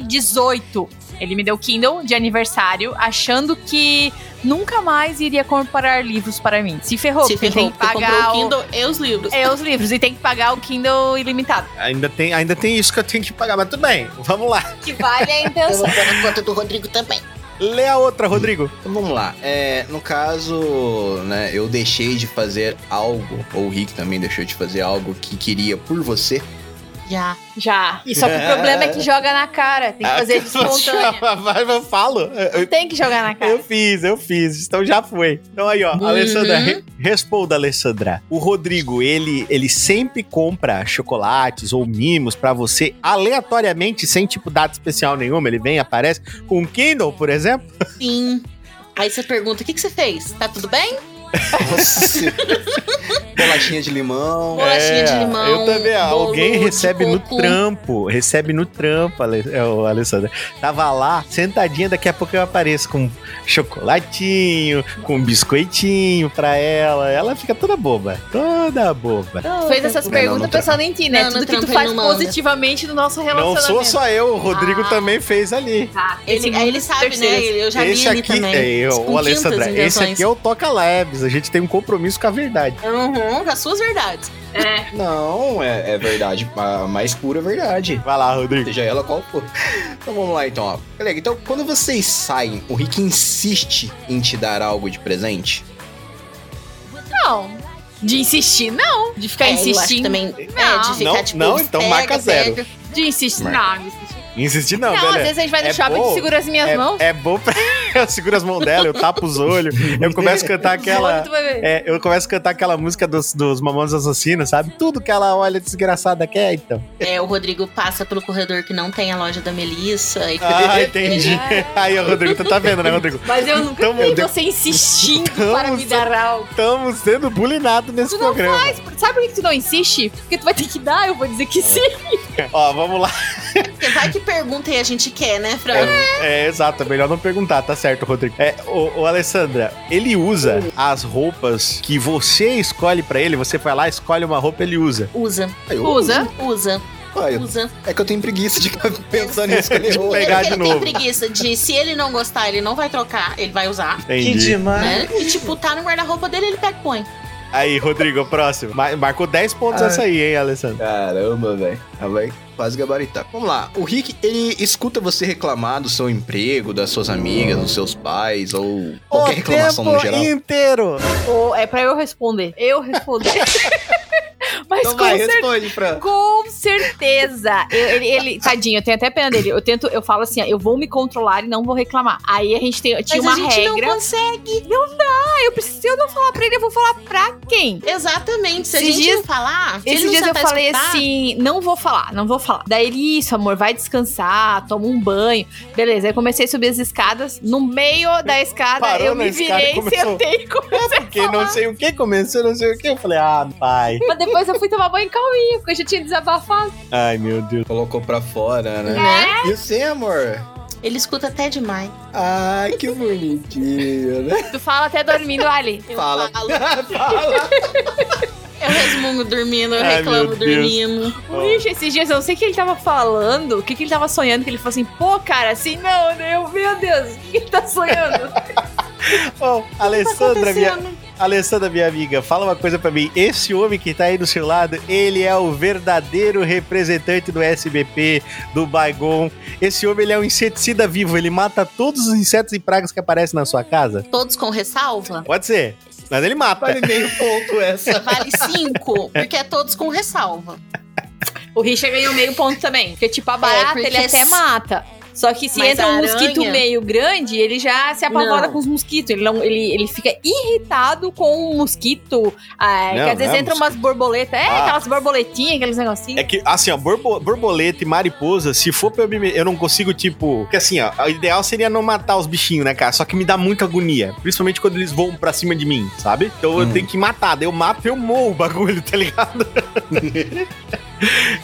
Speaker 5: 2018. Ele me deu o Kindle de aniversário, achando que nunca mais iria comprar livros para mim. Se ferrou,
Speaker 4: Se
Speaker 5: porque
Speaker 4: ferrou,
Speaker 5: tem que
Speaker 4: porque comprou
Speaker 5: pagar
Speaker 4: o
Speaker 5: o-
Speaker 4: Kindle e os livros.
Speaker 5: é, os livros e tem que pagar o Kindle ilimitado.
Speaker 2: Ainda tem, ainda tem isso que eu tenho que pagar, mas tudo bem. Vamos lá.
Speaker 5: Que vale a
Speaker 4: Eu
Speaker 5: intenção.
Speaker 4: vou pôr na conta do Rodrigo também.
Speaker 2: Lê a outra, Rodrigo.
Speaker 3: Então vamos lá. É, no caso, né, eu deixei de fazer algo, ou o Rick também deixou de fazer algo que queria por você.
Speaker 4: Já.
Speaker 5: Já. E só que o problema é que joga na cara. Tem que fazer de espontânea.
Speaker 2: Vai, eu falo. Ah, Eu,
Speaker 5: Tem que jogar na cara.
Speaker 2: eu fiz, eu fiz. Então já foi. Então aí, ó.
Speaker 4: Uhum.
Speaker 2: Alessandra, re- responda, Alessandra. O Rodrigo, ele, ele sempre compra chocolates ou mimos pra você aleatoriamente, sem tipo data especial nenhuma. Ele vem, aparece com um Kindle, por exemplo.
Speaker 4: Sim. Aí você pergunta, o que, que você fez? Tá tudo bem?
Speaker 3: Você- Bolachinha de limão.
Speaker 4: Bolachinha de limão,
Speaker 2: É, Eu também. ah,
Speaker 4: bolo
Speaker 2: alguém
Speaker 4: de
Speaker 2: recebe no
Speaker 4: coco.
Speaker 2: trampo. Recebe no trampo, Ale- é, o Alessandra. Tava lá, sentadinha, daqui a pouco eu apareço com chocolatinho, com biscoitinho pra ela. Ela fica toda boba. Toda boba.
Speaker 5: Fez essas
Speaker 3: Não,
Speaker 5: perguntas
Speaker 3: não
Speaker 5: pensando em ti, né?
Speaker 4: Não, no
Speaker 5: Tudo que tu
Speaker 4: trampo ele
Speaker 5: faz
Speaker 4: não manda.
Speaker 5: positivamente no nosso
Speaker 4: Então,
Speaker 2: Não
Speaker 5: relacionamento.
Speaker 2: sou só eu, o Rodrigo
Speaker 5: Ah.
Speaker 2: também fez ali.
Speaker 5: Tá, esse
Speaker 4: Ele, aí ele
Speaker 5: mundo
Speaker 4: sabe,
Speaker 5: terceiros.
Speaker 4: né? Eu já vi
Speaker 2: Esse
Speaker 4: ele
Speaker 2: aqui
Speaker 4: também.
Speaker 2: é eu,
Speaker 4: Com
Speaker 2: o Alessandra.
Speaker 4: quintas
Speaker 2: Esse aqui é o Toca Labs. A gente tem um compromisso com a verdade.
Speaker 4: Uhum, com as suas verdades.
Speaker 3: Não, é, é verdade. A mais pura verdade.
Speaker 2: Vai lá, Rodrigo.
Speaker 3: Seja ela qual for. Então vamos lá então, ó. Galera, então quando vocês saem, o Rick insiste em te dar algo de presente?
Speaker 5: Não. De insistir, não. De ficar
Speaker 4: É, eu acho
Speaker 5: Tá insistindo.
Speaker 4: também. É,
Speaker 5: Não.
Speaker 4: de ficar
Speaker 2: Não,
Speaker 4: tipo.
Speaker 2: não, então
Speaker 4: pega,
Speaker 2: marca zero.
Speaker 4: pega.
Speaker 5: De insistir, não. de insistir.
Speaker 2: Insistir não,
Speaker 5: Não, às
Speaker 2: beleza.
Speaker 5: vezes a gente vai no
Speaker 2: É
Speaker 5: shopping
Speaker 2: bom,
Speaker 5: e segura as minhas
Speaker 2: É,
Speaker 5: mãos.
Speaker 2: é bom pra. Eu seguro as mãos dela, eu tapo os olhos, eu começo a cantar aquela.
Speaker 5: Tu vai ver.
Speaker 2: É, eu começo a cantar aquela música dos, dos Mamões Assassinos, sabe? Tudo que ela olha desgraçada quer, então.
Speaker 4: É, o Rodrigo passa pelo corredor que não tem a loja da Melissa. E...
Speaker 2: Ah, entendi. Aí, ó, Rodrigo, tu tá vendo, né, Rodrigo?
Speaker 5: É. Mas eu nunca
Speaker 2: Então,
Speaker 5: vi
Speaker 2: meu Deus.
Speaker 5: você insistindo
Speaker 2: Então,
Speaker 5: para me
Speaker 2: você-
Speaker 5: dar algo.
Speaker 2: Estamos sendo bulinados nesse
Speaker 5: Tu não
Speaker 2: programa.
Speaker 5: faz. Sabe por que tu não insiste? Porque tu vai ter que dar, eu vou dizer
Speaker 2: É
Speaker 5: que sim.
Speaker 2: Ó, vamos lá.
Speaker 4: Porque assim, vai que pergunta e a gente quer, né, Fran?
Speaker 2: É, exato, é melhor não perguntar, tá certo, Rodrigo. É, o, Alessandra, ele usa as roupas que você escolhe pra ele, você vai lá, escolhe uma roupa, ele usa.
Speaker 4: Usa,
Speaker 3: Aí eu-
Speaker 5: Usa.
Speaker 4: usa,
Speaker 3: Ah, eu-
Speaker 4: usa.
Speaker 3: é que eu tenho preguiça de ficar pensando nisso.
Speaker 2: Pegar
Speaker 4: Primeiro que
Speaker 2: de
Speaker 4: ele
Speaker 2: novo.
Speaker 4: tem preguiça de se ele não gostar, ele não vai trocar, ele vai usar.
Speaker 10: Que
Speaker 2: Entendi.
Speaker 10: demais.
Speaker 4: Né? E tipo, tá no guarda-roupa dele, ele pega e põe.
Speaker 2: Aí, Rodrigo, próximo. Mar- marcou 10 pontos
Speaker 3: Ah.
Speaker 2: essa aí, hein, Alessandra?
Speaker 3: Caramba, velho. Ela vai quase gabaritar. Vamos lá. O Rick, ele escuta você reclamar do seu emprego, das suas amigas, dos seus pais, ou qualquer reclamação no geral.
Speaker 2: inteiro.
Speaker 5: Ou é pra eu responder. Eu responder. Mas
Speaker 3: Então
Speaker 5: com
Speaker 3: vai,
Speaker 5: certeza.
Speaker 3: responde, Fran.
Speaker 5: Com certeza. Eu- ele, ele- tadinho, eu tenho até pena dele. Eu tento, eu falo assim, ó, eu vou me controlar e não vou reclamar. Aí a gente tem, tinha
Speaker 4: Mas
Speaker 5: uma
Speaker 4: a gente
Speaker 5: regra.
Speaker 4: não consegue.
Speaker 5: Ah, eu preciso, se eu não falar pra ele, eu vou falar pra quem?
Speaker 4: Exatamente. Se a
Speaker 5: Esses
Speaker 4: gente
Speaker 5: dias-
Speaker 4: não falar, se ele
Speaker 5: Esses
Speaker 4: não
Speaker 5: dias eu
Speaker 4: sentar e
Speaker 5: falei
Speaker 4: escutar,
Speaker 5: assim, não vou falar, não vou falar. Daí ele, isso, amor, vai descansar, toma um banho. Beleza, aí comecei a subir as escadas. No meio da escada,
Speaker 2: Parou
Speaker 5: eu
Speaker 2: na
Speaker 5: me
Speaker 2: escada e
Speaker 5: virei,
Speaker 2: começou.
Speaker 5: sentei e comecei a
Speaker 2: Que não
Speaker 5: falar.
Speaker 2: sei o que começou, não sei o que. Eu falei, ah, pai.
Speaker 5: Mas depois eu fui tomar banho calminho, porque eu já tinha desabafado.
Speaker 2: Ai, meu Deus.
Speaker 3: Colocou pra fora, né?
Speaker 4: né?
Speaker 3: E você, amor?
Speaker 4: Ele escuta até demais.
Speaker 3: Ai, que bonitinho, né?
Speaker 5: Tu fala até dormindo, Ali.
Speaker 4: Eu
Speaker 3: Fala.
Speaker 4: falo,
Speaker 3: Fala.
Speaker 4: eu resmungo dormindo, eu
Speaker 2: Ai,
Speaker 4: reclamo
Speaker 2: meu Deus.
Speaker 4: dormindo.
Speaker 5: O Richard, esses dias, eu não sei o que ele tava falando, o que, que ele tava sonhando, que ele falou assim, pô, cara, assim não, né? Eu, meu Deus, o que ele tá sonhando?
Speaker 2: Bom,
Speaker 5: Tá
Speaker 2: Alessandra, minha, Alessandra, minha amiga, fala uma coisa pra mim. Esse homem que tá aí do seu lado, ele é o verdadeiro representante do SBP, do Baigon. Esse homem, ele é um inseticida vivo. Ele mata todos os insetos e pragas que aparecem na sua casa.
Speaker 4: Todos com ressalva?
Speaker 2: Pode ser, mas ele mata.
Speaker 3: Vale meio ponto essa.
Speaker 4: Vale cinco, porque é todos com ressalva.
Speaker 5: o Richard ganhou meio ponto também, porque tipo, a
Speaker 4: É,
Speaker 5: barata
Speaker 4: porque
Speaker 5: ele até
Speaker 4: s-
Speaker 5: mata. Só que se
Speaker 4: Mas
Speaker 5: entra
Speaker 4: a
Speaker 5: um mosquito
Speaker 4: aranha-
Speaker 5: meio grande, ele já se apavora
Speaker 4: Não.
Speaker 5: com os mosquitos. Ele, não, ele, ele fica irritado com o mosquito. Ah,
Speaker 2: Não,
Speaker 5: que às vezes
Speaker 2: não é
Speaker 5: entram umas borboletas. É,
Speaker 2: Ah.
Speaker 5: aquelas borboletinhas, aqueles negocinhos.
Speaker 2: É que, assim, ó, borbo- borboleta e mariposa, se for pra eu me. me- Eu não consigo, tipo. Porque, assim, ó, o ideal seria não matar os bichinhos, né, cara? Só que me dá muita agonia. Principalmente quando eles voam pra cima de mim, sabe? Então eu tenho que matar. Daí eu mato e eu morro o bagulho, tá ligado?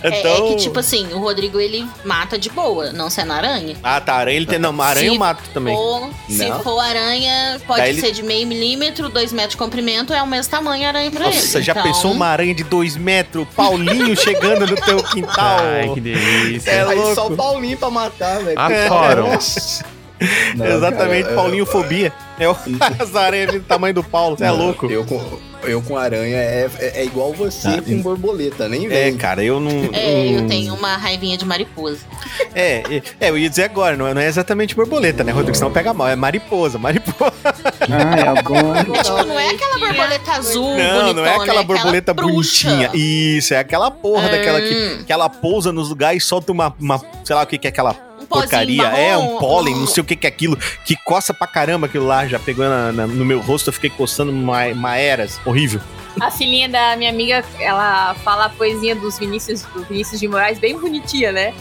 Speaker 4: É-
Speaker 2: então.
Speaker 4: É, que, tipo assim, o Rodrigo ele mata de boa, não sendo aranha.
Speaker 2: Ah, tá. Aranha ele tem. Não, aranha eu
Speaker 4: Se
Speaker 2: mato também.
Speaker 4: Ou, se
Speaker 2: Não.
Speaker 4: for aranha, pode
Speaker 2: Daí ele-
Speaker 4: ser de meio milímetro, dois metros de comprimento, é o mesmo tamanho a aranha pra ele.
Speaker 2: Nossa, já
Speaker 4: Então,
Speaker 2: pensou
Speaker 1: um
Speaker 2: uma aranha de dois metros, Paulinho chegando no teu quintal?
Speaker 10: Ai, que delícia.
Speaker 2: É
Speaker 3: Aí
Speaker 2: louco.
Speaker 3: só o Paulinho pra matar, velho.
Speaker 10: Adoro.
Speaker 3: Nossa. Não,
Speaker 2: né? Exatamente,
Speaker 3: cara, eu-
Speaker 2: Paulinho fobia. É o as aranhas do tamanho do Paulo, você é
Speaker 3: Não,
Speaker 2: louco.
Speaker 3: Eu com, eu com aranha é, é, é igual você
Speaker 2: Ah,
Speaker 3: com borboleta, nem
Speaker 2: É,
Speaker 3: vem.
Speaker 2: cara, eu não.
Speaker 4: É, eu
Speaker 2: não-
Speaker 4: tenho uma raivinha de mariposa.
Speaker 2: É, é, é, eu ia dizer agora, não é, não é exatamente borboleta, né, Rodrigo? Senão pega mal, é mariposa, mariposa.
Speaker 8: Ah, é bom.
Speaker 4: É, tipo, não é aquela borboleta azul
Speaker 2: Não, não é
Speaker 4: bonitona,
Speaker 2: aquela borboleta
Speaker 4: bruxa.
Speaker 2: bonitinha. Isso, é aquela porra daquela que,
Speaker 4: Hum,
Speaker 2: que ela pousa nos lugares e solta uma, uma- sei lá o que, que é aquela
Speaker 4: um pozinho
Speaker 2: porcaria.
Speaker 4: marrom.
Speaker 2: É, um pólen, não sei o que, que é aquilo, que coça pra caramba aquilo lá. Já pegou na- na- no meu rosto, eu fiquei coçando uma, uma eras. Horrível.
Speaker 5: A filhinha da minha amiga, ela fala a poesia dos Vinícius, do Vinícius de Moraes, bem bonitinha, né?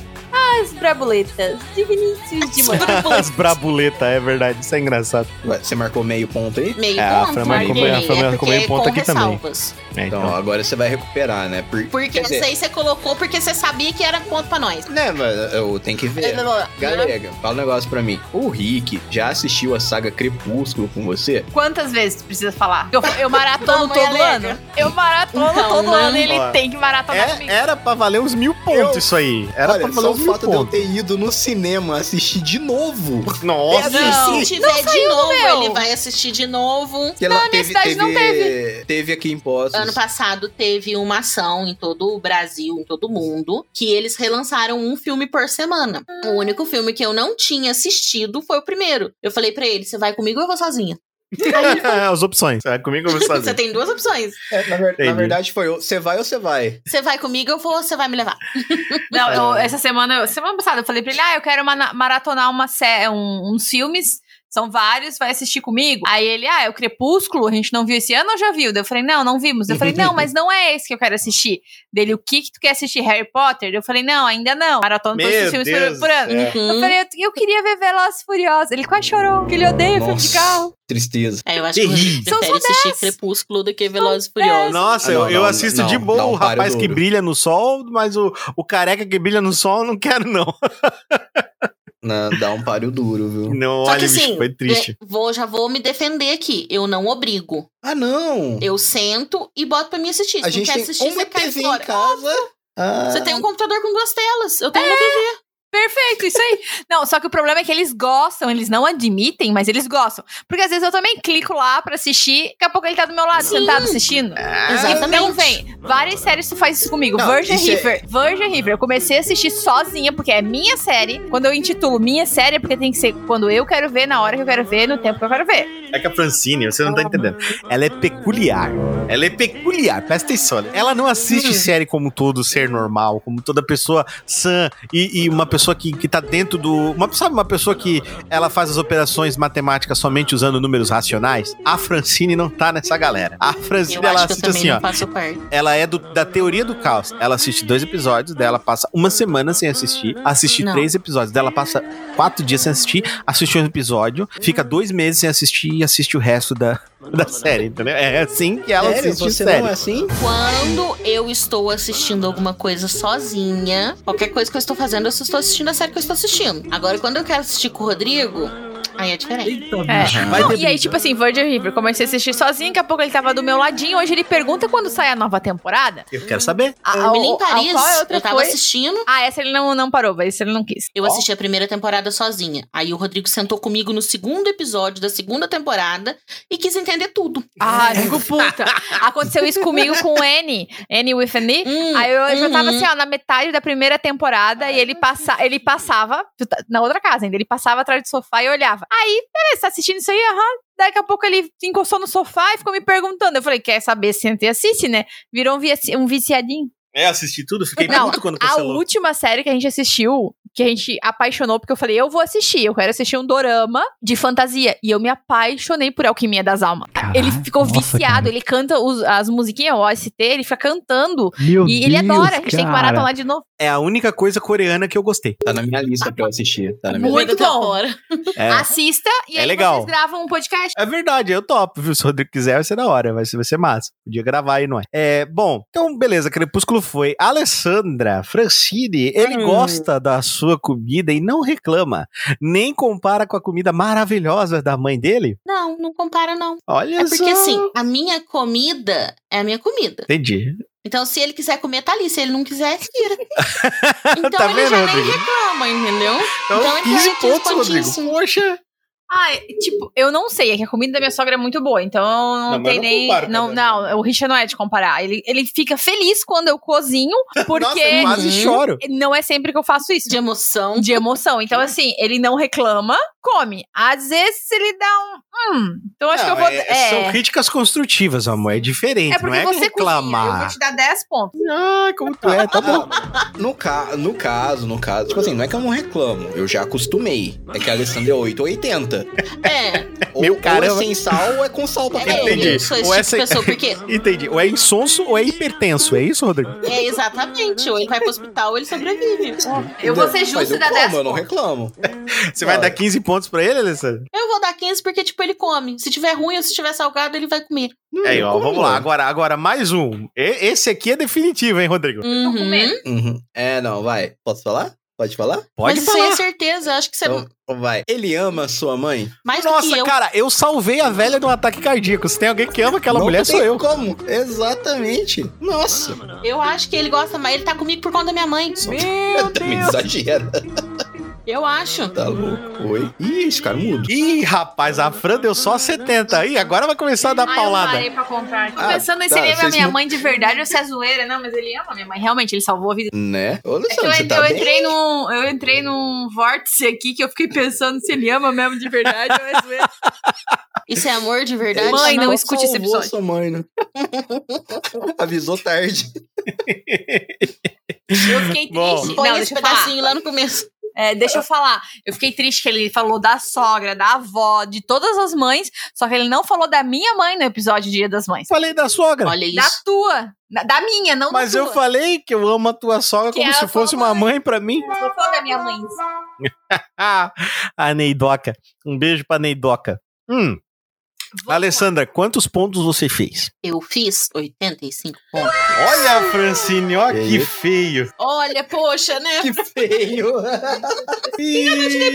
Speaker 5: As braboletas de Vinícius de Moraes.
Speaker 2: As brabuletas, é verdade, isso é engraçado.
Speaker 3: Ué, Você marcou meio ponto aí?
Speaker 4: Meio
Speaker 2: É, a
Speaker 4: ponto,
Speaker 2: Fran
Speaker 4: marquei.
Speaker 5: marcou-
Speaker 2: a Fran
Speaker 4: É
Speaker 2: marcou meio
Speaker 4: porque
Speaker 2: ponto
Speaker 4: com
Speaker 2: aqui também.
Speaker 4: ressalvas.
Speaker 2: É,
Speaker 3: Então,
Speaker 2: então.
Speaker 3: agora você vai recuperar, né? Por,
Speaker 4: Porque
Speaker 3: quer
Speaker 4: essa aí você colocou porque você sabia que era ponto pra nós.
Speaker 3: Né, mas eu tenho que ver. Galega, fala um negócio pra mim. O Rick já assistiu a saga Crepúsculo com você?
Speaker 5: Quantas vezes tu precisa falar? Eu, eu maratono
Speaker 4: Mamãe
Speaker 5: todo
Speaker 4: alega.
Speaker 5: ano. Eu maratono
Speaker 4: Então,
Speaker 5: todo
Speaker 4: né?
Speaker 5: ano, ele
Speaker 2: Ó,
Speaker 5: tem que maratonar
Speaker 2: É,
Speaker 5: comigo.
Speaker 2: era pra valer uns mil pontos
Speaker 3: Eu-
Speaker 2: isso aí. Era
Speaker 3: Olha,
Speaker 2: pra valer
Speaker 3: só o
Speaker 2: uns mil
Speaker 3: fato de eu
Speaker 2: pontos.
Speaker 3: ter ido no cinema assistir de novo.
Speaker 2: Nossa,
Speaker 5: Não,
Speaker 4: se tiver de
Speaker 5: saiu,
Speaker 4: novo,
Speaker 5: meu.
Speaker 4: ele vai assistir de novo.
Speaker 3: Porque lá
Speaker 5: minha cidade não
Speaker 3: teve. Teve aqui em Poços.
Speaker 4: Ano passado teve uma ação em todo o Brasil, em todo o mundo, que eles relançaram um filme por semana. O único filme que eu não tinha assistido foi o primeiro. Eu falei pra ele: você vai comigo ou eu vou sozinha?
Speaker 2: as opções. Você vai comigo ou eu vou
Speaker 4: Você
Speaker 2: sozinho?
Speaker 4: tem duas opções.
Speaker 3: É, na, ver- na
Speaker 2: Entendi.
Speaker 3: verdade foi, ou você vai ou você vai?
Speaker 4: Você vai comigo ou vou- você vai me levar?
Speaker 5: Não, eu- essa semana, eu- semana passada, eu falei pra ele: ah, eu quero mana- maratonar uma sé- um- uns filmes. São vários, vai assistir comigo. Aí ele, ah, é o Crepúsculo, a gente não viu esse ano ou já viu? Daí Eu falei, não, não vimos. Eu falei, não, mas não é esse que eu quero assistir. Dele, o que que tu quer assistir? Harry Potter? Eu falei, não, ainda não. Maratona todos os filmes por, por ano.
Speaker 2: É.
Speaker 4: Uhum.
Speaker 5: Eu falei, eu, eu queria ver Velozes e Furiosos. Ele quase chorou, porque ele odeia filme de carro.
Speaker 3: Tristeza.
Speaker 4: É, eu acho que o Rodrigo
Speaker 5: São
Speaker 4: prefere
Speaker 5: só
Speaker 4: assistir Crepúsculo do que Velozes e Furiosos.
Speaker 2: Nossa,
Speaker 3: Ah,
Speaker 2: eu,
Speaker 3: não,
Speaker 2: eu
Speaker 3: não,
Speaker 2: assisto
Speaker 3: não,
Speaker 2: de
Speaker 3: não,
Speaker 2: boa
Speaker 4: um
Speaker 3: não,
Speaker 2: o
Speaker 3: pare
Speaker 2: rapaz
Speaker 3: o
Speaker 2: que
Speaker 3: duro.
Speaker 2: brilha no sol, mas o, o careca que brilha no sol eu não quero, não.
Speaker 3: Na- dá um páreo duro, viu?
Speaker 2: Não,
Speaker 4: Só
Speaker 2: olha,
Speaker 4: que
Speaker 2: bicho,
Speaker 4: assim,
Speaker 2: foi triste.
Speaker 4: eu vou, já vou me defender aqui. Eu não obrigo.
Speaker 3: Ah, não!
Speaker 4: Eu sento e boto pra mim assistir. Se
Speaker 3: A
Speaker 4: não
Speaker 3: gente
Speaker 4: quer
Speaker 3: tem
Speaker 4: assistir,
Speaker 3: uma
Speaker 4: você cai
Speaker 3: TV em
Speaker 4: fora.
Speaker 3: casa. É. Ah,
Speaker 4: Você tem um computador com duas telas. Eu tenho uma TV.
Speaker 5: Perfeito, isso aí. Não, só que o problema é que eles gostam, eles não admitem, mas eles gostam. Porque às vezes eu também clico lá pra assistir, daqui a pouco ele tá do meu lado,
Speaker 4: Sim. É.
Speaker 5: sentado assistindo.
Speaker 4: Exatamente.
Speaker 5: Então vem, várias séries tu faz isso comigo.
Speaker 3: Não,
Speaker 5: Virgin
Speaker 3: isso é-
Speaker 5: River. Virgin River. Eu comecei a assistir sozinha, porque é minha série. Quando eu intitulo minha série, é porque tem que ser quando eu quero ver, na hora que eu quero ver, no tempo que eu quero ver.
Speaker 2: É que a Francine, você não tá entendendo. Ela é peculiar. Ela é peculiar, presta atenção. Ela não
Speaker 4: Hum.
Speaker 2: assiste série como todo ser normal, como toda pessoa sã e, e uma pessoa que, que tá dentro do. Uma, sabe, uma pessoa que ela faz as operações matemáticas somente usando números racionais? A Francine não tá nessa galera. A Francine,
Speaker 4: Eu
Speaker 2: ela
Speaker 4: acho que eu
Speaker 2: assiste
Speaker 4: também
Speaker 2: assim, ó.
Speaker 4: não faço parte.
Speaker 2: ela é do- da teoria do caos. Ela assiste dois episódios, dela passa uma semana sem assistir, assiste
Speaker 4: Não.
Speaker 2: três episódios, dela passa quatro dias sem assistir, assiste um episódio, fica dois meses sem assistir e assiste o resto da, da série, entendeu? É assim que ela
Speaker 3: sério?
Speaker 2: assiste
Speaker 3: Você
Speaker 2: série.
Speaker 3: não é assim?
Speaker 4: Quando eu estou assistindo alguma coisa sozinha, qualquer coisa que eu estou fazendo, eu só estou assistindo a série que eu estou assistindo. Agora, quando eu quero assistir com o Rodrigo, aí é diferente.
Speaker 5: É.
Speaker 2: Vai
Speaker 5: Não,
Speaker 2: ter
Speaker 5: e aí, tipo assim, Virgin River, comecei a assistir sozinha, daqui a pouco ele tava do meu ladinho. Hoje ele pergunta quando sai a nova temporada.
Speaker 2: Eu quero saber.
Speaker 5: A,
Speaker 4: Eu me
Speaker 5: a-
Speaker 4: em
Speaker 5: a-
Speaker 4: Paris,
Speaker 5: qual é a outra
Speaker 4: eu tava
Speaker 5: coisa?
Speaker 4: assistindo.
Speaker 5: Ah, essa ele não, não parou, esse ele não quis.
Speaker 4: Eu assisti a primeira temporada sozinha. Aí o Rodrigo sentou comigo no segundo episódio da segunda temporada e quis entender tudo.
Speaker 5: Ah, fico puta. Aconteceu isso comigo com o N. N with an E.
Speaker 4: Hum,
Speaker 5: Aí eu, eu já tava
Speaker 4: uhum.
Speaker 5: assim, ó, na metade da primeira temporada e ele, passa, ele passava, tu tá- na outra casa ainda, ele passava atrás do sofá e olhava. Aí, beleza, tá assistindo isso aí? Aham. Daqui a pouco ele se encostou no sofá e ficou me perguntando. Eu falei, quer saber? Senta e assiste, né? Virou um, vici- um viciadinho.
Speaker 2: É, assisti tudo, fiquei
Speaker 5: Não,
Speaker 2: puto quando
Speaker 5: A
Speaker 2: cancelou.
Speaker 5: última série que a gente assistiu, que a gente apaixonou, porque eu falei, eu vou assistir, eu quero assistir um dorama de fantasia. E eu me apaixonei por Alquimia das Almas. ele ficou viciado, ele canta os- as musiquinhas, o OST, ele fica cantando.
Speaker 10: Meu
Speaker 5: e ele adora, a gente tem que maratonar de novo.
Speaker 2: É a única coisa coreana que eu gostei.
Speaker 3: Tá na minha lista pra eu assistir. Tá na minha
Speaker 5: Muito
Speaker 4: Pega até
Speaker 5: bom.
Speaker 4: fora.
Speaker 2: É,
Speaker 5: Assista e
Speaker 2: É
Speaker 5: aí
Speaker 2: legal.
Speaker 5: vocês gravam um podcast.
Speaker 2: é verdade, eu topo, viu? Se o Rodrigo quiser, vai ser da hora, vai ser, vai ser massa. Podia gravar aí, não é? é? Bom, então beleza, Crepúsculo foi. Alessandra Francini, ele
Speaker 8: Hum.
Speaker 2: gosta da sua comida e não reclama, nem compara com a comida maravilhosa da mãe dele.
Speaker 4: Não, não compara, não.
Speaker 2: Olha
Speaker 4: É porque
Speaker 2: só.
Speaker 4: assim, a minha comida é a minha comida.
Speaker 2: Entendi.
Speaker 4: Então, se ele quiser comer, tá ali. Se ele não quiser, tira. Então
Speaker 2: Tá
Speaker 4: ele
Speaker 2: vendo,
Speaker 4: já
Speaker 2: Rodrigo?
Speaker 4: nem reclama, entendeu?
Speaker 2: Então,
Speaker 4: Então, ele
Speaker 2: 15
Speaker 4: ganha 15
Speaker 2: pontos, Rodrigo.
Speaker 4: pontinhos, sim.
Speaker 2: Poxa.
Speaker 5: Ah, é, tipo, eu não sei, é que a comida da minha sogra é muito boa, então
Speaker 2: Não,
Speaker 5: não,
Speaker 2: tá mas
Speaker 5: tem
Speaker 2: eu não
Speaker 5: nem.
Speaker 2: comparo com a
Speaker 5: Não,
Speaker 2: da minha.
Speaker 5: não, o Richard não é de comparar. Ele, ele fica feliz quando eu cozinho, porque
Speaker 2: Nossa, eu quase
Speaker 4: Uhum.
Speaker 2: choro.
Speaker 5: não é sempre que eu faço isso.
Speaker 4: De emoção.
Speaker 5: de emoção. Então, assim, ele não reclama, come. Às vezes ele dá um. Hum. Então, acho
Speaker 2: Não,
Speaker 5: que eu vou.
Speaker 2: é-
Speaker 5: É,
Speaker 2: São críticas construtivas, amor. É diferente.
Speaker 5: é porque
Speaker 2: não é
Speaker 5: você cozinha. Eu vou
Speaker 2: reclamar.
Speaker 5: te dar 10 pontos.
Speaker 2: Ah, como tu é, tá bom.
Speaker 3: No, ca no caso, no caso, tipo assim, não é que eu não reclamo, eu já acostumei. É que a Alessandra é 8 ou 80.
Speaker 4: É,
Speaker 3: Ou,
Speaker 2: Meu
Speaker 3: ou
Speaker 2: caramba.
Speaker 3: é sem sal ou é com sal pra
Speaker 4: é,
Speaker 3: caramba.
Speaker 2: Entendi.
Speaker 4: eu sou esse
Speaker 2: Ou
Speaker 4: tipo
Speaker 2: essa-
Speaker 4: de pessoa, porque
Speaker 2: Entendi. Ou é insonso ou é hipertenso. É isso, Rodrigo?
Speaker 4: é exatamente, ou ele vai pro hospital ou ele sobrevive.
Speaker 2: Uhum.
Speaker 5: Eu vou ser justo
Speaker 3: Mas
Speaker 5: e dar
Speaker 3: eu
Speaker 5: 10
Speaker 3: como, eu não
Speaker 5: pontos.
Speaker 3: reclamo.
Speaker 2: Você vai dar 15 pontos pra ele, Alessandro?
Speaker 4: Eu vou dar 15 porque, tipo, ele come. Se tiver ruim ou se tiver salgado, ele vai comer.
Speaker 2: Aí, É, ó,
Speaker 3: como
Speaker 2: vamos
Speaker 3: não?
Speaker 2: lá. Agora, agora mais um. E- esse aqui é definitivo, hein, Rodrigo?
Speaker 4: Uhum.
Speaker 5: com medo.
Speaker 3: Uhum. É, não, vai. Posso falar? Pode falar?
Speaker 2: Pode
Speaker 4: Mas isso aí
Speaker 2: falar.
Speaker 4: é certeza, eu acho que você é
Speaker 3: Então, vai. Ele ama sua mãe?
Speaker 4: mais do que
Speaker 2: Nossa,
Speaker 4: eu.
Speaker 2: cara, eu salvei a velha de um ataque cardíaco. Se tem alguém que ama aquela
Speaker 3: não
Speaker 2: mulher,
Speaker 3: tem
Speaker 2: sou eu.
Speaker 3: Como? Exatamente. Nossa.
Speaker 4: Eu acho que ele gosta, mas ele tá comigo por conta da minha mãe.
Speaker 8: Meu
Speaker 3: Também
Speaker 8: Deus.
Speaker 3: exagera.
Speaker 4: Eu acho.
Speaker 3: Tá louco. Oi. Ih, esse cara mudo.
Speaker 2: Ih, rapaz, a Fran deu só 70. Ih, agora vai começar a dar
Speaker 5: eu
Speaker 2: paulada.
Speaker 5: parei pra comprar. Tô
Speaker 3: Ah,
Speaker 5: pensando em se
Speaker 3: tá,
Speaker 5: ele ama
Speaker 3: vocês
Speaker 5: minha
Speaker 3: não-
Speaker 5: mãe de verdade ou se é zoeira. Não, mas ele ama minha mãe. Realmente, ele salvou a vida.
Speaker 3: Né? Ô,
Speaker 5: É que eu,
Speaker 3: Alessandra, você
Speaker 5: en-
Speaker 3: tá
Speaker 5: eu
Speaker 3: bem?
Speaker 5: entrei num, eu entrei num vórtice aqui que eu fiquei pensando se ele ama mesmo de verdade ou é zoeira.
Speaker 4: Isso é amor de verdade?
Speaker 5: Mãe, não
Speaker 3: Só
Speaker 5: escute esse
Speaker 3: salvou
Speaker 5: episódio.
Speaker 3: sua mãe, né? Avisou tarde.
Speaker 5: Eu fiquei
Speaker 2: Bom.
Speaker 5: triste.
Speaker 4: Põe
Speaker 5: não,
Speaker 4: esse
Speaker 5: deixa eu falar.
Speaker 4: pedacinho lá no começo.
Speaker 5: É, deixa eu falar. Eu fiquei triste que ele falou da sogra, da avó, de todas as mães, só que ele não falou da minha mãe no episódio Dia das Mães.
Speaker 2: Falei da sogra.
Speaker 4: Olha
Speaker 5: Da
Speaker 4: isso.
Speaker 5: tua. Na- Da minha, não
Speaker 2: Mas
Speaker 5: da
Speaker 2: eu
Speaker 5: tua.
Speaker 2: falei que eu amo a tua sogra
Speaker 5: Que
Speaker 2: como
Speaker 5: é
Speaker 2: se
Speaker 5: a
Speaker 2: fosse
Speaker 5: sua
Speaker 2: uma
Speaker 5: mãe.
Speaker 2: mãe pra mim.
Speaker 5: Não falou da minha mãe.
Speaker 2: Ah, a Neidoca. Um beijo pra Neidoca. Hum. Alessandra, quantos pontos você fez?
Speaker 4: Eu fiz 85 pontos.
Speaker 2: Olha, Francine, ó
Speaker 3: Que
Speaker 2: que
Speaker 3: isso?
Speaker 2: feio.
Speaker 4: Olha, poxa, né?
Speaker 3: Que feio.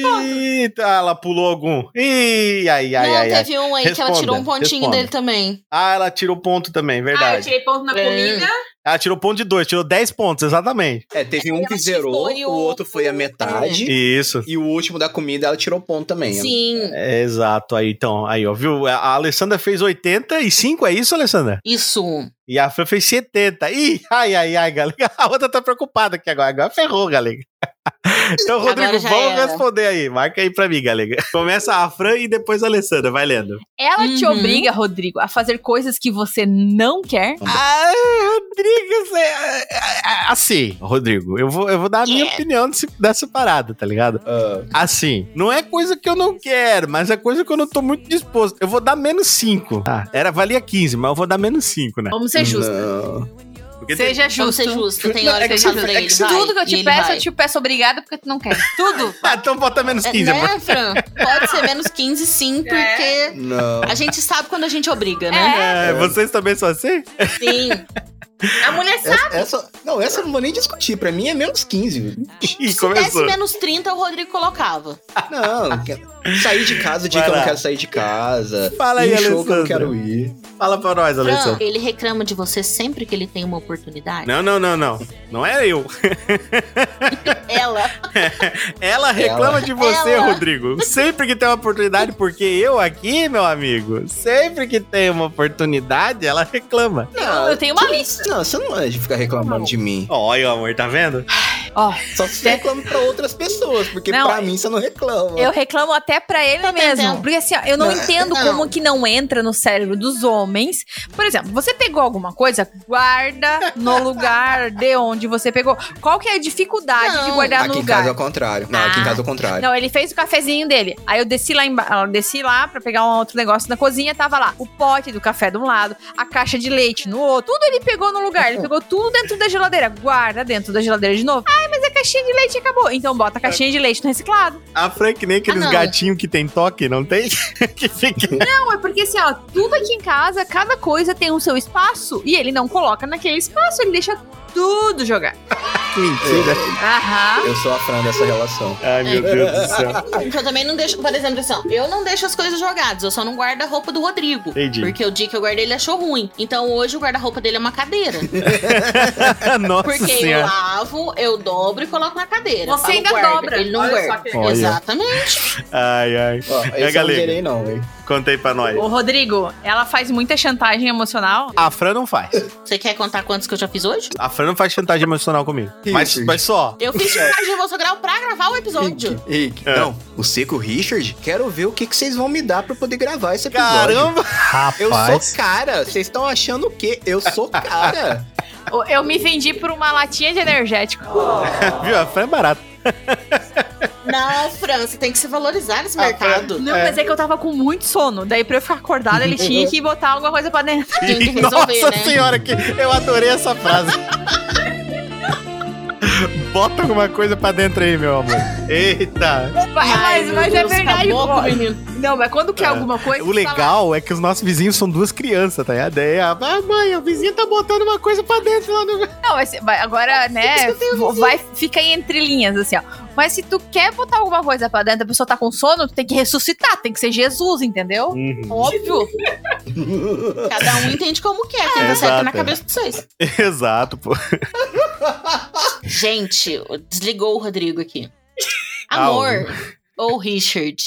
Speaker 2: Eita, ah, ela pulou algum. Ih, ai, ai,
Speaker 4: não,
Speaker 2: ai, ai.
Speaker 4: teve um aí que ela tirou um
Speaker 2: Responda,
Speaker 4: pontinho
Speaker 2: responda.
Speaker 4: dele também.
Speaker 2: Ah, ela tirou ponto também,
Speaker 5: Ah, eu
Speaker 2: verdade.
Speaker 5: tirei ponto na
Speaker 4: É.
Speaker 5: comida.
Speaker 2: Ela tirou ponto de dois, tirou 10 pontos, exatamente.
Speaker 3: É, teve um que zerou,
Speaker 4: foi
Speaker 3: o
Speaker 4: o-
Speaker 3: outro foi a
Speaker 5: é.
Speaker 3: metade.
Speaker 2: Isso.
Speaker 3: E o último da comida, ela tirou ponto também.
Speaker 4: Sim,
Speaker 2: É, exato, aí então, aí ó, viu? A Alessandra fez 85, é isso, Alessandra?
Speaker 4: isso.
Speaker 2: E a Fran fez 70. Ih, ai, ai, ai, galera. A outra tá preocupada aqui agora. Agora ferrou, galera. Então,
Speaker 4: Agora
Speaker 2: Rodrigo,
Speaker 4: já
Speaker 2: vamos
Speaker 4: era.
Speaker 2: responder aí. Marca aí pra mim, galera. Começa a Fran e depois a Alessandra. Vai lendo.
Speaker 5: Ela te
Speaker 4: Uhum.
Speaker 5: obriga, Rodrigo, a fazer coisas que você não quer.
Speaker 2: Ah, Rodrigo, você... é, Assim, Rodrigo, eu vou, eu vou dar a minha
Speaker 4: Yeah.
Speaker 2: opinião desse- dessa parada, tá ligado?
Speaker 3: Ah,
Speaker 2: Assim, não é coisa que eu não quero, mas é coisa que eu não tô muito disposto. Eu vou dar menos 5. Tá, era, valia 15, mas eu vou dar menos 5, né?
Speaker 5: Vamos ser justos.
Speaker 3: não.
Speaker 2: Porque tem-
Speaker 5: Seja
Speaker 4: Vamos
Speaker 5: É justo.
Speaker 4: ser justos. Tem
Speaker 2: Não,
Speaker 4: hora
Speaker 2: é
Speaker 4: que eu
Speaker 2: que
Speaker 4: falo
Speaker 2: você-
Speaker 4: pra
Speaker 2: é
Speaker 4: ele.
Speaker 2: que
Speaker 4: vai,
Speaker 5: Tudo que eu
Speaker 4: e
Speaker 5: te
Speaker 4: ele
Speaker 5: peço,
Speaker 4: vai.
Speaker 5: eu te peço obrigada porque tu não quer. Tudo.
Speaker 2: Ah, então bota menos
Speaker 4: É,
Speaker 2: 15, amor.
Speaker 4: né, Fran? Pode ser menos 15,
Speaker 5: É.
Speaker 4: sim, porque
Speaker 3: Não.
Speaker 4: a gente sabe quando a gente obriga, né?
Speaker 2: É, vocês também são assim?
Speaker 4: Sim.
Speaker 5: A mulher sabe.
Speaker 3: Essa, essa- não, essa eu não vou nem discutir. Pra mim é menos 15.
Speaker 2: Ih,
Speaker 4: Se desse
Speaker 2: começou.
Speaker 4: menos 30, o Rodrigo colocava.
Speaker 3: Não, não quero. sair de casa, dia
Speaker 2: Vai
Speaker 3: que eu
Speaker 2: lá.
Speaker 3: não quero sair de casa.
Speaker 2: Fala aí,
Speaker 3: ir em show que eu
Speaker 2: Alessandra.
Speaker 3: não quero ir.
Speaker 2: Fala pra nós,
Speaker 4: Fran,
Speaker 2: Alessandra.
Speaker 4: ele reclama de você sempre que ele tem uma oportunidade.
Speaker 2: Não, não, não, não. Não é eu. Né?
Speaker 4: Ela.
Speaker 2: Ela reclama de você,
Speaker 4: Ela.
Speaker 2: Rodrigo. Sempre que tem uma oportunidade, porque eu aqui, meu amigo, sempre que tem uma oportunidade, ela reclama.
Speaker 3: Não,
Speaker 5: Eu tenho uma lista.
Speaker 3: Não, você não é de ficar reclamando de mim.
Speaker 2: Olha, amor, tá vendo?
Speaker 5: Ó,
Speaker 3: Só se reclama pra outras pessoas, porque
Speaker 5: É. Não,
Speaker 3: pra mim você não reclama.
Speaker 5: eu reclamo até pra ele
Speaker 4: Tô
Speaker 5: mesmo.
Speaker 4: tentando.
Speaker 5: Porque assim, ó, eu não,
Speaker 3: Não,
Speaker 5: entendo
Speaker 3: não.
Speaker 5: como que não entra no cérebro dos homens. Por exemplo, você pegou alguma coisa, guarda no lugar de onde você pegou. Qual que é a dificuldade de
Speaker 4: Não.
Speaker 5: guardar no
Speaker 3: Aqui em casa é
Speaker 5: lugar?
Speaker 3: o contrário. Não, aqui em
Speaker 5: Ah.
Speaker 3: casa é o contrário.
Speaker 5: Não, ele fez o cafezinho dele. Aí eu desci lá embaixo, desci lá pra pegar um outro negócio na cozinha, tava lá o pote do café de um lado, a caixa de leite no outro, tudo ele pegou no lugar, ele pegou tudo dentro da geladeira, guarda dentro da geladeira de novo. Ai, mas a caixinha de leite acabou. Então bota a caixinha de leite no reciclado.
Speaker 2: A Frank nem aqueles
Speaker 4: Ah, não.
Speaker 2: gatinhos que tem toque, não tem? que fica...
Speaker 5: Não, é porque assim, ó, tudo aqui em casa, cada coisa tem o seu espaço e ele não coloca naquele espaço, ele deixa tudo jogar.
Speaker 2: Que mentira.
Speaker 5: Aham.
Speaker 3: Eu sou a fã dessa relação.
Speaker 2: Ai, meu
Speaker 4: É.
Speaker 2: Deus do céu.
Speaker 4: Eu também não deixo, por exemplo, assim, ó, eu não deixo as coisas jogadas, eu só não guardo a roupa do Rodrigo.
Speaker 2: Entendi.
Speaker 4: Porque o dia que eu guardei ele achou ruim. Então hoje o guarda-roupa dele é uma cadeira.
Speaker 2: Nossa
Speaker 4: Porque eu
Speaker 2: senhora.
Speaker 4: lavo, eu dobro e coloco na cadeira.
Speaker 5: Você
Speaker 4: Falo,
Speaker 5: ainda
Speaker 4: guarda,
Speaker 5: dobra.
Speaker 4: Ele não
Speaker 5: Olha só
Speaker 4: guarda.
Speaker 5: que-
Speaker 2: Olha.
Speaker 4: Exatamente.
Speaker 2: Ai, ai.
Speaker 3: Ó,
Speaker 2: É,
Speaker 3: esse eu não
Speaker 2: galego.
Speaker 3: gerei, não, velho.
Speaker 2: Conta aí pra nós.
Speaker 5: Ô, Rodrigo, ela faz muita chantagem emocional.
Speaker 2: A Fran não faz.
Speaker 4: Você quer contar quantos que eu já fiz hoje?
Speaker 2: A Fran não faz chantagem emocional comigo.
Speaker 3: Que
Speaker 2: Mas,
Speaker 3: isso,
Speaker 2: mas só.
Speaker 4: Eu fiz chantagem emocional pra gravar o episódio.
Speaker 3: Rick, Rick,
Speaker 2: É.
Speaker 3: Não, o Seco Richard, quero ver o que, que vocês vão me dar pra eu poder gravar esse episódio.
Speaker 2: Caramba!
Speaker 3: Eu
Speaker 2: Rapaz.
Speaker 3: sou cara. Vocês estão achando o quê? Eu sou cara.
Speaker 5: Eu- Eu me vendi por uma latinha de energético.
Speaker 2: Viu? A Fran é barata.
Speaker 4: Não, Fran, você tem que se valorizar nesse mercado.
Speaker 5: Não, mas é que eu tava com muito sono. Daí pra eu ficar acordada, ele tinha que botar alguma coisa pra dentro.
Speaker 4: Tem que
Speaker 2: Nossa
Speaker 4: resolver, né?
Speaker 2: senhora, que eu adorei essa frase. Bota alguma coisa pra dentro aí, meu amor. Eita!
Speaker 5: Mas,
Speaker 4: meu
Speaker 5: mas é
Speaker 4: Deus,
Speaker 5: verdade.
Speaker 4: acabou com o
Speaker 5: ó.
Speaker 4: menino.
Speaker 5: Não, mas quando quer alguma coisa.
Speaker 2: O legal é que os nossos vizinhos são duas crianças, tá ligado? Daí a ah, mãe, a vizinha tá botando uma coisa pra dentro lá no.
Speaker 5: fala, Não, mas vai- agora, né? vo- Vai, fica aí entre linhas, assim, ó. Mas se tu quer botar alguma coisa pra dentro, a pessoa tá com sono, tu tem que ressuscitar, tem que ser Jesus, entendeu?
Speaker 2: Hum.
Speaker 5: Óbvio.
Speaker 4: Cada um entende como quer, que tá certo
Speaker 2: É, Exato.
Speaker 4: na cabeça de vocês.
Speaker 2: Exato, pô.
Speaker 4: Gente, desligou o Rodrigo aqui.
Speaker 2: Ah,
Speaker 4: Amor, ou Richard,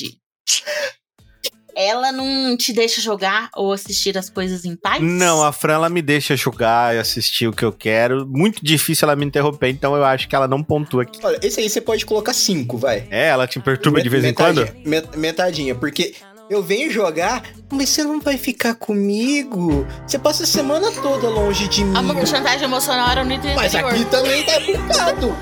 Speaker 4: ela não te deixa jogar ou assistir as coisas em paz?
Speaker 2: Não, a Fran ela me deixa jogar e assistir o que eu quero. Muito difícil ela me interromper, então eu acho que ela não pontua aqui.
Speaker 3: Olha, esse aí você pode colocar cinco, vai.
Speaker 2: É, ela te perturba de vez em quando?
Speaker 3: Metadinha- met- metadinha, porque eu venho jogar, mas você não vai ficar comigo? Você passa a semana toda longe de mim.
Speaker 4: Amor, chantagem emocional era no interior.
Speaker 3: mas aqui também tá aplicado.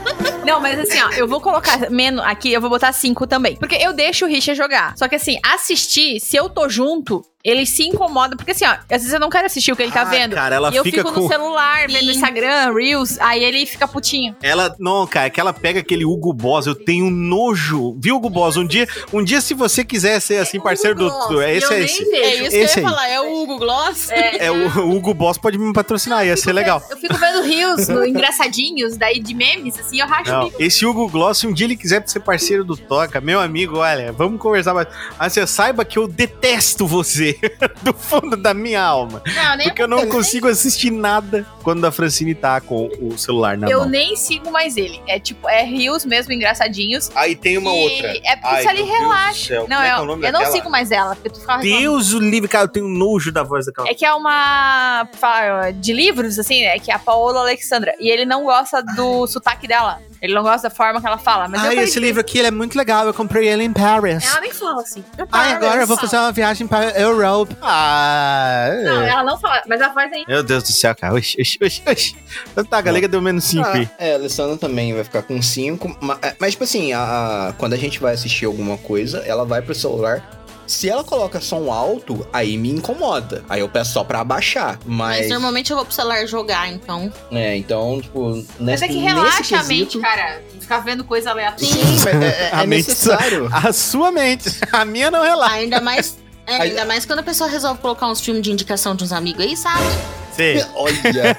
Speaker 5: Não, mas assim, ó, eu vou colocar menos aqui, eu vou botar cinco também. Porque eu deixo o Richard jogar. Só que assim, assistir, se eu tô junto, ele se incomoda. Porque assim, ó, às vezes eu não quero assistir o que ele tá
Speaker 2: Ah,
Speaker 5: vendo.
Speaker 2: Cara, ela
Speaker 5: e eu
Speaker 2: fica
Speaker 5: fico
Speaker 2: com.
Speaker 5: no celular, vendo
Speaker 4: Sim.
Speaker 5: Instagram, Reels, aí ele fica putinho.
Speaker 2: Ela, não, cara, é que ela pega aquele Hugo Boss, eu tenho nojo. Viu, Hugo Boss? Um dia, um dia se você quiser ser assim, parceiro do. do- é esse, é esse.
Speaker 4: É isso
Speaker 2: Esse
Speaker 4: que eu ia
Speaker 2: aí.
Speaker 4: falar, é o Hugo Gloss.
Speaker 2: É, o, o Hugo Boss pode me patrocinar, ia ser legal.
Speaker 5: Eu fico vendo Reels no engraçadinhos, daí de memes, assim, eu racho o
Speaker 2: Não,
Speaker 5: bico.
Speaker 2: esse Hugo Gloss, se um dia ele quiser ser parceiro do Toca, meu amigo, olha, vamos conversar mais. Mas você saiba que eu detesto você, do fundo da minha alma.
Speaker 5: Não, nem
Speaker 2: Porque eu não consigo assistir nada quando a Francine tá com o celular na
Speaker 5: eu
Speaker 2: mão.
Speaker 5: nem sigo mais ele. É tipo, é Reels mesmo, engraçadinhos.
Speaker 2: Aí tem
Speaker 5: e É porque isso ali relaxa. Não, eu, eu não sigo mais ela, porque tu ficava
Speaker 2: Deus o livre, cara, eu tenho nojo da voz daquela.
Speaker 5: É que é uma. fala, de livros, assim, né? Que é a Paola Alexandra. E ele não gosta do sotaque dela. Ele não gosta da forma que ela fala. Mas eu
Speaker 2: Ah,
Speaker 5: falei,
Speaker 2: esse livro aqui ele é muito legal, eu comprei ele em Paris.
Speaker 5: Ela nem fala assim.
Speaker 2: Ai, agora eu vou fazer uma viagem para Europa. Ah,
Speaker 5: Não, ela não fala, mas é ela faz aí.
Speaker 2: Meu Deus do céu, cara. Oxi, oxi, oxi, oxi. Então Tá, a galega deu menos 5 aí.
Speaker 3: Ah, é, a Alessandra também vai ficar com 5. Mas, tipo assim, a- a- quando a gente vai assistir alguma coisa, ela vai pro celular. Se ela coloca som alto, aí me incomoda. Aí eu peço só pra abaixar.
Speaker 4: Mas
Speaker 3: Mas.
Speaker 4: normalmente eu vou pro celular jogar, então.
Speaker 3: É, então, tipo. Nesse,
Speaker 5: Mas é que
Speaker 3: nesse
Speaker 5: relaxa a mente,
Speaker 3: quesito-
Speaker 5: cara. Ficar vendo coisa aleatória.
Speaker 3: Sim, é, é-
Speaker 2: A
Speaker 3: é
Speaker 2: mente-
Speaker 3: necessário.
Speaker 2: A sua mente. A minha não relaxa.
Speaker 4: Ainda mais. é,
Speaker 3: Aí-
Speaker 4: ainda mais quando a pessoa resolve colocar uns filmes de indicação de uns amigos aí, sabe?
Speaker 2: Sim.
Speaker 3: Olha.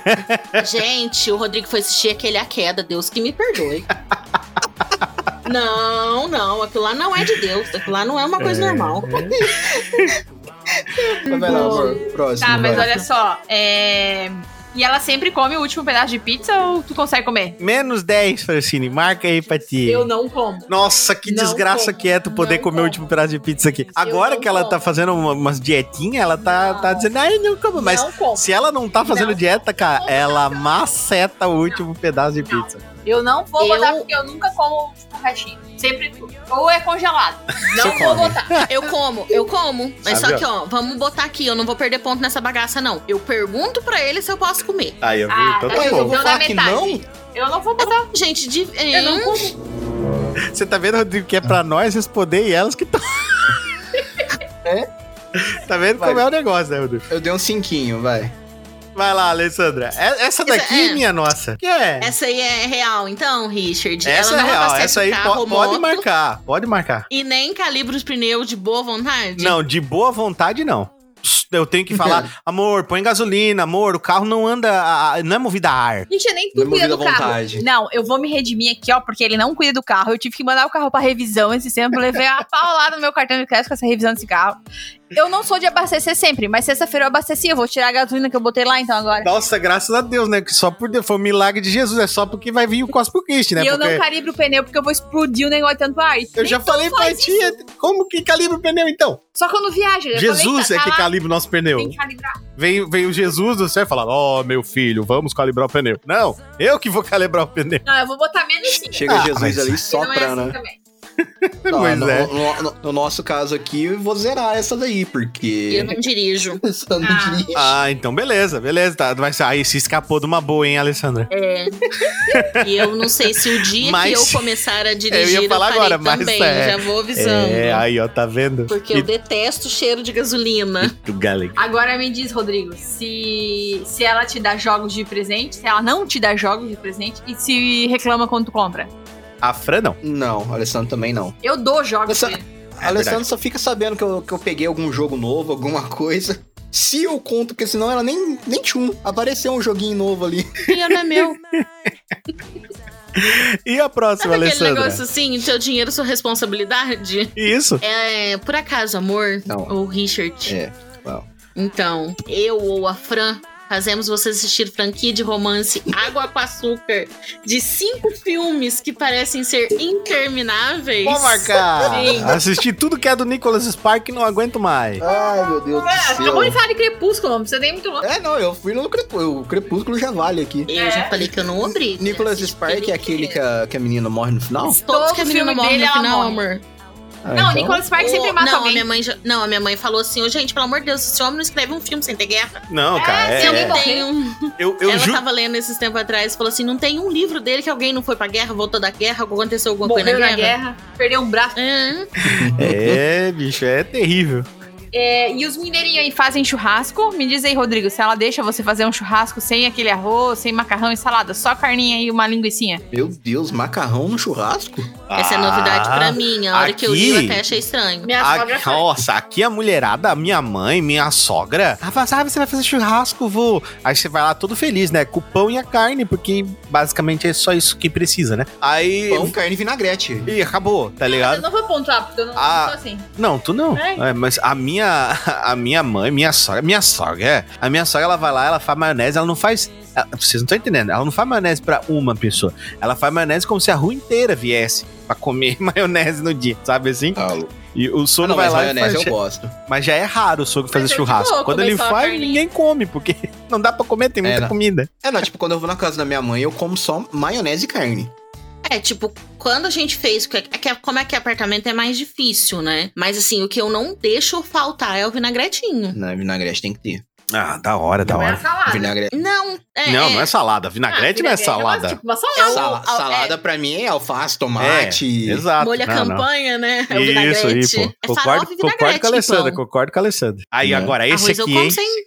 Speaker 4: Gente, o Rodrigo foi assistir aquele A Queda, Deus que me perdoe. Não, não, aquilo lá não é de Deus, aquilo lá não é uma coisa normal.
Speaker 3: Mas vai lá, amor. Próximo.
Speaker 5: Tá, mas
Speaker 3: vai.
Speaker 5: olha só. É. E ela sempre come o último pedaço de pizza ou tu consegue comer?
Speaker 2: Menos 10, Francine. Marca aí pra ti.
Speaker 5: não como.
Speaker 2: Nossa, que
Speaker 5: Não
Speaker 2: desgraça
Speaker 5: como,
Speaker 2: que é tu poder
Speaker 5: não
Speaker 2: comer o
Speaker 5: como.
Speaker 2: último pedaço de pizza aqui. Agora
Speaker 5: não
Speaker 2: que ela tá
Speaker 5: como.
Speaker 2: fazendo uma- umas dietinhas, ela tá,
Speaker 5: Não.
Speaker 2: tá dizendo, ai, não como. Mas
Speaker 5: não como.
Speaker 2: se ela não tá fazendo
Speaker 5: Não.
Speaker 2: dieta, cara, ela maceta o último pedaço de pizza.
Speaker 5: Eu não vou
Speaker 4: Eu-
Speaker 5: botar porque eu nunca como tipo, restinho. Sempre ou é congelado.
Speaker 3: Você
Speaker 5: Não vou
Speaker 3: come.
Speaker 5: botar.
Speaker 4: Eu como, eu como. Mas
Speaker 1: Sabe,
Speaker 4: só que, ó, vamos botar aqui, eu não vou perder ponto nessa bagaça, não. Eu pergunto pra ele se eu posso comer.
Speaker 1: Aí, eu vi,
Speaker 5: Ah,
Speaker 1: então
Speaker 5: tá
Speaker 1: tá
Speaker 3: Ué, eu
Speaker 1: bom.
Speaker 3: vou
Speaker 5: Então,
Speaker 3: falar
Speaker 5: na
Speaker 3: que
Speaker 5: metade.
Speaker 3: não?
Speaker 5: Eu não vou botar.
Speaker 4: Gente, de.
Speaker 5: Eu não
Speaker 4: hein?
Speaker 5: como.
Speaker 2: Você tá vendo, Rodrigo, que é pra nós responder e elas que estão.
Speaker 3: É?
Speaker 2: Tá vendo
Speaker 3: Vai.
Speaker 2: como é o negócio, né, Rodrigo?
Speaker 3: Eu dei um cinquinho, vai.
Speaker 2: Vai lá, Alessandra. É- Essa
Speaker 4: Essa-
Speaker 2: daqui é,
Speaker 4: é.
Speaker 2: minha nossa. Que é? Essa,
Speaker 4: Essa aí é real, então, Richard.
Speaker 2: é
Speaker 4: Ela não
Speaker 2: real.
Speaker 4: abastece
Speaker 2: Essa
Speaker 4: o
Speaker 2: aí
Speaker 4: carro,
Speaker 2: po- pode
Speaker 4: moto,
Speaker 2: marcar. Pode marcar.
Speaker 4: E nem calibra os pneus de boa vontade.
Speaker 2: Não, de boa vontade, não. Eu tenho que falar, amor, põe gasolina, amor, o carro não anda, a- a- não é movido a ar.
Speaker 5: Gente, eu nem
Speaker 3: Não é
Speaker 5: cuida
Speaker 3: movido à
Speaker 5: do carro.
Speaker 3: vontade.
Speaker 5: Não, eu vou me redimir aqui, ó, porque ele não cuida do carro. Eu tive que mandar o carro pra revisão esse tempo. Eu levei a paulada no meu cartão de crédito com essa revisão desse carro. Eu não sou de abastecer sempre, mas sexta-feira eu abasteci. Eu vou tirar a gasolina que eu botei lá então agora.
Speaker 2: Nossa, graças a Deus, né? Que só por Deus, foi um milagre de Jesus, é só porque vai vir o Cosmo Christ, né?
Speaker 5: e eu
Speaker 2: Porque
Speaker 5: não calibro o pneu porque eu vou explodir o negócio tanto ar.
Speaker 2: eu já falei pra
Speaker 5: faz
Speaker 2: tia, como que calibra o pneu então?
Speaker 5: Só quando viaja. eu
Speaker 2: Jesus
Speaker 5: falei,
Speaker 2: é
Speaker 5: tá,
Speaker 2: que
Speaker 5: tá lá,
Speaker 2: calibra o nosso pneu.
Speaker 5: Tem que calibrar.
Speaker 2: Veio, veio Jesus do céu e falou: Ó, meu filho, vamos calibrar o pneu. Não, eu que vou calibrar o pneu.
Speaker 5: Não, eu vou botar menos 5.
Speaker 3: Chega
Speaker 2: Ah, mas-
Speaker 3: Jesus ali
Speaker 5: Não é
Speaker 3: sopra,
Speaker 5: assim
Speaker 3: né?
Speaker 5: também.
Speaker 3: Tá,
Speaker 2: Pois
Speaker 3: no,
Speaker 2: é.
Speaker 3: no- no- no nosso caso aqui, eu vou zerar essa daí, porque.
Speaker 4: Eu não dirijo.
Speaker 3: Isso eu não
Speaker 5: Ah.
Speaker 3: diria.
Speaker 2: Ah, então beleza, beleza. Tá, mas aí se escapou de uma boa, hein, Alessandra?
Speaker 4: É. e eu não sei se o dia
Speaker 2: Mas-
Speaker 4: que eu começar a dirigir,
Speaker 2: Eu ia falar
Speaker 4: farei
Speaker 2: agora, mas
Speaker 4: também.
Speaker 2: é-
Speaker 4: Já vou avisando.
Speaker 2: É, aí, ó, tá vendo?
Speaker 4: Porque eu detesto o cheiro de gasolina.
Speaker 2: do Galen.
Speaker 5: Agora me diz, Rodrigo, se, se ela te dá jogos de presente, se ela não te dá jogos de presente e se reclama quando tu compra.
Speaker 2: A Fran não.
Speaker 3: Não, Alessandro também não.
Speaker 5: Eu dou jogos.
Speaker 3: Essa-
Speaker 5: pra ele.
Speaker 2: É
Speaker 3: Alessandro só fica sabendo que eu, que eu peguei algum jogo novo, alguma coisa. Se eu conto, porque senão ela nem, nem tinha um. Apareceu um joguinho novo ali.
Speaker 4: Dinheiro não é meu.
Speaker 2: E a próxima,
Speaker 4: Sabe aquele
Speaker 2: Alessandra?
Speaker 4: negócio assim, seu dinheiro, sua responsabilidade?
Speaker 2: Isso.
Speaker 4: É, por acaso, amor,
Speaker 3: Não.
Speaker 4: ou Richard.
Speaker 3: É, uau.
Speaker 4: Então, eu ou a Fran fazemos você assistir franquia de romance Água com Açúcar de cinco filmes que parecem ser intermináveis.
Speaker 2: Vou marcar.
Speaker 4: Sim.
Speaker 2: Assisti tudo que é do Nicholas Spark e não aguento mais.
Speaker 3: Ai, meu Deus do
Speaker 5: Acabou de
Speaker 3: céu.
Speaker 5: falar de crepúsculo, não precisa nem muito longe.
Speaker 3: É, não, eu fui no crepúsculo. O crepúsculo já vale aqui.
Speaker 4: Eu já falei que eu não obrigo.
Speaker 3: Nicholas
Speaker 4: Assiste
Speaker 3: Spark
Speaker 4: porque
Speaker 3: é aquele
Speaker 4: quer.
Speaker 3: que a, que a menina morre no final?
Speaker 4: Todos
Speaker 5: Todo
Speaker 4: que a menina
Speaker 5: filme
Speaker 4: morre
Speaker 5: dele,
Speaker 4: no
Speaker 5: ela
Speaker 4: final,
Speaker 5: morre.
Speaker 4: é amor.
Speaker 3: Ah,
Speaker 5: Não,
Speaker 3: então-
Speaker 5: Nicolas Spark sempre
Speaker 4: Ou-
Speaker 5: mata
Speaker 4: não, a
Speaker 5: alguém.
Speaker 4: minha mãe já- não, a minha mãe falou assim, "Ô, gente, pelo amor de Deus, esse homem não escreve um filme sem ter guerra.
Speaker 2: Não, cara.
Speaker 5: É,
Speaker 2: É,
Speaker 5: se alguém
Speaker 2: é.
Speaker 5: morrer.
Speaker 4: Tem um-
Speaker 2: Eu, eu
Speaker 4: ela
Speaker 2: juro.
Speaker 4: tava lendo esses tempos atrás e falou assim, não tem um livro dele que alguém não foi pra guerra, voltou da guerra, aconteceu alguma
Speaker 5: Morreu
Speaker 4: coisa na
Speaker 5: na guerra, perdeu um braço.
Speaker 4: É.
Speaker 2: É, bicho, é terrível.
Speaker 5: É, e os mineirinhos aí fazem churrasco? Me diz aí, Rodrigo, se ela deixa você fazer um churrasco sem aquele arroz, sem macarrão e salada, só carninha e uma linguiçinha.
Speaker 3: Meu Deus, macarrão no churrasco?
Speaker 4: Essa é novidade
Speaker 2: Ah,
Speaker 4: pra mim. é A hora que eu li, eu
Speaker 2: aqui-
Speaker 4: até achei estranho.
Speaker 5: Minha
Speaker 3: Ah,
Speaker 2: A-
Speaker 5: sogra faz.
Speaker 2: nossa, Ah, aqui a mulherada, a minha mãe, minha sogra, ela fala, ah, você vai fazer churrasco, vô. Aí você vai lá todo feliz, né? Com o pão e a carne, porque basicamente é só isso que precisa, né? Aí.
Speaker 3: Pão, carne e vinagrete.
Speaker 2: E acabou, tá
Speaker 5: Eu
Speaker 2: ligado?
Speaker 5: não vou pontuar, porque eu não
Speaker 2: Ah.
Speaker 5: sou assim.
Speaker 2: Não, tu não.
Speaker 5: É.
Speaker 2: É, mas a minha, a minha mãe, minha sogra, minha sogra, é. A minha sogra, ela vai lá, ela faz maionese, ela não faz. ela- vocês não estão entendendo. Ela não faz maionese pra uma pessoa. Ela faz maionese como se a rua inteira viesse pra comer maionese no dia, sabe assim? E o
Speaker 3: Ah,
Speaker 2: sogro
Speaker 3: não,
Speaker 2: vai
Speaker 3: mas
Speaker 2: lá e faz.
Speaker 3: maionese eu gosto.
Speaker 2: Mas já é raro o sogro fazer
Speaker 5: Mas eu de
Speaker 2: churrasco.
Speaker 5: boa
Speaker 2: Quando
Speaker 5: comer
Speaker 2: ele
Speaker 5: só a
Speaker 2: faz,
Speaker 5: carninha.
Speaker 2: ninguém come, porque não dá pra comer, tem muita
Speaker 3: Era.
Speaker 2: comida.
Speaker 3: É, não, tipo, quando eu vou na casa da minha mãe, eu como só maionese e carne.
Speaker 4: É, tipo, quando a gente fez. que- é que- Como é que é apartamento é mais difícil, né? Mas assim, o que eu não deixo faltar é o vinagretinho.
Speaker 3: Na vinagrete tem que ter.
Speaker 2: Ah, da hora, da
Speaker 5: Não é
Speaker 2: hora.
Speaker 5: a salada.
Speaker 3: Vinagrete.
Speaker 4: Não, é.
Speaker 2: Não, não é salada.
Speaker 5: Ah,
Speaker 2: Vinagrete não é
Speaker 5: vinagrete uma-
Speaker 2: salada.
Speaker 5: tipo uma salada.
Speaker 4: É o-
Speaker 3: Sala-
Speaker 4: é-
Speaker 3: salada pra mim então, é alface, tomate.
Speaker 2: É, Exato.
Speaker 4: Molha
Speaker 2: Não, não.
Speaker 4: campanha, né? É o
Speaker 2: Isso
Speaker 4: vinagrete.
Speaker 2: aí, pô.
Speaker 4: É farofa
Speaker 2: Concordo,
Speaker 4: e vinagrete. então. É.
Speaker 2: concordo com a Alessandra,
Speaker 4: pão.
Speaker 2: concordo com a Alessandra. Aí,
Speaker 3: Não.
Speaker 2: agora, esse
Speaker 4: Arroz eu
Speaker 2: aqui,
Speaker 4: como
Speaker 2: hein?
Speaker 4: sem.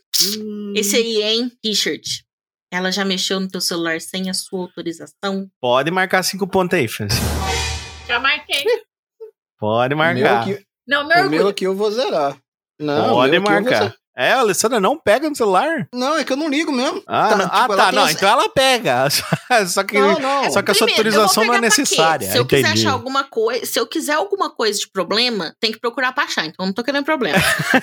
Speaker 4: Esse aí, hein, Richard? Ela já mexeu no teu celular sem a sua autorização?
Speaker 2: Pode marcar cinco pontos aí, Francis.
Speaker 5: Já marquei.
Speaker 2: Pode
Speaker 3: O meu
Speaker 2: marcar.
Speaker 3: aqui-
Speaker 5: Não,
Speaker 3: O
Speaker 5: meu
Speaker 3: meu
Speaker 5: orgulho.
Speaker 3: aqui eu vou zerar. Não, o
Speaker 2: Pode
Speaker 3: meu aqui eu vou
Speaker 2: marcar.
Speaker 3: zerar.
Speaker 2: É, a Alessandra não pega no celular.
Speaker 3: Não, é que eu não ligo mesmo.
Speaker 2: Ah,
Speaker 3: Tá,
Speaker 2: não.
Speaker 3: tipo,
Speaker 2: ah,
Speaker 3: ela
Speaker 2: tá.
Speaker 3: tem
Speaker 2: Não,
Speaker 3: essa-
Speaker 2: então ela pega. Só que,
Speaker 3: Não, não.
Speaker 2: só que a sua
Speaker 4: Primeiro, eu vou
Speaker 2: autorização não é
Speaker 4: pegar pra quê?
Speaker 2: necessária.
Speaker 4: Se eu quiser
Speaker 2: Entendi.
Speaker 4: achar alguma coisa, se eu quiser alguma coisa de problema, tem que procurar pra achar. Então eu não tô querendo problema.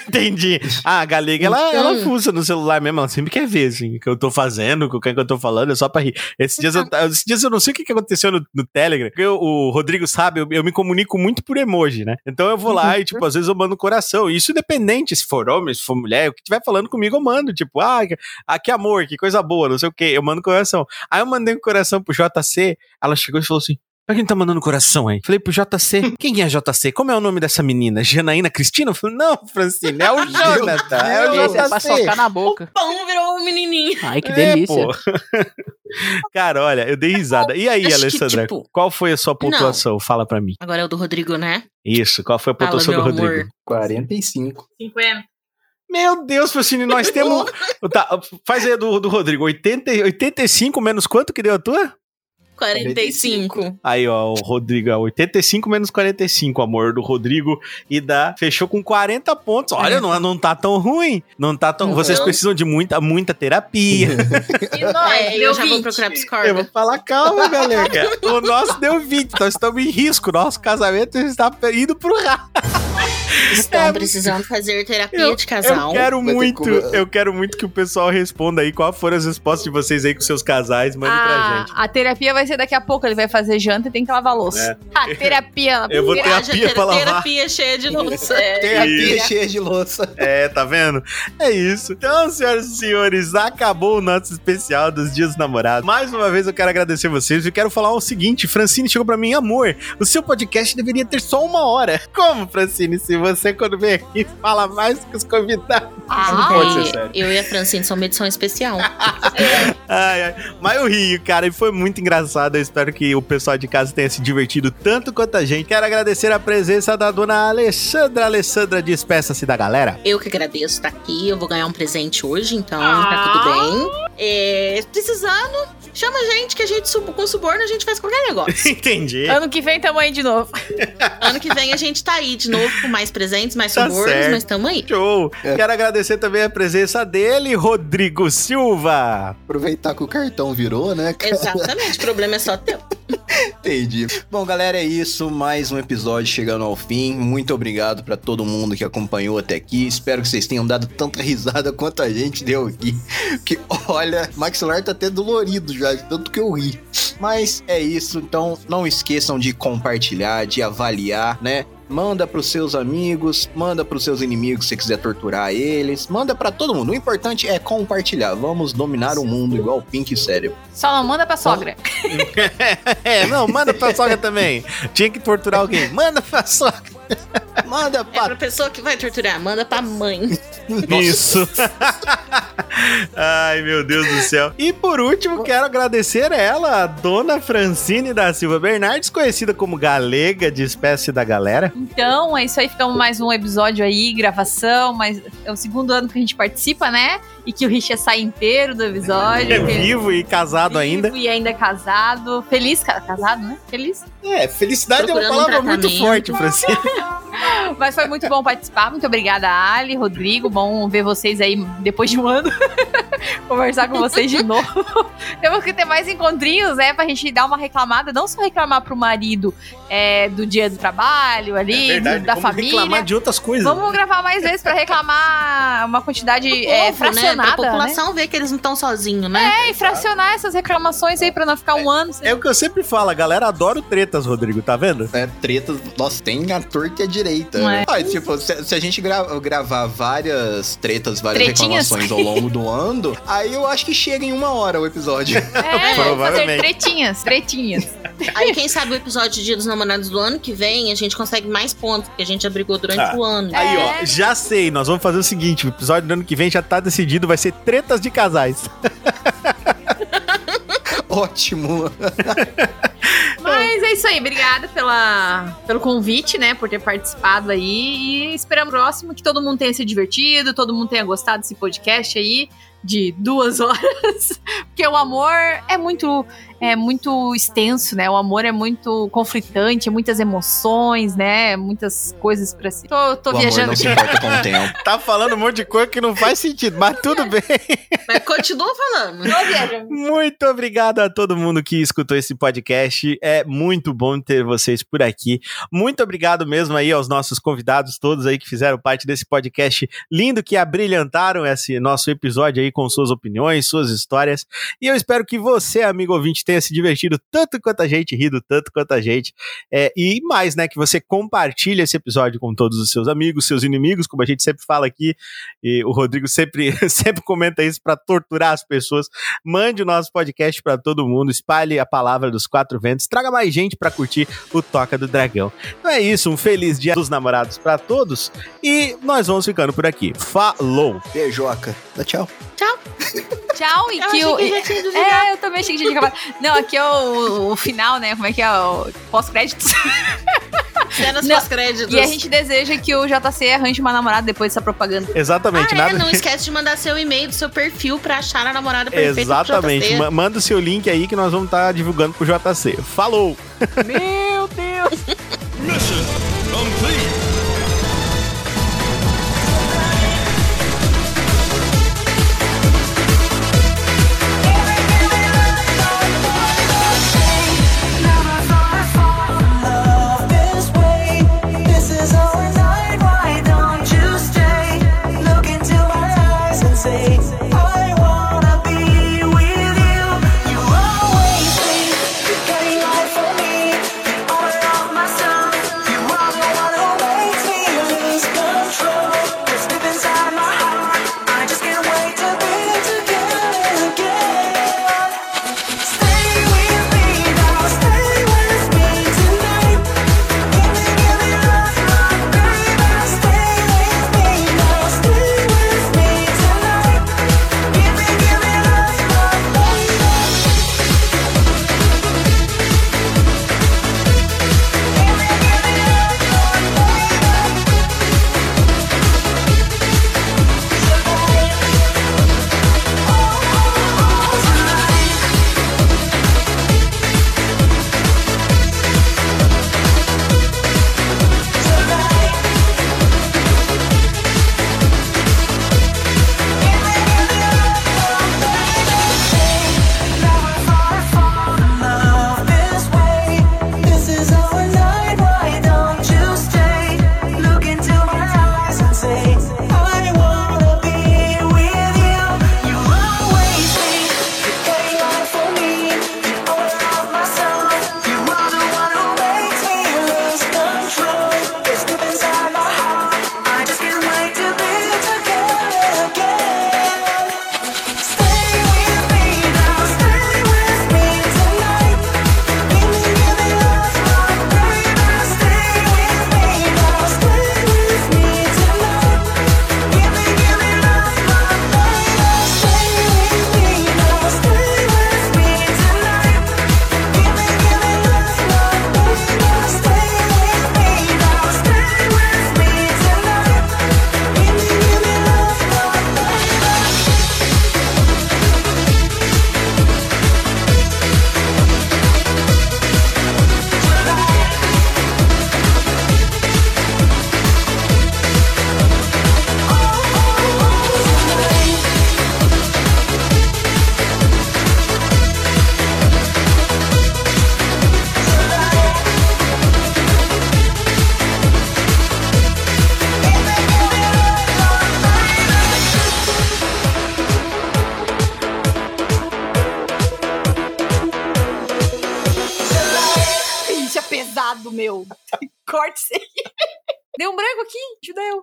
Speaker 2: Entendi. Ah, a Galega, ela,
Speaker 4: Então-
Speaker 2: ela fuça no celular mesmo. Ela sempre quer ver, assim, o que eu tô fazendo, com quem que eu tô falando, é só pra rir. Esses dias, eu, esses dias eu não sei o que, que aconteceu no, no Telegram. porque eu- o Rodrigo sabe, eu, eu me um comunico muito por emoji, né? Então eu vou lá e, tipo, às vezes eu mando coração. Isso independente se for homem, se for mulher, ideia. O que tiver falando comigo, eu mando. Tipo, ah, ah, que amor, que coisa boa, não sei o quê. Eu mando coração. Aí eu mandei um coração pro JC, ela chegou e falou assim. Pra quem tá mandando coração aí? Falei pro JC. Quem é JC? Como é o nome dessa menina? Janaína Cristina? Eu falei, não, Francine, é o Jonathan. É o
Speaker 8: Esse é pra
Speaker 2: JC.
Speaker 8: socar na
Speaker 4: O
Speaker 8: boca.
Speaker 4: pão virou um menininho.
Speaker 8: Ai, que
Speaker 2: É,
Speaker 8: delícia.
Speaker 2: pô. Cara, olha, eu dei risada. E aí,
Speaker 4: Acho que,
Speaker 2: Alessandra,
Speaker 4: tipo,
Speaker 2: qual foi a sua pontuação? Fala pra mim.
Speaker 4: Agora é o do Rodrigo, né?
Speaker 2: Isso, qual foi a
Speaker 4: Fala,
Speaker 2: pontuação
Speaker 4: meu
Speaker 2: do Rodrigo?
Speaker 4: amor.
Speaker 3: 45.
Speaker 5: 50.
Speaker 2: Meu Deus, Francine, nós temos. tá, faz aí a do, do Rodrigo. 80, 85 menos quanto que deu a tua?
Speaker 4: 45.
Speaker 2: Aí, ó, o Rodrigo, é ó, 85 menos 45, amor, do Rodrigo. E da. Fechou com 40 pontos.
Speaker 3: É.
Speaker 2: Olha, não, não tá tão ruim. Não tá tão.
Speaker 4: Não.
Speaker 2: Vocês precisam de muita, muita terapia.
Speaker 5: E nós,
Speaker 4: É,
Speaker 5: meu
Speaker 4: eu já vou
Speaker 5: ouvinte?
Speaker 4: procurar
Speaker 2: Eu vou
Speaker 4: psicóloga.
Speaker 2: falar, calma, galera. O nosso deu 20, nós estamos em risco. Nosso casamento está indo pro rato.
Speaker 4: Estão
Speaker 2: É,
Speaker 4: precisando fazer terapia de
Speaker 2: Eu
Speaker 4: casal.
Speaker 2: quero
Speaker 3: Vai ter
Speaker 2: muito,
Speaker 3: como-
Speaker 2: eu quero muito que o pessoal responda aí qual foram as respostas de vocês aí com seus casais. Mande pra
Speaker 5: A,
Speaker 2: gente.
Speaker 5: Ah,
Speaker 2: É.
Speaker 5: a terapia vai ser daqui a pouco, ele vai fazer janta e tem que lavar a louça. A terapia. é
Speaker 2: Eu vou ter a
Speaker 4: Haja
Speaker 2: pia pra lavar.
Speaker 4: terapia cheia de luz.
Speaker 3: Terapia cheia de louça.
Speaker 2: É, tá vendo? É isso. Então, senhoras e senhores, acabou o nosso especial dos Dias dos Namorados. Mais uma vez eu quero agradecer vocês e quero falar o seguinte: Francine chegou pra mim, amor, o seu podcast deveria ter só uma hora. Como, Francine, se você quando vem aqui fala mais que os convidados?
Speaker 4: Ah,
Speaker 3: pode ser
Speaker 4: e-
Speaker 3: sério.
Speaker 4: eu e a Francine são uma edição especial.
Speaker 2: Ai, ai. Mas eu rio, cara, e foi muito engraçado. Eu espero que o pessoal de casa tenha se divertido tanto quanto a gente. Quero agradecer a presença da dona Alessandra. Alessandra, despeça-se da galera.
Speaker 4: Eu que agradeço estar aqui. Eu vou ganhar um presente hoje, então tá
Speaker 5: Ah.
Speaker 4: tudo bem. É, precisando, chama a gente que a gente sub- com suborno a gente faz qualquer negócio.
Speaker 2: Entendi.
Speaker 5: Ano que vem tamo aí de novo.
Speaker 4: ano que vem a gente tá aí de novo com mais presentes, mais
Speaker 2: Tá
Speaker 4: subornos,
Speaker 2: certo.
Speaker 4: mas tamo aí.
Speaker 2: Show! Quero agradecer também a presença dele, Rodrigo Silva.
Speaker 3: Aproveitar que o cartão virou, né?
Speaker 4: Exatamente, o problema é só teu.
Speaker 3: Entendi. Bom, galera, é isso. Mais um episódio chegando ao fim. Muito obrigado pra todo mundo que acompanhou até aqui. Espero que vocês tenham dado tanta risada quanto a gente deu aqui. Que olha, maxilar tá até dolorido já, de tanto que eu ri. Mas é isso. Então, não esqueçam de compartilhar, de avaliar, né? Manda pros seus amigos, manda pros seus inimigos se você quiser torturar eles, manda pra todo mundo. O importante é compartilhar. Vamos dominar o mundo igual o Pink Cérebro.
Speaker 5: Só não manda pra sogra.
Speaker 2: É, não, manda pra sogra também. Tinha que torturar alguém. Manda pra sogra.
Speaker 3: Manda
Speaker 4: É
Speaker 3: pra
Speaker 4: pra pessoa que vai torturar, manda pra mãe.
Speaker 2: Isso. Ai, meu Deus do céu. E por último, quero agradecer a ela, a dona Francine da Silva Bernardes, conhecida como Galega de Espécie da Galera.
Speaker 5: Então, é isso aí. Ficamos mais um episódio aí, gravação. Mas é o segundo ano que a gente participa, né? E que o Richard sai inteiro do episódio.
Speaker 2: É vivo e casado ainda.
Speaker 5: E ainda é casado. Feliz, ca- casado, né? Feliz.
Speaker 2: É, felicidade
Speaker 4: Procurando um tratamento.
Speaker 2: Francine.
Speaker 5: Mas foi muito bom participar. Muito obrigada, Ali, Rodrigo. Bom ver vocês aí depois de um ano. Conversar com vocês de novo. Temos que ter mais encontrinhos, né? Pra gente dar uma reclamada. Não só reclamar pro marido é, do dia do trabalho ali, do- da
Speaker 2: É vamos
Speaker 5: família.
Speaker 2: reclamar de outras coisas.
Speaker 5: Vamos gravar mais vezes pra reclamar uma quantidade é,
Speaker 4: Povo, né? Pra
Speaker 5: fracionada. né?
Speaker 4: população ver que eles não estão sozinhos, né?
Speaker 5: É, e fracionar essas reclamações aí pra não ficar um ano sem.
Speaker 2: É o que eu sempre falo, a galera adora o tretas, Rodrigo, tá vendo?
Speaker 3: né, tretas. Nossa, tem a torta e a direita.
Speaker 5: Não é?
Speaker 3: né? Ah, tipo, se, se a gente gra- gravar várias tretas, várias
Speaker 5: Tretinhas.
Speaker 3: reclamações ao longo do ano, aí eu acho que chega em uma hora o episódio.
Speaker 5: É, fazer
Speaker 2: Provavelmente.
Speaker 5: tretinhas, tretinhas.
Speaker 4: Aí, quem sabe o episódio de Dia dos Namorados do ano que vem, a gente consegue mais pontos, porque a gente abrigou durante
Speaker 2: Ah.
Speaker 4: o ano.
Speaker 2: Aí,
Speaker 5: É.
Speaker 2: ó, já sei, nós vamos fazer o seguinte: o episódio do ano que vem já tá decidido, vai ser tretas de casais.
Speaker 3: Ótimo.
Speaker 5: Mas é isso aí, obrigada pela, pelo convite, né? Por ter participado aí. E esperamos o próximo que todo mundo tenha se divertido, todo mundo tenha gostado desse podcast aí de duas horas. Porque o amor é muito é muito extenso, né? O amor é muito conflitante, é muitas emoções, né? Muitas coisas pra se. Tô,
Speaker 3: o
Speaker 5: tô
Speaker 3: amor
Speaker 5: viajando
Speaker 3: não
Speaker 5: aqui.
Speaker 3: se importa com o tempo.
Speaker 2: Tá falando um monte de coisa que não faz sentido, mas tudo bem.
Speaker 4: Mas continua falando.
Speaker 5: Tô viajando.
Speaker 2: Muito obrigado a todo mundo que escutou esse podcast. É muito bom ter vocês por aqui. Muito obrigado mesmo aí aos nossos convidados todos aí que fizeram parte desse podcast lindo que abrilhantaram esse nosso episódio aí com suas opiniões, suas histórias. E eu espero que você, amigo ouvinte, tenha se divertido tanto quanto a gente, rido tanto quanto a gente. É, e mais, né, que você compartilhe esse episódio com todos os seus amigos, seus inimigos, como a gente sempre fala aqui. E o Rodrigo sempre, sempre comenta isso para torturar as pessoas. Mande o nosso podcast para todo mundo, espalhe a palavra dos quatro ventos, traga mais gente para curtir o Toca do Dragão. Então é isso, um feliz dia dos namorados para todos e nós vamos ficando por aqui. Falou!
Speaker 3: Beijoca. Dá tchau.
Speaker 5: Tchau e
Speaker 4: Eu
Speaker 5: que
Speaker 4: achei
Speaker 5: o.
Speaker 4: que já tinha desligado.
Speaker 5: é, eu também achei que já tinha acabado. Não, aqui é o, o final, né? Como é que é? O pós-créditos.
Speaker 4: Cenas
Speaker 5: Não.
Speaker 4: pós-créditos.
Speaker 5: E a gente deseja que o JC arranje uma namorada depois dessa propaganda.
Speaker 2: Exatamente,
Speaker 4: Ah, é,
Speaker 2: nada.
Speaker 4: não esquece de mandar seu e-mail do seu perfil pra achar a namorada perfeita do
Speaker 2: Exatamente.
Speaker 4: JC.
Speaker 2: Ma- Manda o seu link aí que nós vamos estar divulgando pro JC. Falou!
Speaker 8: Meu Deus!
Speaker 9: This way, this is all a night. Why don't you stay? Look into my eyes and say, I wanna be with you. You always be the guiding light for me, the honor of my soul. You are the one who makes me lose control. It's deep inside my heart. I just can't wait to be together again. Stay with me now, stay with me tonight. Give me, give me love, love, baby. Stay with me now, stay with me tonight. Give me, give me love, love, baby. Give me, give me love, love, baby. Oh, oh, oh, tonight. I wanna be with you. You always be the daylight for me, the order of my soul. You are the one who makes me lose control. It's deep inside my heart. I just can't wait to be together again. Stay with me now, stay with me tonight. Give me, give me love, love, baby. Stay with me now, stay with me tonight. Give me, give me love, love, baby. Stay with me now, stay with me tonight. Give me, give me love, love, baby. Stay with me now, stay with me tonight. Give me, give me love, love, baby. Oh,
Speaker 5: Isso é pesado, meu. Corte isso aí. Deu um branco aqui, judeu.